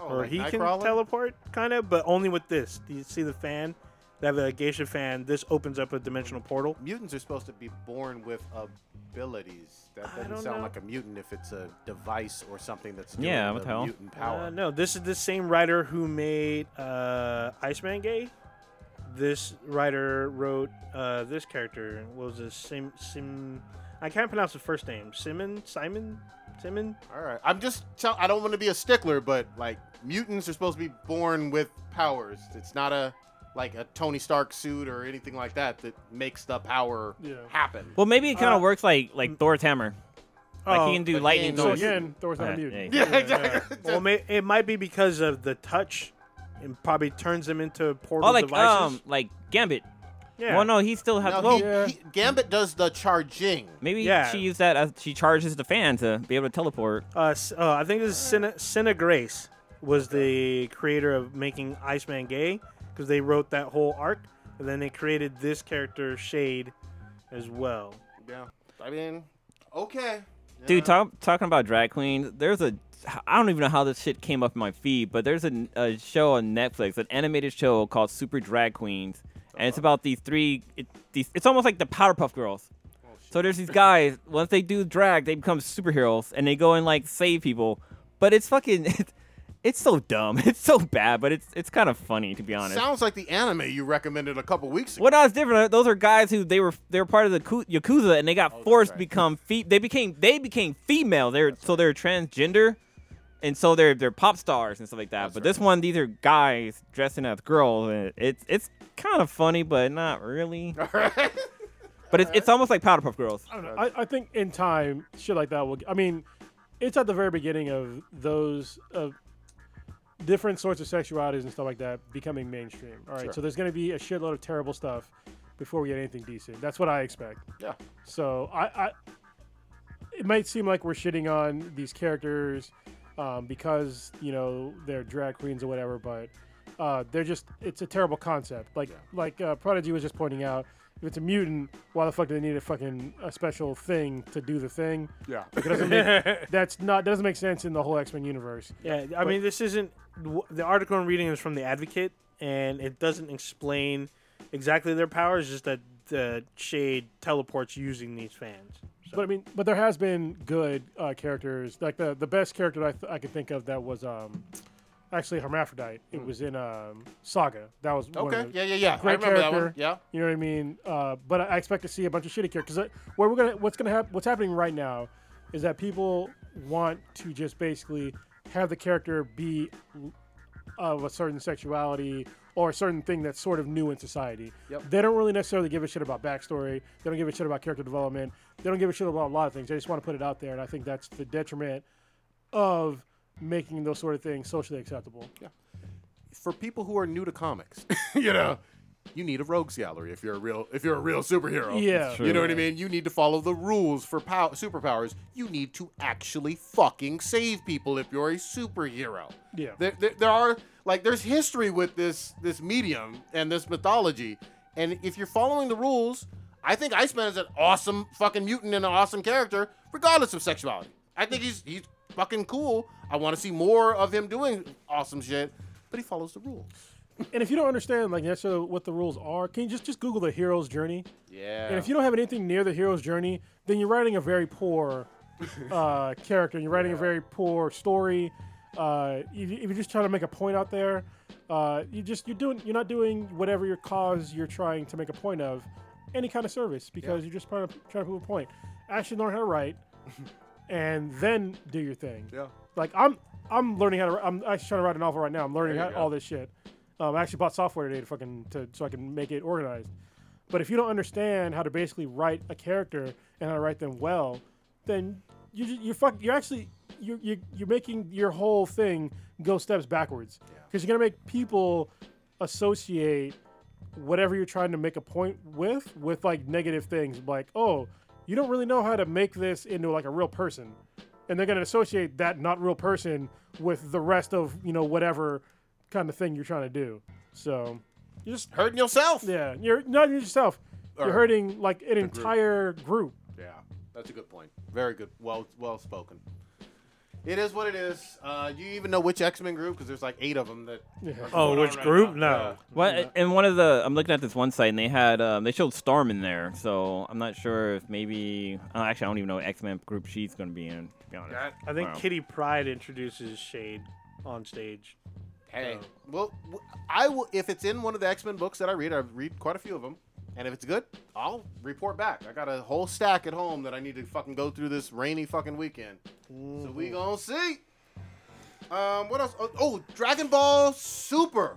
Oh,
or
like
he can
Nightcrawler?
teleport, kind of, but only with this. Do you see the fan? They have a geisha fan. This opens up a dimensional portal.
Mutants are supposed to be born with abilities. That
I
doesn't
don't
sound
know.
like a mutant if it's a device or something that's doing
Yeah, what the hell?
mutant power.
Uh, no, this is the same writer who made uh, Iceman gay. This writer wrote uh, this character. What was this Sim Sim? I can't pronounce the first name. Simon Simon Simon.
All right. I'm just tell I don't want to be a stickler, but like mutants are supposed to be born with powers. It's not a like a Tony Stark suit or anything like that that makes the power
Yeah.
happen.
Well, maybe it kind of works like like Thor's hammer. Like he can do
but he
lightning
ain't
So
no
through his-
again, Thor's not a
Yeah, yeah,
mutant.
yeah.
yeah, exactly.
well, may, it might be because of the touch, and probably turns them into portal
Oh, like
devices.
um, oh like Gambit.
yeah.
Well, no, he still has.
No,
well,
he-
Yeah.
he- Gambit does the charging.
maybe
Yeah.
she used that as she charges the fan to be able to teleport.
Uh, S- uh, I think this is Cine, Cine Grace was the creator of making Iceman gay because they wrote that whole arc, and then they created this character Shade as well.
Yeah. I mean, okay.
Dude, talk, talking about drag queens, there's a. I don't even know how this shit came up in my feed, but there's a, a show on Netflix, an animated show called Super Drag Queens, and
Uh-huh.
it's about these three. It, these, it's almost like the Powerpuff Girls.
Oh,
So there's these guys. Once they do drag, they become superheroes, and they go and like save people. But it's fucking. It's, it's so dumb. It's so bad, but it's it's kind of funny to be honest.
Sounds like the anime you recommended a couple weeks ago.
Well, no, it's different. uh, Those are guys who they were they were part of the Ku- yakuza, and they got forced to
Oh, right.
become fe- They became they became female. They're so they're transgender, and so they're they're pop stars and stuff like that.
That's
but
right.
this one, these are guys dressing as girls, and it's it's kind of funny, but not really. But it's, it's almost like Powderpuff Girls.
I, don't know. I, I think in time, shit like that will. I mean, it's at the very beginning of those of different sorts of sexualities and stuff like that becoming mainstream. All right,
Sure.
so there's going to be a shitload of terrible stuff before we get anything decent. That's what I expect.
Yeah.
So I, I it might seem like we're shitting on these characters um, because you know they're drag queens or whatever, but uh, they're just it's a terrible concept. Like like uh, Prodigy was just pointing out, if it's a mutant, why the fuck do they need a fucking a special thing to do the thing?
Yeah.
It doesn't make, that's not doesn't make sense in the whole X Men universe.
Yeah, I mean, this isn't w- the article I'm reading is from the Advocate, and it doesn't explain exactly their powers. Just that the Shade teleports using these fans. So,
But I mean, but there has been good uh, characters. Like the the best character I, th- I could think of that was um actually hermaphrodite. It was in um Saga. That was one of
Hmm. Okay.
the-
Yeah, yeah, yeah. I
Great
remember that one.
character.
Yeah.
You know what I mean? Uh, but I expect to see a bunch of shitty characters. 'Cause I- Where we're gonna, what's gonna happen? What's happening right now is that people want to just basically have the character be of a certain sexuality or a certain thing that's sort of new in society.
Yep.
They don't really necessarily give a shit about backstory. They don't give a shit about character development. They don't give a shit about a lot of things. They just want to put it out there, and I think that's the detriment of making those sort of things socially acceptable.
For people who are new to comics, you know, you need a rogues gallery if you're a real if you're a real superhero.
Yeah.
You know what I mean? You need to follow the rules for pow- superpowers. You need to actually fucking save people if you're a superhero.
Yeah.
There, there, there are like there's history with this this medium and this mythology, and if you're following the rules, I think Iceman is an awesome fucking mutant and an awesome character, regardless of sexuality. I think he's he's fucking cool. I want to see more of him doing awesome shit, but he follows the rules.
And if you don't understand like necessarily what the rules are, can you just just Google the hero's journey?
Yeah.
And if you don't have anything near the hero's journey, then you're writing a very poor uh, character, and you're writing a very poor story. Uh, if, you- if you're just trying to make a point out there, uh, you just you're doing you're not doing whatever your cause you're trying to make a point of, any kind of service because you're just trying to trying to prove a point. Actually, learn how to write, and then do your thing.
Yeah.
Like I'm I'm learning how to. wri- I'm actually trying to write a novel right now. I'm learning how, all this shit. Um, I actually bought software today to fucking to, so I can make it organized. But if you don't understand how to basically write a character and how to write them well, then you ju- you're fuck, you're actually you're, you're you're making your whole thing go steps backwards because you're gonna make people associate whatever you're trying to make a point with with like negative things like oh you don't really know how to make this into like a real person and they're going to associate that not real person with the rest of you know whatever kind of thing you're trying to do so you just
hurting yourself.
yeah you're not yourself
Or
you're hurting like an entire group
Yeah, that's a good point. Very good. Well, well spoken. It is what it is. Uh, do you even know which X Men group? Because there's like eight of them that.
Yeah.
oh, which group? No.
What and one of the I'm looking at this one site and they had um, they showed Storm in there, so I'm not sure if maybe uh, actually I don't even know what X Men group she's gonna be in. To be honest,
That-
I think
Wow.
Kitty Pride introduces Shade on stage.
Hey, well, w- I will if it's in one of the X Men books that I read. I read quite a few of them, and if it's good, I'll report back. I got a whole stack at home that I need to fucking go through this rainy fucking weekend. So we gonna see. Um, what else? Oh, oh, Dragon Ball Super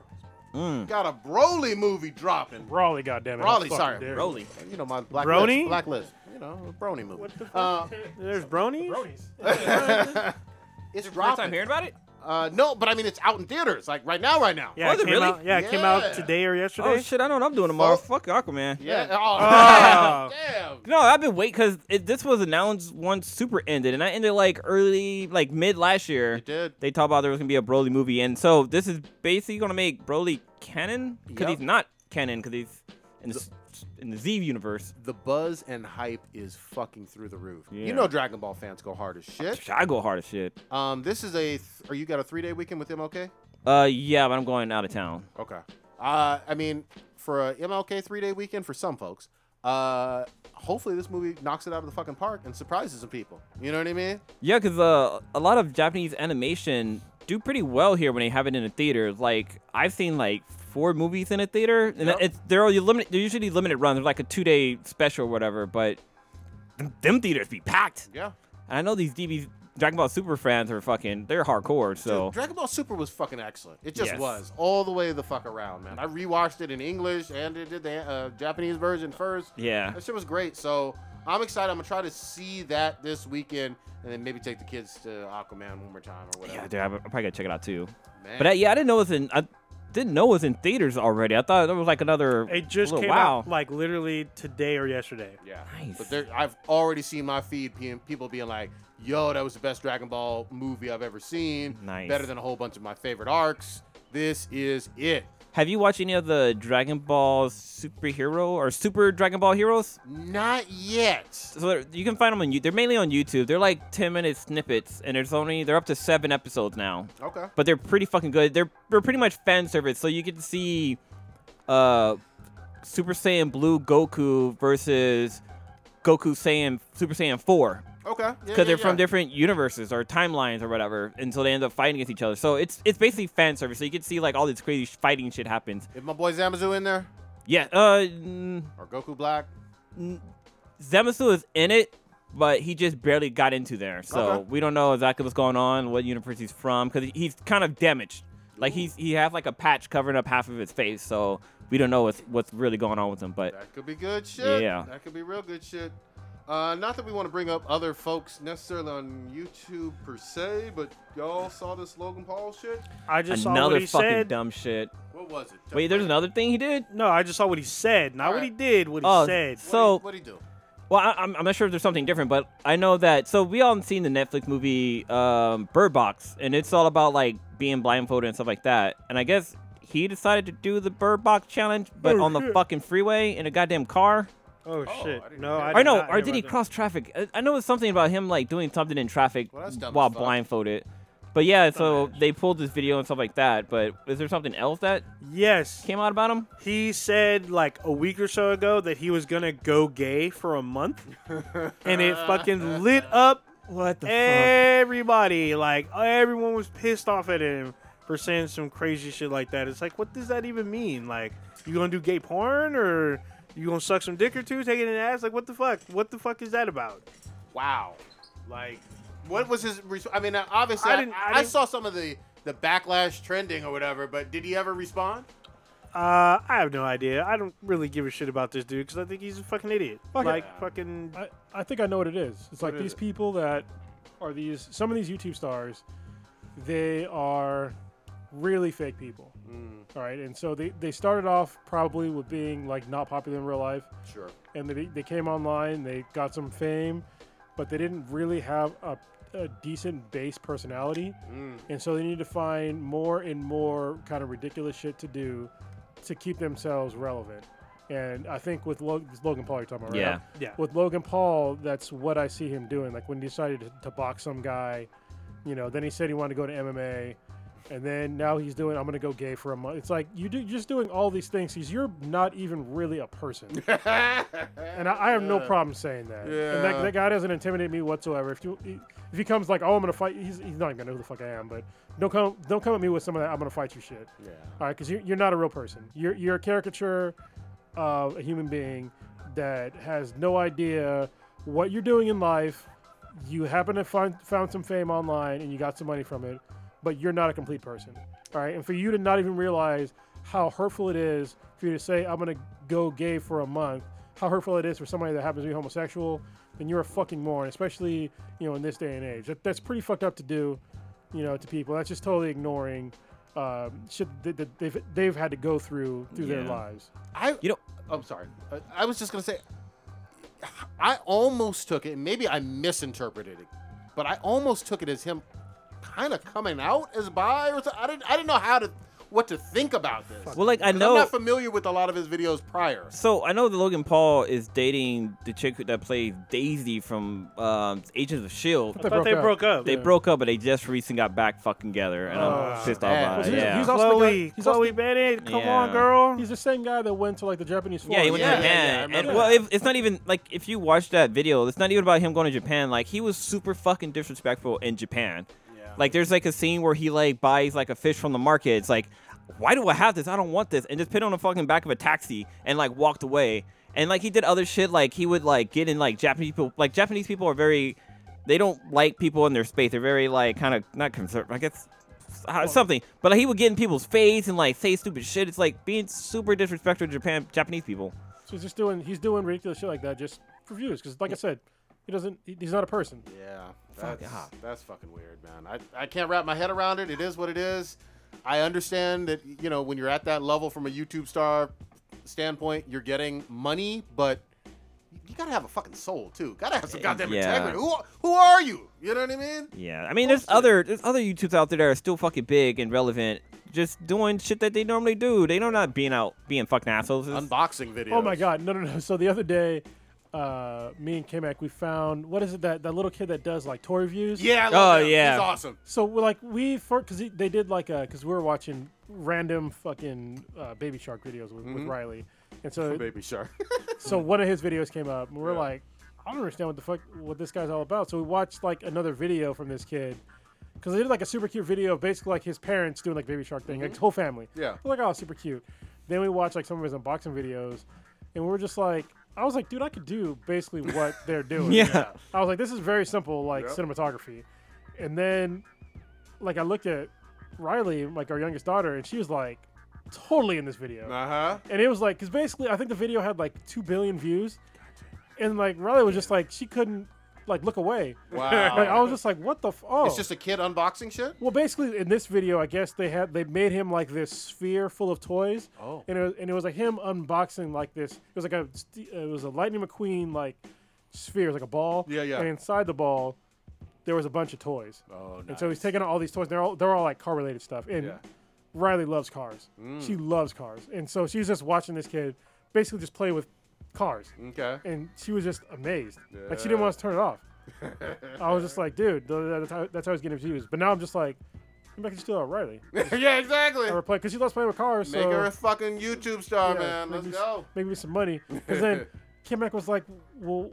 got a Broly movie dropping.
Brawley, goddamn it!
Brawley, sorry.
Broly.
You know my black
Brony?
list, black list. You know, a Brony movie. Uh, What the fuck?
There's bronies.
it's
First time
dropping.
hearing about it?
Uh, no, but I mean it's out in theaters, like right now, right now.
Yeah,
Was
it
it
came
really?
out. Yeah, it came out
Yeah.
today or yesterday.
Oh shit! I know what I'm doing tomorrow.
Oh.
Fuck Aquaman.
Yeah.
Oh.
Oh, damn.
No, I've been waiting because this was announced once Super ended, and I ended like early, like mid last year.
It did.
They talked about there was gonna be a Broly movie, and so this is basically gonna make Broly canon because
Yep.
he's not canon because he's in the, s- in the Z universe.
The buzz and hype is fucking through the roof.
Yeah.
You know, Dragon Ball fans go hard as shit.
I go hard as shit.
Um, this is a. Th- are you got a three day weekend with MLK?
Uh, yeah, but I'm going out of town.
Okay. Uh, I mean, for a MLK three day weekend for some folks. Uh, hopefully this movie knocks it out of the fucking park and surprises some people. You know what I mean?
Yeah, because uh, a lot of Japanese animation do pretty well here when they have it in a theater. Like I've seen like four movies in a theater, and
Yep.
it's they're only limited. They're usually limited runs. They're like a two day special or whatever. But them, them theaters be packed.
Yeah.
And I know these DB, Dragon Ball Super fans are fucking they're hardcore.
Dude,
So
Dragon Ball Super was fucking excellent. It just
Yes.
was all the way the fuck around, man. I rewatched it in English and it did the uh, Japanese version first.
yeah,
That shit was great. So I'm excited. I'm gonna try to see that this weekend and then maybe take the kids to Aquaman one more time or
yeah,
whatever.
dude, I'm, I'm probably gonna check it out too.
Man.
But I, yeah, I didn't know it was in. I didn't know it was in theaters already. I thought there was like another.
It just
little-
came
wow.
out like literally today or yesterday.
yeah.
Nice.
But there, I've already seen my feed being, people being like, "Yo, that was the best Dragon Ball movie I've ever seen.
Nice.
Better than a whole bunch of my favorite arcs. This is it."
Have you watched any of the Dragon Ball superhero or Super Dragon Ball Heroes?
Not yet.
So they're- you can find them on you. They're mainly on YouTube. They're like ten minute snippets, and there's only they're up to seven episodes now.
Okay.
but they're pretty fucking good. They're they're pretty much fan service. So you get to see uh Super Saiyan Blue Goku versus Goku Saiyan Super Saiyan 4
Okay. Yeah,
because
yeah,
they're from
yeah.
different universes or timelines or whatever, and so they end up fighting against each other. So it's it's basically fan service. So you can see like all this crazy sh- fighting shit happens.
Is my boy Zamazu in there
Yeah, uh, mm,
or Goku Black?
Zamasu is in it, but he just barely got into there. So
Okay.
we don't know exactly what's going on, what universe he's from, because he's kind of damaged. Like he's he has like a patch covering up half of his face, so we don't know what's what's really going on with him. But
That could be good shit.
Yeah.
That could be real good shit. Uh, not that we want to bring up other folks necessarily on YouTube per se, but y'all saw this Logan Paul shit.
I just saw what
another
he
fucking
said.
dumb shit.
What was it?
Wait, there's another thing he did.
No, I just saw what he said, not what he
Alright.
did. What he
Oh,
said.
s- So-
what he do?
Well, I, I'm I'm not sure if there's something different, but I know that. So we all seen the Netflix movie um, Bird Box, and it's all about like being blindfolded and stuff like that. And I guess he decided to do the Bird Box challenge, but
Oh,
on the
shit.
fucking freeway in a goddamn car.
Oh,
Oh,
shit!
I didn't
no,
hear that.
I did
Or no,
not hear
or did
about
he
that.
cross traffic? I, I know it's something about him like doing something in traffic
Well, that's dumb as
while
fuck.
blindfolded. But yeah, so they pulled this video and stuff like that. But is there something else that
Yes,
came out about him?
he said like a week or so ago that he was gonna go gay for a month, and it fucking lit up
What the
everybody. Like everyone was pissed off at him for saying some crazy shit like that. It's like, what does that even mean? Like, you gonna do gay porn or you gonna suck some dick or two, take it in the ass? Like, what the fuck? What the fuck is that about?
Wow. Like, what was his? Res- I mean, uh, obviously,
I
I,
didn't- I
I
didn't-
saw some of the the backlash trending or whatever, but did he ever respond?
Uh, I have no idea. I don't really give a shit about this dude because I think he's a fucking idiot.
Fuck it.
like, fucking.
I, I think I know what it is. It's like
is
these
it?
people that are these some of these YouTube stars, they are really fake people. All right, and so they, they started off probably with being like not popular in real life,
Sure.
and they they came online, they got some fame, but they didn't really have a, a decent base personality, and so they needed to find more and more kind of ridiculous shit to do to keep themselves relevant. And I think with Log- Logan Paul, you're talking about, right?
Yeah.
Yeah.
with Logan Paul, that's what I see him doing. Like when he decided to, to box some guy, you know, then he said he wanted to go to MMA, and then now he's doing I'm gonna go gay for a month. It's like you do you're just doing all these things because you're not even really a person. and I, I have no problem saying that. And that,
Yeah.
that guy doesn't intimidate me whatsoever. If you if he comes like oh I'm gonna fight, he's, he's not even gonna know who the fuck I am. But don't come don't come at me with some of that I'm gonna fight you shit.
Yeah.
All right, because you're, you're not a real person. You're, you're a caricature of a human being that has no idea what you're doing in life. You happen to find found some fame online and you got some money from it, but you're not a complete person. All right, and for you to not even realize how hurtful it is for you to say I'm gonna go gay for a month, how hurtful it is for somebody that happens to be homosexual, then you're a fucking moron. Especially you know in this day and age, that, that's pretty fucked up to do, you know, to people. That's just totally ignoring um, shit that, that they've they've had to go through through their
Yeah.
lives.
I
You know-
I'm sorry. Uh, I was just gonna say, I almost took it. and Maybe I misinterpreted it, but I almost took it as him kind of coming out as bi or something. I didn't. I didn't know how to what to think about this.
Well, like I
'Cause
know.
I'm not familiar with a lot of his videos prior.
So I know that Logan Paul is dating the chick that plays Daisy from um, Agents of Shield.
I thought they broke up.
They
Yeah.
broke up, but they just recently got back fucking together, and I'm
Oh,
pissed
man.
off
Well,
by it.
he's-
Yeah.
he's also the guy-
Chloe,
he's also-
Chloe Bennett, come on,
Yeah.
girl.
He's the same guy that went to like the Japanese.
Yeah, he went
Yeah, yeah,
to
yeah, I
Japan, and
remember
well,
that.
if, it's not even like if you watch that video, it's not even about him going to Japan. Like he was super fucking disrespectful in Japan. Like there's like a scene where he like buys like a fish from the market. It's like, why do I have this? I don't want this, and just put it on the fucking back of a taxi and like walked away. And like he did other shit, like he would like get in like Japanese people. Like Japanese people are very they don't like people in their space. They're very like kind of not conservative. I guess uh, something. But like, he would get in people's face and like say stupid shit. It's like being super disrespectful to Japan Japanese people.
So he's just doing he's doing ridiculous shit like that just for views because like I said, he doesn't he- he's not a person.
Yeah,
Fuck,
that's,
ah.
that's fucking weird, man. I, I can't wrap my head around it. It is what it is. I understand that you know when you're at that level from a YouTube star standpoint, you're getting money, but you gotta have a fucking soul too. Gotta have some goddamn
Yeah.
integrity. Who who are you? You know what I mean?
Yeah, I mean, there's other there's other YouTubes out there that are still fucking big and relevant, just doing shit that they normally do. They know not being out being fucking assholes. It's-
Unboxing videos.
Oh my god, no no no. So the other day, uh, me and K-Mac, we found what is it that that little kid that does like toy reviews?
Yeah. I love
Oh,
him.
yeah.
He's awesome.
So we're like we for because they did like a because we were watching random fucking uh, baby shark videos with,
Mm-hmm.
with Riley, and so
Baby shark.
so one of his videos came up, and we're
Yeah.
like, I don't understand what the fuck what this guy's all about. So we watched like another video from this kid because they did like a super cute video of basically like his parents doing like baby shark thing, like his whole family.
Mm-hmm. Yeah.
we're like oh super cute. Then we watched like some of his unboxing videos, and we were just like, I was like, dude, I could do basically what they're doing.
yeah,
I was like, this is very simple, like
Yep.
cinematography. And then, like, I looked at Riley, like our youngest daughter, and she was like, totally in this video.
Uh huh.
And it was like, because basically, I think the video had like 2 billion views. And like, Riley was just like, she couldn't, like, look away. Like, I
Wow.
was just like, what the f? Oh.
it's just a kid unboxing shit.
Well, basically, in this video, I guess they had they made him like this sphere full of toys.
Oh.
And it was, and it was like him unboxing like this. It was like a st- uh, it was a Lightning McQueen like sphere, it was like a ball.
Yeah, yeah.
And inside the ball, there was a bunch of toys.
Oh
And so he's taking out all these toys. They're all they're all like car related stuff. And
Yeah. Mm.
Riley loves cars. She loves cars. And so she's just watching this kid basically just play with cars
Okay.
and she was just amazed. Like she didn't want us to turn it off. I was just like, dude, th- that's how, that's how I was getting views. But now I'm just like, I'm back to still Riley.
yeah, exactly.
I replay because she loves playing with cars.
Make
so
her a fucking YouTube star,
yeah,
man.
make
Let's
me s-
go.
Make me some money. Because then Kim Mack was like, well,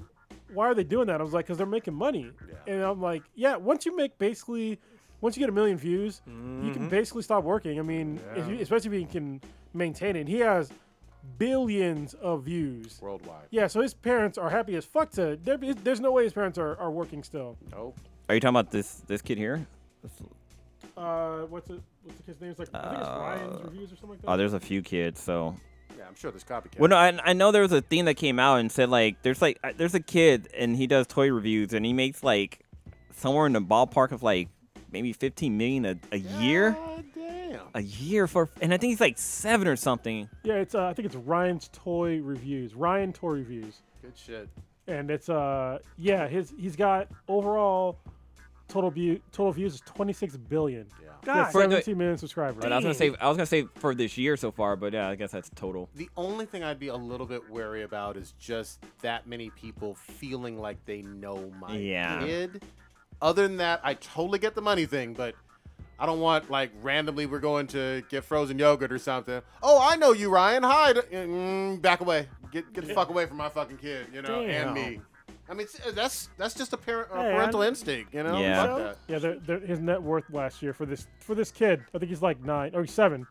why are they doing that? I was like, because they're making money.
Yeah.
And I'm like, yeah. Once you make basically, once you get a million views, you
Mm-hmm.
can basically stop working. I mean, if you, especially if you can maintain it. And he has billions of views.
Worldwide.
Yeah, so his parents are happy as fuck to. There, there's no way his parents are, are working still.
Nope.
are you talking about this this kid here?
Uh, what's it? What's the kid's name? It's like I think it's Ryan's reviews or something like that.
Uh, Oh, there's a few kids, so
Yeah, I'm sure there's copycat.
Well, no, I, I know there was a thing that came out and said like there's like uh, there's a kid and he does toy reviews and he makes like somewhere in the ballpark of like maybe 15 million a, a year,
God Ah, damn.
a year for, and I think he's like seven or something.
yeah, it's uh, I think it's Ryan's toy reviews. Ryan toy reviews,
Good shit.
and it's uh yeah his he's got overall total view total views is 26 billion.
Yeah.
God,
For the-
17 million subscribers.
But I was gonna say I was gonna say for this year so far, but yeah, I guess that's total.
The only thing I'd be a little bit wary about is just that many people feeling like they know my
Yeah.
kid. Other than that, I totally get the money thing, but I don't want like randomly we're going to get frozen yogurt or something. Oh, I know you, Ryan. Hi. D- Mm, back away. Get get the fuck away from my fucking kid, you know, and me. I mean, it's- uh, that's that's just a parent a
Hey,
parental
I'm-
instinct, you know.
Yeah.
Fuck that.
Yeah, they're, they're, his net worth last year for this for this kid, I think he's like nine or seven.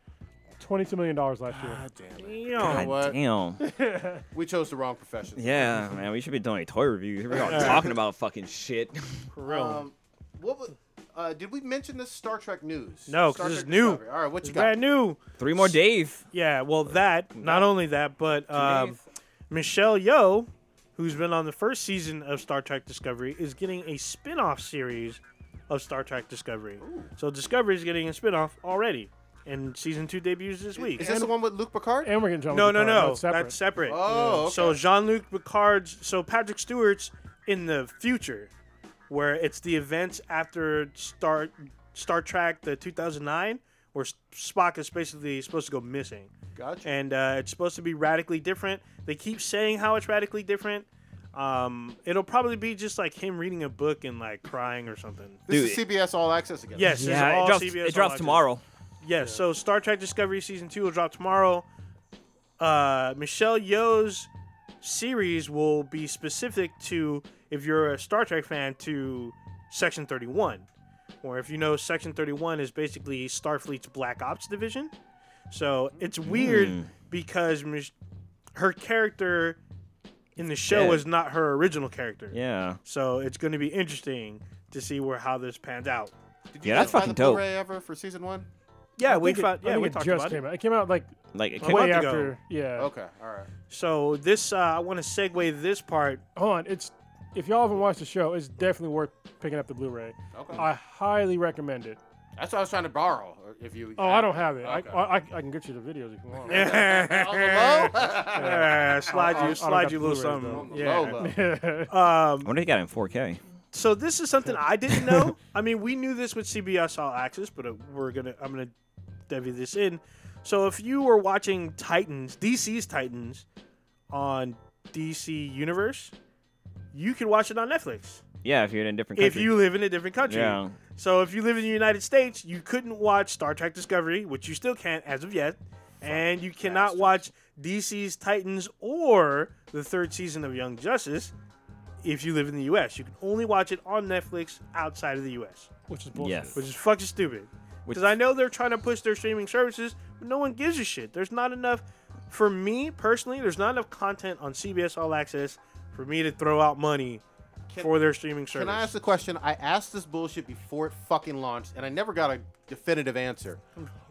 $22 million last year.
know what?
God damn.
We chose the wrong profession.
Yeah, man, we should be doing a toy review. Here we are talking about fucking shit.
Um, what was, uh, did we mention this Star Trek news?
No, 'cause
Star
it's
Trek
new.
Discovery. All right, what you got?
Brand new.
Three more days.
Yeah, well, that, not only that, but um, Michelle Yeoh, who's been on the first season of Star Trek Discovery, is getting a spin off series of Star Trek Discovery. So Discovery is getting a spin off already, and season two debuts this week.
Is this the one with Luke Picard?
And we're getting John
no,
Luke
no,
Picard,
no.
uh, that's separate.
That's separate.
Oh, okay.
So Jean Luc Picard's, so Patrick Stewart's in the future, where it's the events after Star Star Trek the 2009, where S- Spock is basically supposed to go missing,
gotcha.
and uh, it's supposed to be radically different. They keep saying how it's radically different. Um, it'll probably be just like him reading a book and like crying or something.
this
dude,
is CBS All Access again.
Yes, it's
Yeah,
all
it drops,
CBS
it drops
all access.
tomorrow.
Yes, so Star Trek Discovery season two will drop tomorrow. Uh, Michelle Yeoh's series will be specific to if you're a Star Trek fan to Section Thirty One, or if you know Section Thirty One is basically Starfleet's Black Ops division. Hmm. So it's weird because Mich- her character in the show
dead.
is not her original character.
Yeah.
So it's going to be interesting to see where how this pans out.
Did
Yeah,
guys
that's
buy
fucking
the
dope.
Blu-ray ever for season one?
Yeah,
I
we
think it-
found.
I
Yeah,
think
we
it
talked
just
about
came
it.
out. It came out like
Like it
A
came
month
way
out.
ago.
after. Yeah.
Okay, all right.
So this, uh, I want to segue this part.
Hold on. It's if y'all haven't watched the show, it's definitely worth picking up the Blu-ray.
Okay.
I highly recommend it.
That's what I was trying to borrow. or If you.
Oh, I don't have it.
Okay.
I, I I can get you the videos if you want.
On
Uh, slide
I- I
you,
don't
slide
got
you a little
Blu-rays,
the
something.
low? On the
yeah.
low, low.
I wonder if he got it in 4K.
So this is something I didn't know. I mean, we knew this with CBS All Access, but uh, we're gonna I'm gonna divvy this in. So if you were watching Titans, DC's Titans, on DC Universe, you can watch it on Netflix
Yeah, if you're in a different
if
country.
you live in a different country.
Yeah.
So if you live in the United States, you couldn't watch Star Trek Discovery, which you still can't as of yet, and you cannot watch DC's Titans or the third season of Young Justice if you live in the U.S. You can only watch it on Netflix outside of the U.S.,
Which is bullshit.
Yes.
which is fucking stupid.
Which-
Because I know they're trying to push their streaming services, but no one gives a shit. There's not enough, for me personally, there's not enough content on CBS All Access for me to throw out money for their streaming service.
Can I ask the question? I asked this bullshit before it fucking launched, and I never got a definitive answer.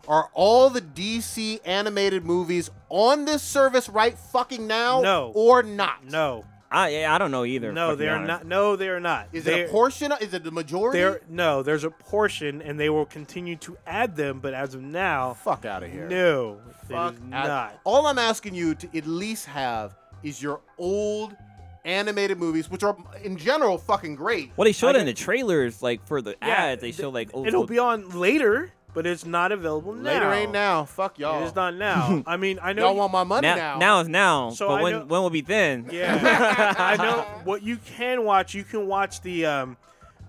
Are all the DC animated movies on this service right fucking now?
No.
Or not?
no,
I, yeah, I don't know either.
no,
fucking
they are
honest.
not. No, they are not.
Is
They-
it a portion? Is it the majority?
There, no, there's a portion, and they will continue to add them. But as of now,
Fuck out of here.
no, it
Fuck
is
out-
not.
All I'm asking you to at least have is your old animated movies, which are in general fucking great.
Well, they showed it in the trailers, like for the ads. They
th-
show like oh, old
It'll
school-
be on later, but it's not available now.
Later ain't now. Fuck y'all.
It's not now. I mean, I know.
y'all want my money
now,
now.
now is now.
So
but
I
when
know-
when will be then?
Yeah, I know. What you can watch, you can watch the um,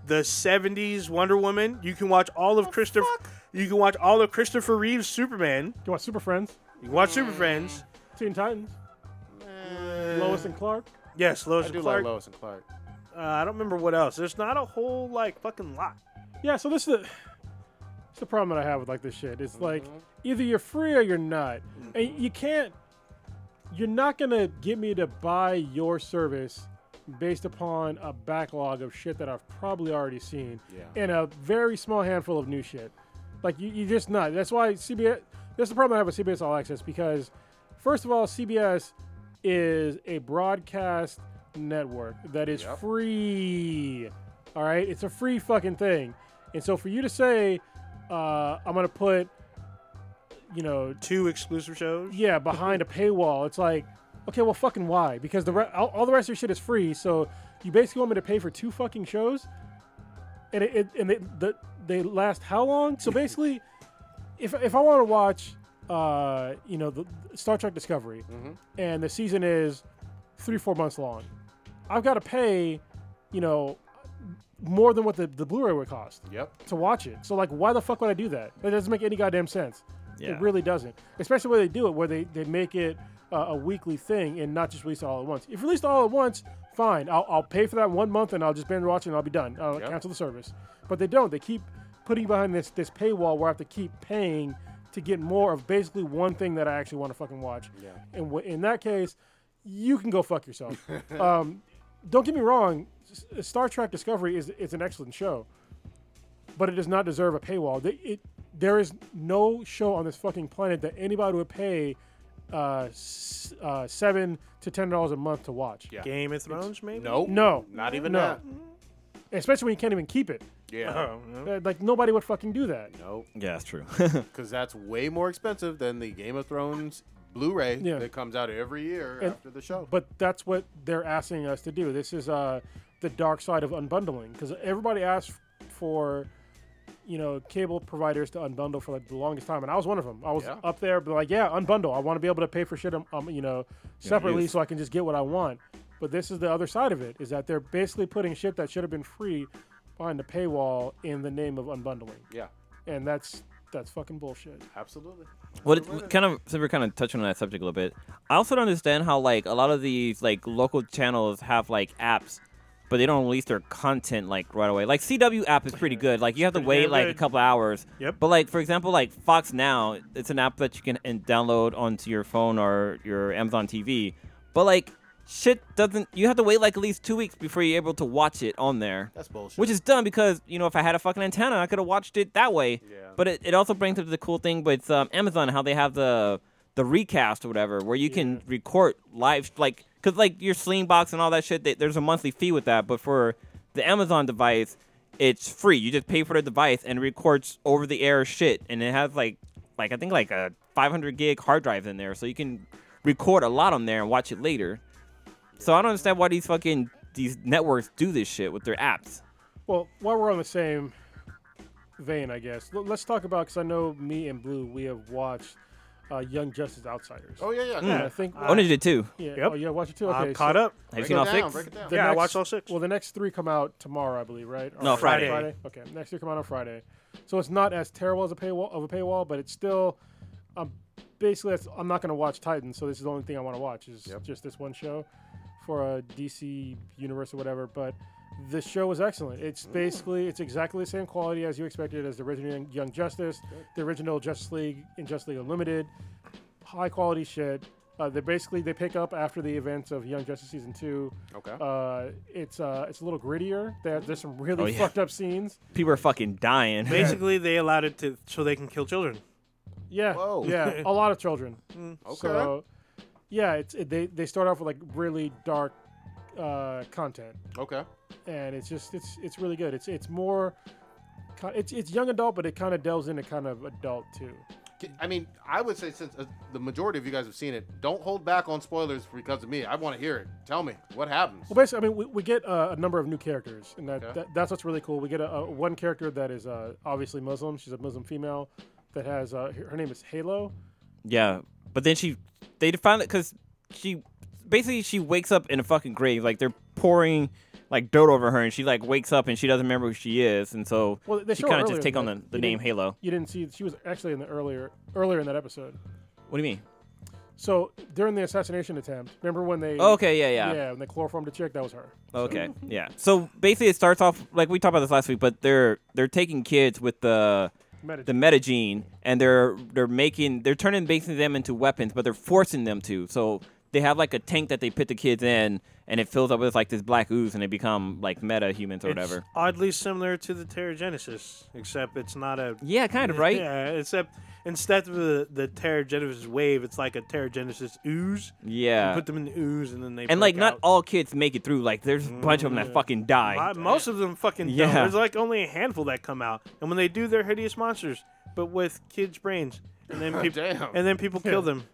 the '70s Wonder Woman. You can watch all of Christopher. You can watch all of Christopher Reeve's Superman.
Do you want Super Friends?
You can watch Super
Mm.
Friends.
Teen Titans?
Uh,
Lois and Clark?
Yes, Lois
I
and
do
Clark.
like Lois and Clark.
uh, I don't remember what else. There's not a whole like fucking lot.
Yeah, so this is the it's the problem that I have with like this shit. It's like either you're free or you're not. And you can't you're not gonna get me to buy your service based upon a backlog of shit that I've probably already seen.
Yeah.
And a very small handful of new shit. Like you you just not. That's why CBS that's the problem I have with CBS All Access because first of all, CBS is a broadcast network that is
Yep.
free. All right, it's a free fucking thing, and so for you to say, uh, I'm gonna put, you know,
Two exclusive shows.
yeah, behind a paywall, it's like, okay, well, fucking why? Because the re- all, all the rest of your shit is free, so you basically want me to pay for two fucking shows, and it, it and it, the, they last how long? So basically, if if I want to watch, uh, you know, the Star Trek Discovery, and the season is three four months long, I've got to pay, you know, more than what the, the Blu-ray would cost
Yep.
to watch it. So like, why the fuck would I do that? That doesn't make any goddamn sense.
Yeah.
It really doesn't. Especially where they do it, where they they make it uh, a weekly thing and not just release it all at once. If released all at once, fine. I'll, I'll pay for that one month and I'll just binge watch it and I'll be done. I'll
Yep.
cancel the service. But they don't. They keep putting behind this this paywall where I have to keep paying to get more of basically one thing that I actually want to fucking watch. Yeah. And w- in that case, you can go fuck yourself. um, don't get me wrong. S- Star Trek Discovery is is an excellent show but it does not deserve a paywall. They, it, there is no show on this fucking planet that anybody would pay uh, s- uh, seven to ten dollars a month to watch.
Yeah.
Game of Thrones, maybe.
Nope.
No.
Not even
No.
that.
Especially when you can't even keep it.
Yeah.
Oh, no.
Uh, Like nobody would fucking do that.
Nope.
Yeah, that's true.
Because that's way more expensive than the Game of Thrones Blu-ray
Yeah.
that comes out every year after the show.
But that's what they're asking us to do. This is uh, the dark side of unbundling because everybody asks for, you know, cable providers to unbundle for like the longest time, and I was one of them. I was
Yeah.
up there, but like, yeah, unbundle. I want to be able to pay for shit, um, um, you know, separately,
use.
so I can just get what I want. But this is the other side of it: is that they're basically putting shit that should have been free behind the paywall in the name of unbundling,
yeah.
and that's that's fucking bullshit.
Absolutely.
Well, it, kind of since we're kind of touching on that subject a little bit, I also don't understand how like a lot of these like local channels have like apps, but they don't release their content like right away. Like CW app is pretty good. Like you have to
pretty
wait
damn
like a
good.
couple hours.
Yep.
But like for example, like Fox Now, it's an app that you can and download onto your phone or your Amazon TV. But like shit doesn't. You have to wait like at least two weeks before you're able to watch it on there.
That's bullshit.
Which is dumb because you know if I had a fucking antenna, I could have watched it that way.
Yeah.
But it, it also brings up the cool thing with um, Amazon how they have the the recast or whatever where you can record live like because like your Sling Box and all that shit. They, there's a monthly fee with that, but for the Amazon device, it's free. You just pay for the device and it records over the air shit, and it has like like I think like a 500 gig hard drive in there, so you can record a lot on there and watch it later. So I don't understand why these fucking these networks do this shit with their apps.
Well, while we're on the same vein, I guess l- let's talk about because I know me and Blue we have watched uh, Young Justice Outsiders.
oh yeah, yeah.
And
yeah.
I think.
I wanted to too.
yeah.
Yep.
Oh yeah, watch it too. Okay,
I'm caught up.
Have you
Break
seen
it
all
down,
six?
break it down.
the
Yeah, I
next-
watched all six.
Well, the next three come out tomorrow, I believe, right? Or
No, Friday.
Friday. Okay, next three come out on Friday. So it's not as terrible as a paywall of a paywall, but it's still. Um, basically, that's, I'm not going to watch Titans, so this is the only thing I want to watch is
Yep.
just this one show for a DC universe or whatever. But the show was excellent. It's
Mm.
basically it's exactly the same quality as you expected as the original Young- Young Justice, the original Justice League and Justice League Unlimited. High quality shit. Uh, they basically they pick up after the events of Young Justice season two.
Okay.
Uh, it's uh, it's a little grittier. There, there's some really
Oh, yeah.
fucked up scenes.
People are fucking dying.
Basically, they allowed it to so they can kill children.
Yeah,
Whoa.
yeah, a lot of children.
Okay.
So, yeah, it's it, they they start off with like really dark uh, content,
okay.
and it's just it's it's really good. It's it's more, ki- it's it's young adult, but it kind of delves into kind of adult too.
K- I mean, I would say since uh, the majority of you guys have seen it, don't hold back on spoilers because of me. I want to hear it. Tell me what happens.
Well, basically, I mean, we, we get uh, a number of new characters, and that,
Okay.
that that's what's really cool. We get a, a one character that is uh, obviously Muslim. She's a Muslim female that has uh, her her name is Halo.
Yeah, but then she, they found it because she, basically she wakes up in a fucking grave. Like they're pouring like dirt over her, and she like wakes up and she doesn't remember who she is, and so
Well, they
she
show her
kind of just
earlier,
take on
like,
the, the
you
name
didn't-
Halo.
You didn't see she was actually in the earlier earlier in that episode.
What do you mean?
So during the assassination attempt, remember when they?
Oh, okay, yeah, yeah,
Yeah, when they chloroformed the chick, that was her.
Oh,
Okay, yeah. So basically, it starts off like we talked about this last week, but they're they're taking kids with the
Medicine.
the metagene and they're they're making they're turning basically them into weapons but they're forcing them to so they have like a tank that they put the kids in and it fills up with like this black ooze and they become like meta humans or whatever
It's oddly similar to the Terragenesis, except it's not a.
yeah kind of right
Yeah, except instead of the, the Terragenesis wave, it's like a Terragenesis ooze.
Yeah.
You put them in the ooze and then they.
and like
break
not
out.
all kids make it through like there's a bunch of them that fucking die
Uh, most of them fucking
Yeah.
don't. There's like only a handful that come out, and when they do, they're hideous monsters, but with kids' brains. And then people,
Damn.
and then people kill them.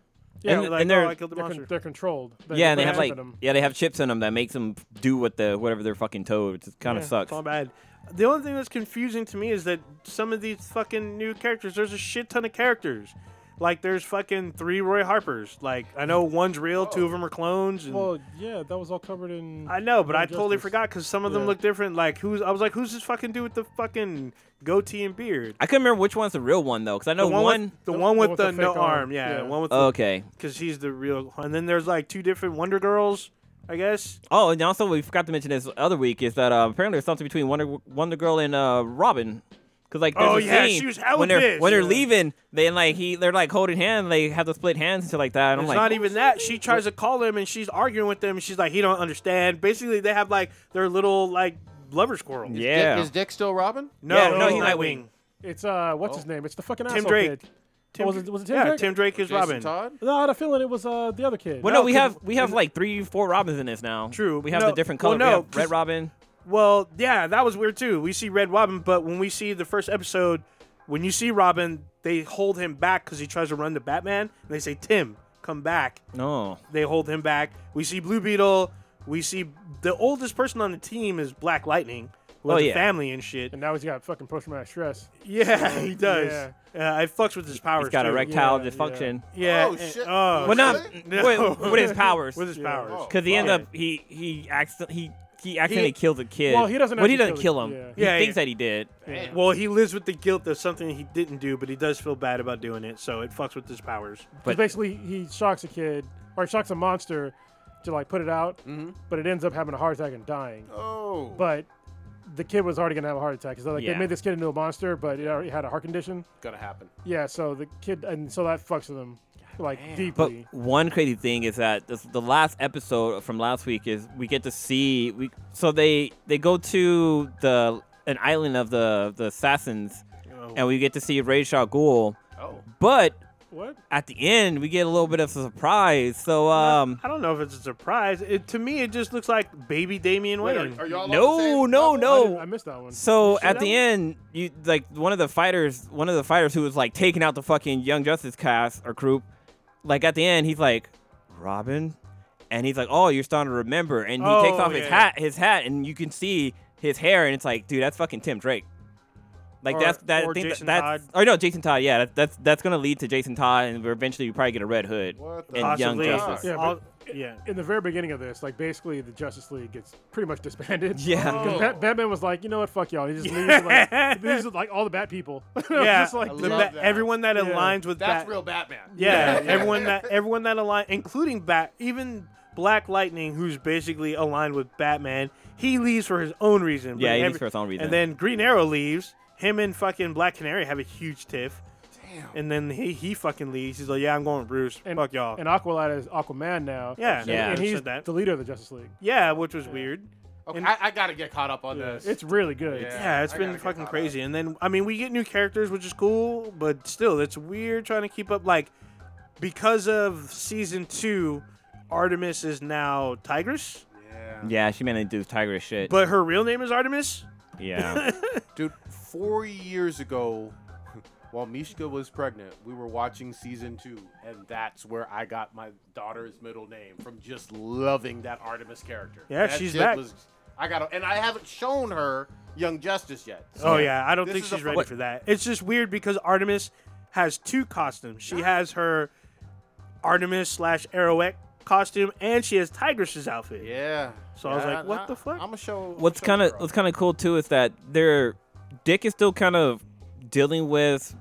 Yeah,
And-
They're like,
and they're-
oh, I killed the
They're, con-
monster.
they're controlled. They-
yeah and they
put
have
a chip
like
in 'em.
yeah they have chips in them that makes them do what the whatever they're fucking told it kind of
It's
sucks
all bad. The only thing that's confusing to me is that some of these fucking new characters. There's a shit ton of characters. Like there's fucking three Roy Harpers. Like I know one's real, two of them are clones. And
Well, yeah, that was all covered in.
I know, but
Young
I totally
Justice.
forgot because some of them
Yeah.
look different. Like who's? I was like, who's this fucking dude with the fucking goatee and beard?
i couldn't remember which one's the real one though because i know
the one,
one,
with, the
The
one with the,
fake
no
arm.
arm. Yeah,
Yeah.
one with the
Oh, okay
because he's the real. And then there's like two different Wonder Girls, I guess.
oh and also we forgot to mention this other week is that uh, apparently there's something between wonder wonder girl and uh robin Cause like there's
Oh,
a
yeah,
scene
she was hella
when they're
pissed.
when they're
Yeah.
leaving, they like he they're like holding hands, they have to split hands and shit like that. And I'm
It's
like,
not even that. She tries to call him and she's arguing with him. And she's like, he don't understand. Basically, they have like their little like lover squirrel.
Dick-
yeah,
Is Dick still Robin?
No,
Yeah, no,
he's
he Nightwing.
Nightwing.
It's uh, what's his name? It's the fucking asshole
Oh. Drake.
kid. Oh, was it was it Tim
yeah,
Drake?
Tim Drake is
Jason
Robin.
Todd.
No, I had a feeling it was uh the other kid.
Well, no,
No,
we
'cause
have we have
it's-
like three, four Robins in this now.
True.
We have
No,
the different
well,
color.
no,
we have Red
'cause-
Robin.
Well, yeah, that was weird too. We see Red Robin, but when we see the first episode, when you see Robin, they hold him back because he tries to run to Batman, and they say, "Tim, come back."
No.
They hold him back. We see Blue Beetle. We see the oldest person on the team is Black Lightning with
Oh,
the
yeah.
family and shit.
And now he's got fucking post traumatic stress.
Yeah, he does.
Yeah.
Uh, it fucks with his powers.
He's got
too.
erectile
Yeah,
dysfunction.
Yeah.
Oh,
eh,
shit.
Oh,
Well, not
Really?
No.
with, with his powers.
with his powers.
Oh.
Because he ends
Yeah.
up he he accident he he accidentally kills a kid.
well, he doesn't
But he
actually
doesn't
kill
kill
the-
him.
yeah.
He
Yeah,
thinks
yeah.
that he did.
Damn.
Well, he lives with the guilt of something he didn't do, but he does feel bad about doing it, so it fucks with his powers.
But-
But basically, he shocks a kid or he shocks a monster to like put it out,
Mm-hmm.
but it ends up having a heart attack and dying.
Oh.
But the kid was already gonna have a heart attack because like
Yeah.
they made this kid into a monster, but it already had a heart condition.
gonna happen.
Yeah, so the kid and so that fucks with him. like
But
deeply.
one crazy thing is that this, the last episode from last week is we get to see we so they they go to the an island of the the assassins and we get to see Ray Shaw Ghul.
Oh.
But
what?
at the end we get a little bit of a surprise. So um
I don't know if it's a surprise. It, to me, it just looks like baby Damian
Wait,
Wayne.
are, are y'all on the
no
same level?
no
I, didn't-
no.
I missed that one.
So
Shit,
at
I
the
would-
end, you like one of the fighters, one of the fighters who was like taking out the fucking Young Justice cast or group. Like at the end, he's like, Robin, and he's like, oh, you're starting to remember, and he takes
Oh,
off his
yeah,
hat, his hat, and you can see his hair, and it's like, dude, that's fucking Tim Drake. Like
Or-
that's that.
or
I think that-
Jason
that's, Or no, Jason Todd. Yeah, that, that's that's gonna lead to Jason Todd, and we're eventually you probably get a Red Hood
What the
and Young
Possibly.
Justice.
Yeah,
All-
but-
yeah.
in the very beginning of this, like basically the Justice League gets pretty much disbanded.
Yeah.
'Cause
Oh.
Bat- Batman was like, you know what, fuck y'all. He just leaves like, he leaves, like all the Bat people. And I was
Yeah.
just like,
I
The
love
Bat-
that.
everyone that
Yeah.
aligns with
That's
Bat-
real Batman.
Yeah, everyone that everyone that aligned, including Bat, even Black Lightning, who's basically aligned with Batman, he leaves for his own reason. but
Yeah, he leaves
every-
for his own reason.
And then Green Arrow leaves. Him and fucking Black Canary have a huge tiff. Damn. And then he he fucking leaves. He's like, yeah, I'm going with Bruce.
and,
Fuck y'all.
And Aqualad is Aquaman now.
yeah,
And,
Yeah.
and
he
he's
said that.
the leader of the Justice League.
Yeah, which was weird.
Okay,
And-
I, I gotta get caught up on this.
It's really good.
Yeah.
Yeah, it's
I gotta
been
get
fucking
caught up.
crazy. And then I mean, we get new characters, which is cool, but still, it's weird trying to keep up. Like because of season two, Artemis is now Tigress, Oh.
yeah.
Yeah, she managed to do tiger shit.
but her real name is Artemis.
yeah,
Dude, four years ago, while Mishka was pregnant, we were watching season two, and that's where I got my daughter's middle name from just loving that Artemis character.
Yeah,
That
she's
shit
back.
Was, I got, and I haven't shown her Young Justice yet.
Oh yeah, I don't
This
think
is a
she's ready
fuck-
for that. It's just weird because Artemis has two costumes. She has her Artemis slash Arrowette costume, and she has Tigress's outfit.
Yeah.
So I was
Yeah,
like, what the fuck?
I'm gonna show.
what's
show
kind of
her.
what's kind of cool too is that their Dick is still kind of dealing with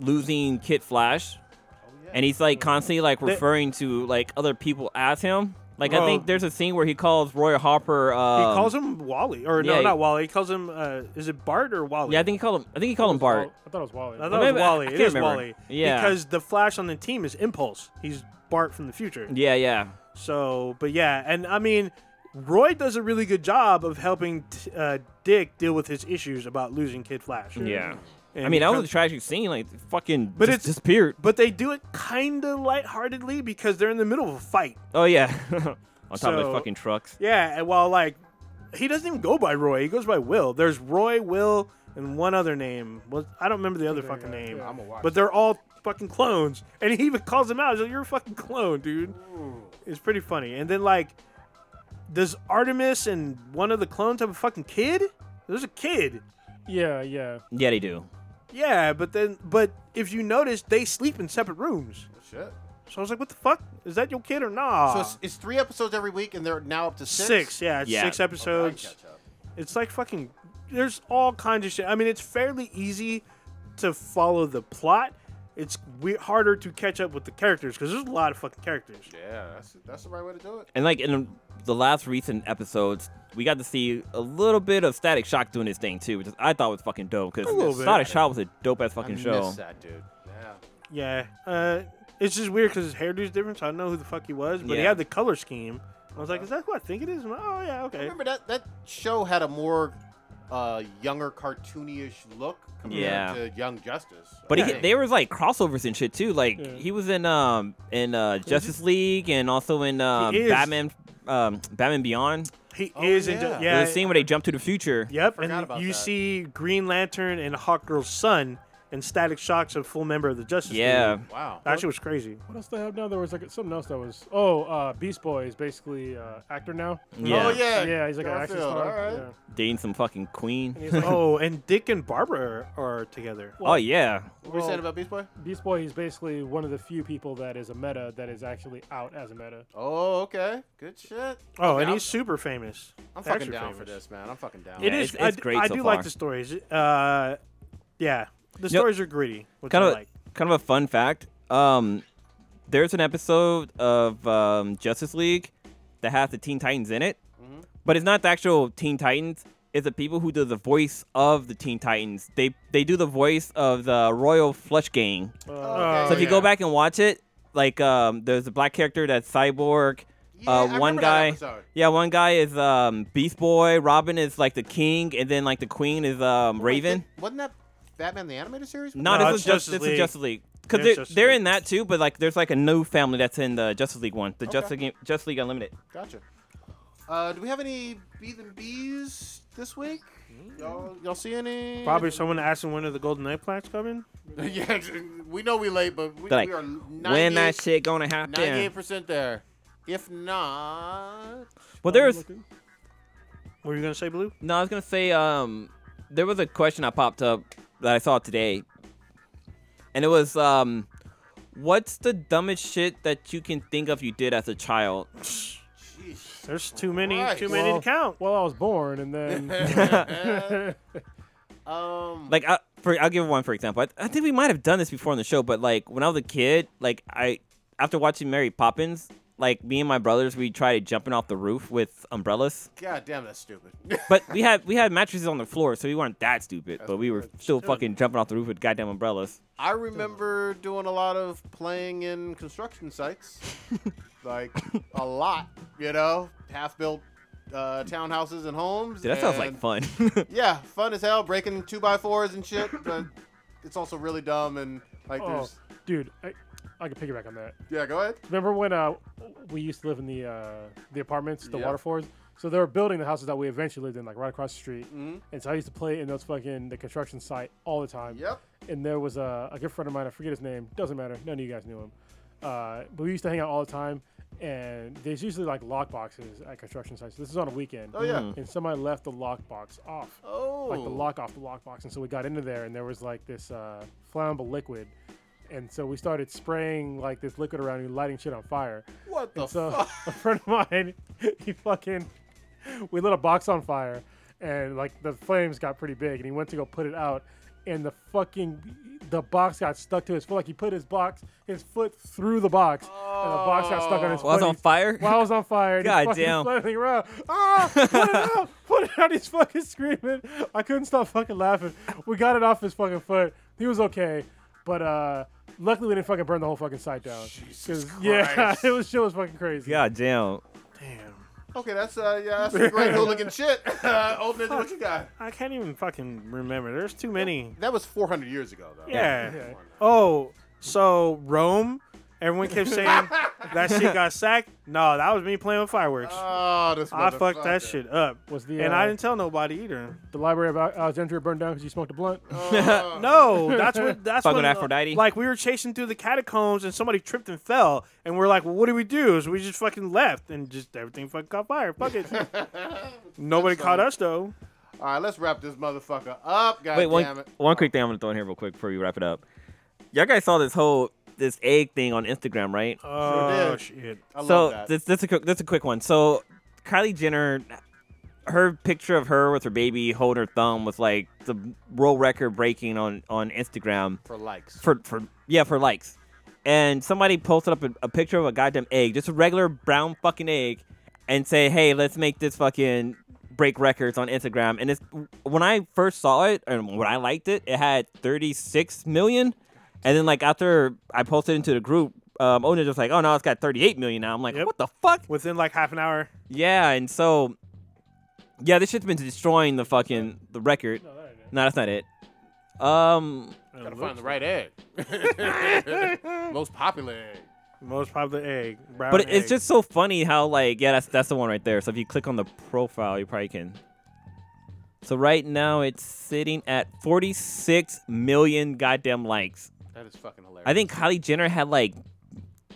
losing Kid Flash,
Oh,
and he's like constantly like referring to like other people as him. Like I
Well-
think there's a scene where he calls Roy Hopper. Um,
He calls him Wally, or
yeah,
no,
he-
not Wally. He calls him. Uh, is it Bart or Wally?
Yeah, I think he called him. I think he called him Bart.
Oh, I thought it was Wally.
I
Well,
thought it
maybe-
was
I-
Wally.
I
It
can't
is
remember.
Wally.
Yeah.
Because the Flash on the team is Impulse. He's Bart from the future.
Yeah, yeah,
So, but yeah, and I mean, Roy does a really good job of helping t- uh, Dick deal with his issues about losing Kid Flash.
yeah.
And
I mean, that was a
become-
tragic scene. Like fucking,
But
just
it's-
disappeared.
But they do it kind of lightheartedly because they're in the middle of a fight.
Oh yeah, on top of
So-
the fucking trucks.
Yeah, and while like he doesn't even go by Roy, he goes by Will. There's Roy, Will, and one other name. Well, I don't remember the other fucking
yeah,
name.
yeah.
I'ma watch
But they're all fucking clones, and he even calls him out. He's like, "You're a fucking clone, dude." It's pretty funny. And then like, does Artemis and one of the clones have a fucking kid? There's a kid.
yeah, yeah.
Yeah, they do.
Yeah, but then but if you notice, they sleep in separate rooms.
Shit.
So I was like, "What the fuck? Is that your kid or nah?"
So it's, it's three episodes every week, and they're now up to six.
yeah, it's
Yeah.
six
Okay,
Okay, I
I can
episodes.
catch up.
It's like fucking. There's all kinds of shit. I mean, it's fairly easy to follow the plot. It's we- harder to catch up with the characters because there's a lot of fucking characters.
Yeah, that's that's the right way to do it.
And like in the last recent episodes, we got to see a little bit of Static Shock doing his thing too, which I thought was fucking dope
little
because
bit.
Static Shock was a dope ass fucking
I
show.
miss that dude. Yeah.
Yeah, uh, it's just weird because his hairdo's different. So I don't know who the fuck he was, but he
Yeah.
had the color scheme. I was like, is that who I think it is? I'm like, oh yeah, okay.
Remember that that show had a more uh, younger, cartoonish look compared
Yeah.
to Young Justice.
But
I
he,
think.
there was like crossovers and shit too. Like
Yeah.
he was in um in uh, Justice League and also in um,
is.
Batman um, Batman Beyond.
He
Oh,
is in.
yeah.
Yeah.
There's a scene where they jump to the future.
Yep.
Forgot
And
about
you
that.
see Green Lantern and Hawkgirl's son and Static Shock's a full member of the Justice
Yeah.
League.
wow.
That shit was crazy.
What else do they have now? There was like something else that was. Oh, uh, Beast Boy is basically uh, actor now.
Yeah.
Oh yeah.
yeah, he's like an action
Garfield,
star.
all right.
Yeah.
Dating some fucking queen.
And he's like,
oh, and Dick and Barbara are, are together.
oh yeah.
What were you saying about Beast Boy?
Beast Boy is basically one of the few people that is a meta that is actually out as a meta.
Oh, okay. Good shit.
Oh,
Okay,
and
I'm-
he's super famous.
I'm
Extra
fucking down for
famous.
this, man. I'm fucking down.
It
Yeah,
is.
it's-
I
it's
d-
great
I
so
do
far.
like the stories. Uh, yeah, the stories are gritty. Which
Kind
I
of
like.
kind of a fun fact. Um, there's an episode of um, Justice League that has the Teen Titans in it,
Mm-hmm.
but it's not the actual Teen Titans. It's the people who do the voice of the Teen Titans. They they do the voice of the Royal Flush Gang.
Oh, okay.
So if you
Uh, yeah.
go back and watch it, like um there's a black character that's cyborg.
Yeah,
uh,
I
one
remember that
guy.
episode.
Yeah, one guy is um Beast Boy. Robin is like the king, and then like the queen is um
Wait,
Raven.
did- wasn't that Batman the animated series?
No,
No,
this
it's
is just
Justice
this
League.
is Justice League. Cause
Yeah, it's
they're,
Justice
they're
League.
in that too, but like there's like a new family that's in the Justice League one, the Justice League, Justice League Unlimited.
Gotcha. Uh, do we have any B's and B's this week? Y'all, y'all see any?
Probably someone asking when are the Golden Night plans coming?
yeah, we know we late, but we,
They're like,
we are
when that
98
shit gonna happen?
98% there. If not,
Well, there's
Looking.
What were you gonna say, Blue?
no. I was gonna say um, there was a question I popped up that I saw today, and it was um, what's the dumbest shit that you can think of you did as a child?
jeez.
There's too many,
Right.
too many
Well-
to count.
Well, I was born, and then
um,
like I, for I'll give one for example. I, I think we might have done this before on the show, but like when I was a kid, like I after watching Mary Poppins, like me and my brothers, we tried jumping off the roof with umbrellas.
God damn, that's stupid.
But we had we had mattresses on the floor, so we weren't that stupid. but we were still fucking jumping off the roof with goddamn umbrellas.
I remember doing a lot of playing in construction sites, like a lot, you know, half-built uh, townhouses and homes.
Dude, that sounds like
and-
fun.
Yeah, fun as hell, breaking two by fours and shit, but it's also really dumb and like
oh,
there's
dude, I, I can piggyback on that.
yeah. Go ahead.
Remember when uh, we used to live in the uh, the apartments, the
Yeah.
waterfalls? So they were building the houses that we eventually lived in, like right across the street.
Mhm.
And so I used to play in those fucking the construction site all the time.
Yep.
And there was a, a good friend of mine. I forget his name. Doesn't matter. None of you guys knew him. Uh, but we used to hang out all the time. And there's usually like lock boxes at construction sites. This is on a weekend.
Oh yeah.
And somebody left the lock box off
Oh.
like the lock off the lockbox. And so we got into there, and there was like this uh, flammable liquid. And so we started spraying like this liquid around and lighting shit on fire.
What the
And
uh,
so
fuck?
a friend of mine, he fucking, we lit a box on fire, and like the flames got pretty big, and he went to go put it out, and the fucking the box got stuck to his foot. Like he put his box, his foot through the box, and the box got stuck on
Oh.
his
While I was
foot.
on fire.
While I was on fire. and he's
God
fucking
damn.
flailing around. Ah, put it out. Put it out. He's fucking screaming. I couldn't stop fucking laughing. We got it off his fucking foot. He was okay. But uh, luckily, we didn't fucking burn the whole fucking site down. 'Cause, Yeah,
Christ.
it was, shit was fucking crazy.
God damn.
Okay, that's uh yeah, that's some great hooligan shit. Uh, Old Ninja, what you got?
I can't even fucking remember. There's too many.
That was 400 years ago though.
Yeah.
Yeah.
Oh, so Rome. Everyone kept saying that shit got sacked. No, that was me playing with fireworks.
Oh, this.
I fucked
motherfucker.
that shit up.
Was the,
and
uh,
I didn't tell nobody either.
The Library of Al- Alexandria burned down because you smoked a blunt.
Oh.
No, that's what that's
Fuck
when, uh,
with Aphrodite.
Like we were chasing through the catacombs and somebody tripped and fell, and we're like, well, "What do we do?" So we just fucking left, and just everything fucking caught fire. Fuck it. Nobody caught us though.
All right, let's wrap this motherfucker up. God
Wait,
damn
one,
it.
one quick thing I'm gonna throw in here real quick before we wrap it up. Y'all guys saw this whole this egg thing on Instagram, right?
Oh
did.
shit.
I
so
love that.
this this a quick this a quick one. So Kylie Jenner, her picture of her with her baby holding her thumb was like the world record breaking on on Instagram
for likes.
for for yeah for likes. And somebody posted up a, a picture of a goddamn egg, just a regular brown fucking egg, and say, hey, let's make this fucking break records on Instagram. And it's when I first saw it and when I liked it, it had 36 million. And then like after I posted into the group. Um, Ona just like, oh no, it's got 38 million now. I'm like,
Yep.
what the fuck?
Within like half an hour.
Yeah, and so yeah, this shit's been destroying the fucking the record.
No, that ain't it.
No, that's not it. Um,
Gotta find the right egg.
Most popular egg.
Most popular egg. Brown
but it's
egg.
just so funny how like yeah, that's that's the one right there. So if you click on the profile, you probably can. So right now it's sitting at 46 million goddamn likes.
That is fucking hilarious.
I think Kylie Jenner had like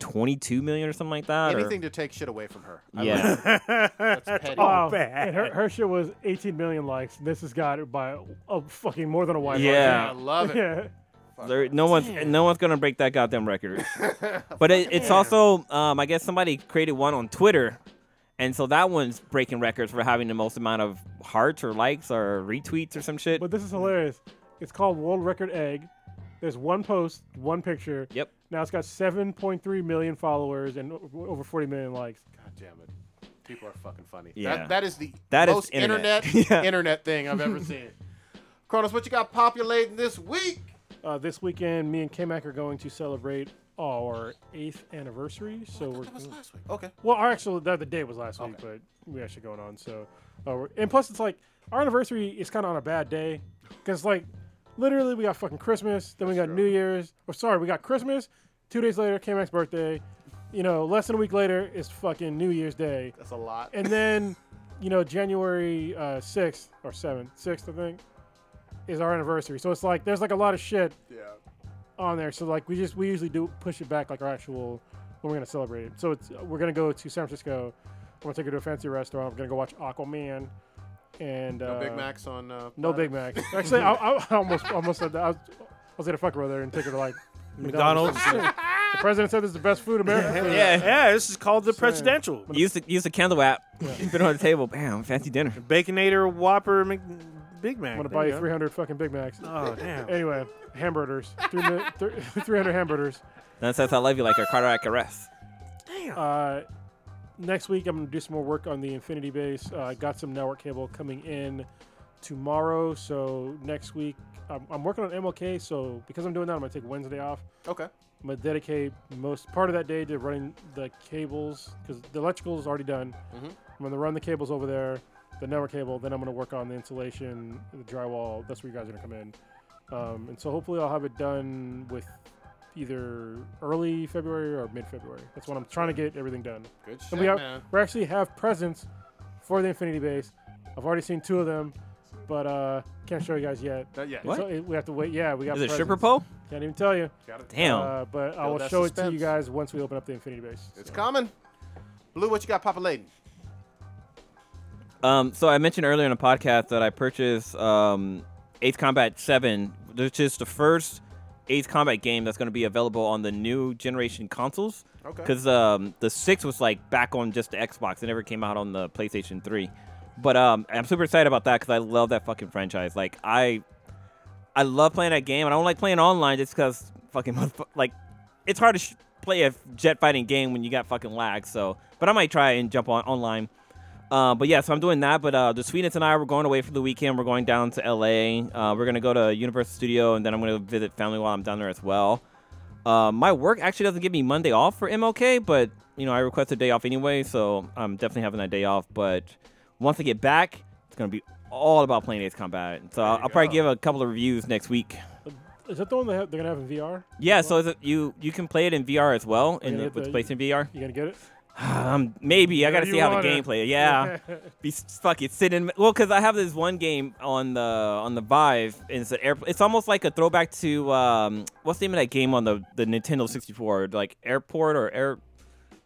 22 million or something like that. or-
anything to take shit away from her. I
Yeah. Oh,
love it. That's petty.
Oh, Wow.
bad.
And her, her shit was 18 million likes. This has got it by a fucking more than a wide
Yeah.
I love
margin.
it.
Yeah.
There, no one's no one's gonna break that goddamn record. but it, it's also, um, I guess somebody created one on Twitter, and so that one's breaking records for having the most amount of hearts or likes or retweets or some shit.
But this is hilarious. It's called World Record Egg. There's one post, one picture.
Yep.
Now it's got 7.3 million followers and o- over 40 million likes.
God damn it. People are fucking funny.
Yeah.
That, that is the
That is
most
internet.
internet
Yeah.
internet thing I've ever seen. Kronos, what you got populating this week?
Uh, this weekend, me and K Mac are going to celebrate our eighth anniversary. So we're
That was last week. Okay.
well, our actual the, the date was last week, but we actually going on. So, uh, we're- and plus it's like our anniversary is kind of on a bad day because like literally we got fucking Christmas, then we got New Year's. Or sorry, we got Christmas. Two days later, K Mac's birthday. You know, less than a week later is fucking New Year's Day.
That's a lot.
and then you know January uh, 6th or 7th, 6th I think is our anniversary. So it's like there's like a lot of shit
yeah.
on there. So like we just we usually do push it back like our actual when we're gonna celebrate it. So it's we're gonna go to San Francisco. I'm gonna take her to a fancy restaurant. We're gonna go watch Aquaman and
No
uh,
Big Macs on. Uh,
No Big Mac. Actually, I, I almost almost said that. I was, I was gonna fuck her over there and take her to like
McDonald's.
the president said this is the best food in America.
Yeah.
yeah, this is called the presidential.
Use the use the candle app. Keep it on the table. Bam, fancy dinner.
Baconator Whopper Mc- Big Mac.
I'm gonna
There
buy you
go.
300 fucking Big Macs.
Oh damn!
Anyway, hamburgers. Three mi- thir- 300 hamburgers.
That says I love you like a cardiac arrest.
Uh, next week, I'm going to do some more work on the Infinity Base. Uh, I got some network cable coming in tomorrow. So next week, I'm, I'm working on MLK. So because I'm doing that, I'm going to take Wednesday off.
okay.
I'm going to dedicate most part of that day to running the cables because the electrical is already done.
Mhm.
I'm going to run the cables over there, the network cable. Then I'm going to work on the insulation, the drywall. That's where you guys are going to come in. Um, and so hopefully I'll have it done with either early February or mid February. That's when I'm trying to get everything done.
Good shit,
And we,
man.
are, we actually have presents for the Infinity Base. I've already seen two of them, but uh, can't show you guys yet.
Not yet.
What?
So it- we have to wait. Yeah, we got
Is it
presents.
stripper pole?
Can't even tell you.
Got it.
Damn.
Uh, but I
Build
will
that
show it to you
suspense.
guys once we open up the Infinity Base.
It's
So-
coming. Blue, what you got populating?
Um, so I mentioned earlier in the podcast that I purchased um, Ace Combat 7, which is the first Ace Combat game that's going to be available on the new generation consoles.
Okay.
Because um, the 6 was like back on just the Xbox. It never came out on the PlayStation 3. But um, I'm super excited about that because I love that fucking franchise. Like, I I love playing that game, and I don't like playing online just because fucking motherfu- like it's hard to sh- play a jet fighting game when you got fucking lag. So, but I might try and jump on online. Uh, but yeah, so I'm doing that. But uh, the Sweetness and I, we're going away for the weekend. We're going down to LA. Uh, we're gonna go to Universal Studio, and then I'm gonna visit family while I'm down there as well. Uh, my work actually doesn't give me Monday off for MLK, but you know I request a day off anyway, so I'm definitely having that day off. But once I get back, it's gonna be all about playing Ace Combat. So I'll, I'll probably give a couple of reviews next week.
Is that the one they have, they're gonna have in VR?
Yeah, so is it, you you can play it in VR as well, in
Yeah,
the,
the-
with PlayStation VR.
You gonna get it?
Um, maybe I gotta
you
see how
want
the
it.
gameplay. Yeah, be s- fuck it, sitting. Well, because I have this one game on the on the Vive, and it's an air, It's almost like a throwback to um, what's the name of that game on the the Nintendo 64? Like Airport or Air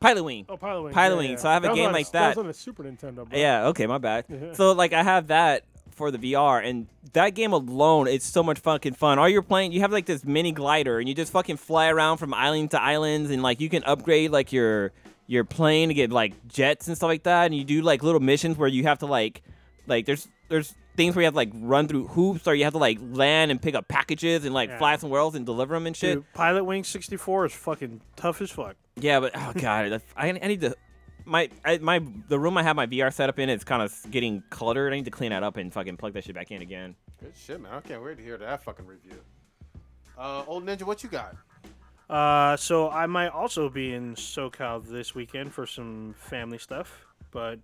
Pilot Wing.
Oh, Pilot Wing.
Pilot
yeah,
Wing,
yeah.
so I have a
That was
game
on
like
That
that.
was on the Super Nintendo. Bro.
Yeah, okay, my bad.
Yeah.
So like I have that for the VR and that game alone it's so much fucking fun. All you're playing you have like this mini glider and you just fucking fly around from island to islands and like you can upgrade like your your plane to get like jets and stuff like that and you do like little missions where you have to like like there's there's things where you have to like run through hoops or you have to like land and pick up packages and like fly somewhere else and deliver them and shit.
Dude, Pilot Wing 64 is fucking tough as fuck.
Yeah, but oh god, I, I need to. My I, my the room I have my VR set up in is kind of getting cluttered. I need to clean that up and fucking plug that shit back in again.
Good shit, man. I can't wait to hear that fucking review. Uh, old Ninja, what you got?
Uh, so I might also be in SoCal this weekend for some family stuff, but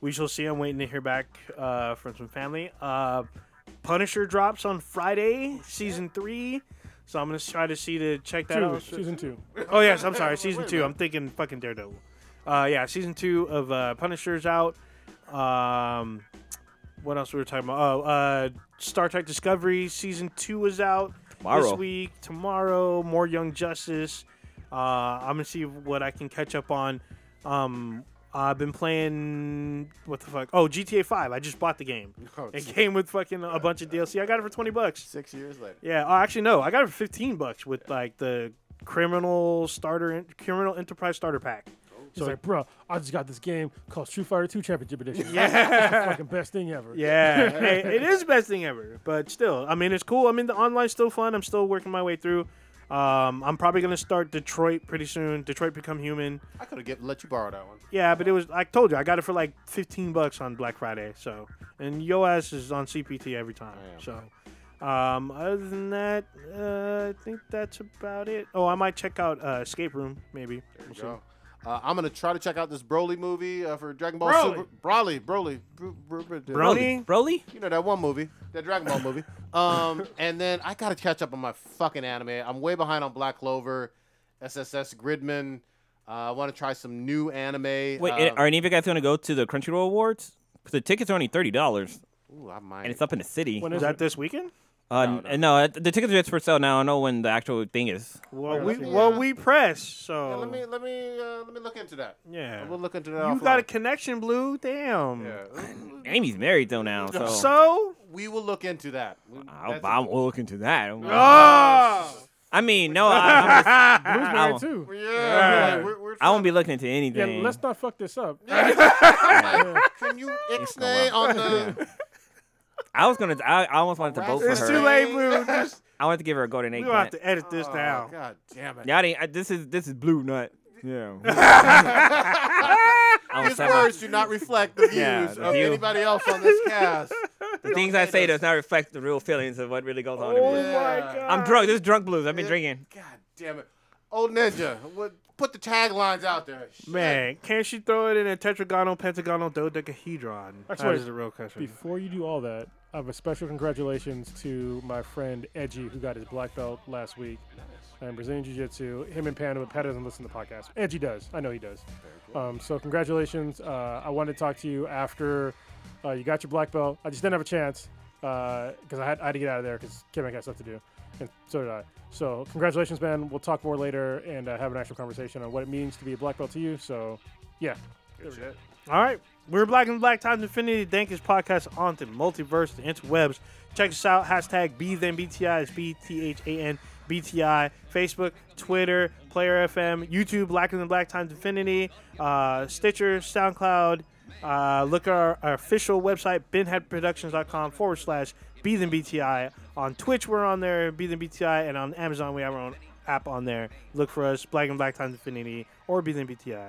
we shall see. I'm waiting to hear back uh, from some family. Uh, Punisher drops on Friday, season three. So I'm gonna try to see to check that
Two,
out.
season two.
Oh yes, I'm sorry. Season two. I'm thinking fucking Daredevil. Uh, yeah, season two of uh, Punisher's out. Um, what else we were talking about? Oh, uh, Star Trek Discovery season two is out
Tomorrow.
this week. Tomorrow, more Young Justice. Uh, I'm gonna see what I can catch up on. Um, I've been playing what the fuck? Oh, GTA Five. I just bought the game.
Oh,
it came with fucking a bunch of DLC. I got it for twenty bucks.
Six years later.
Yeah. Oh, actually, no. I got it for fifteen bucks with like the criminal starter, criminal enterprise starter pack.
He's like, bro, I just got this game called Street Fighter 2 Championship Edition.
Yeah.
It's the fucking best thing ever.
Yeah, Hey, it is best thing ever. But still, I mean, it's cool. I mean, the online's still fun. I'm still working my way through. Um, I'm probably gonna start Detroit pretty soon. Detroit Become Human.
I could have get let you borrow that one.
Yeah, but it was I told you I got it for like 15 bucks on Black Friday. So and yo ass is on CPT every time. So Um, other than that, uh, I think that's about it. Oh, I might check out uh, Escape Room, maybe. We'll see.
Go. Uh, I'm gonna try to check out this Broly movie uh, for Dragon Ball
Broly.
Super. Broly, Broly, Bro- Bro- Bro-
Brony?
Broly?
You know that one movie, that Dragon Ball movie. Um, and then I gotta catch up on my fucking anime. I'm way behind on Black Clover, SSS Gridman. Uh, I want to try some new anime.
Wait,
uh,
are any of you guys going to go to the Crunchyroll Awards? 'Cause the tickets are only thirty dollars,
ooh, I might.
and it's up in the city.
When
Is
is
that
it?
this weekend?
Uh, no, no. the tickets are just for sale now. I don't know when the actual thing is.
Well,
Yeah,
we
let me,
well
uh,
we press. So
Yeah, let me let me uh, let me look into that.
Yeah.
we'll look into that.
you
offline.
got a connection, Blue. Damn.
Yeah.
Amy's married though now, so,
So
We will look into that. We-
I'll,
that's a-
I'm looking to that.
oh,
I mean, no, I, I'm just-
Blue's
I
married
won't-
too.
Yeah,
Yeah.
we're- we're
I won't
trying-
be looking into
Yeah,
anything.
let's not fuck this up.
Can you
no
ixnay on the?
I was gonna. I, I almost wanted to vote for
it's
her.
too late, Blue. Just,
I wanted to give her a golden
we
egg.
don't have
Nut.
to edit this
Oh,
down.
God damn it!
Y'all didn't- I- this is this is blue nut. Yeah. I was
His
talking about-
words do not reflect the views
Yeah, the
of
view.
anybody else on this cast.
the things
Don't
I
hate
say
us.
does not reflect the real feelings of what really goes on. in
Oh
me.
my God.
I'm drunk. This is drunk blues. I've been drinking.
God damn it, old ninja! What? Put the taglines out there. Shit.
Man, can't she throw it in a tetragonal, pentagonal, dodecahedron?
That's
That
right.
is the real question.
Before you do all that, I have a special congratulations to my friend Edgy, who got his black belt last week. I'm Brazilian Jiu Jitsu. Him and Panda, but Panda doesn't listen to the podcast. Edgy does. I know he does. Um, so, congratulations. Uh, I wanted to talk to you after uh, you got your black belt. I just didn't have a chance because I, had, I had to get out of there because Kim got stuff to do. And so did I. So, congratulations, man. We'll talk more later and uh, have an actual conversation on what it means to be a black belt to you. So, yeah.
Good shit.
All right. We're Black and Black Times Infinity, the dankest podcast on the multiverse, the interwebs. Check us out. Hashtag B then BTI is B T H A N B T I. Facebook, Twitter, Player FM, YouTube, Black and Black Times Infinity, uh, Stitcher, SoundCloud. Uh, look at our, our official website, binheadproductions.com forward slash B then BTI. On Twitch, we're on there, B then BTI, and on Amazon, we have our own app on there. Look for us, Black and Black Times Infinity or B then BTI.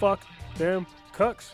Fuck them cucks.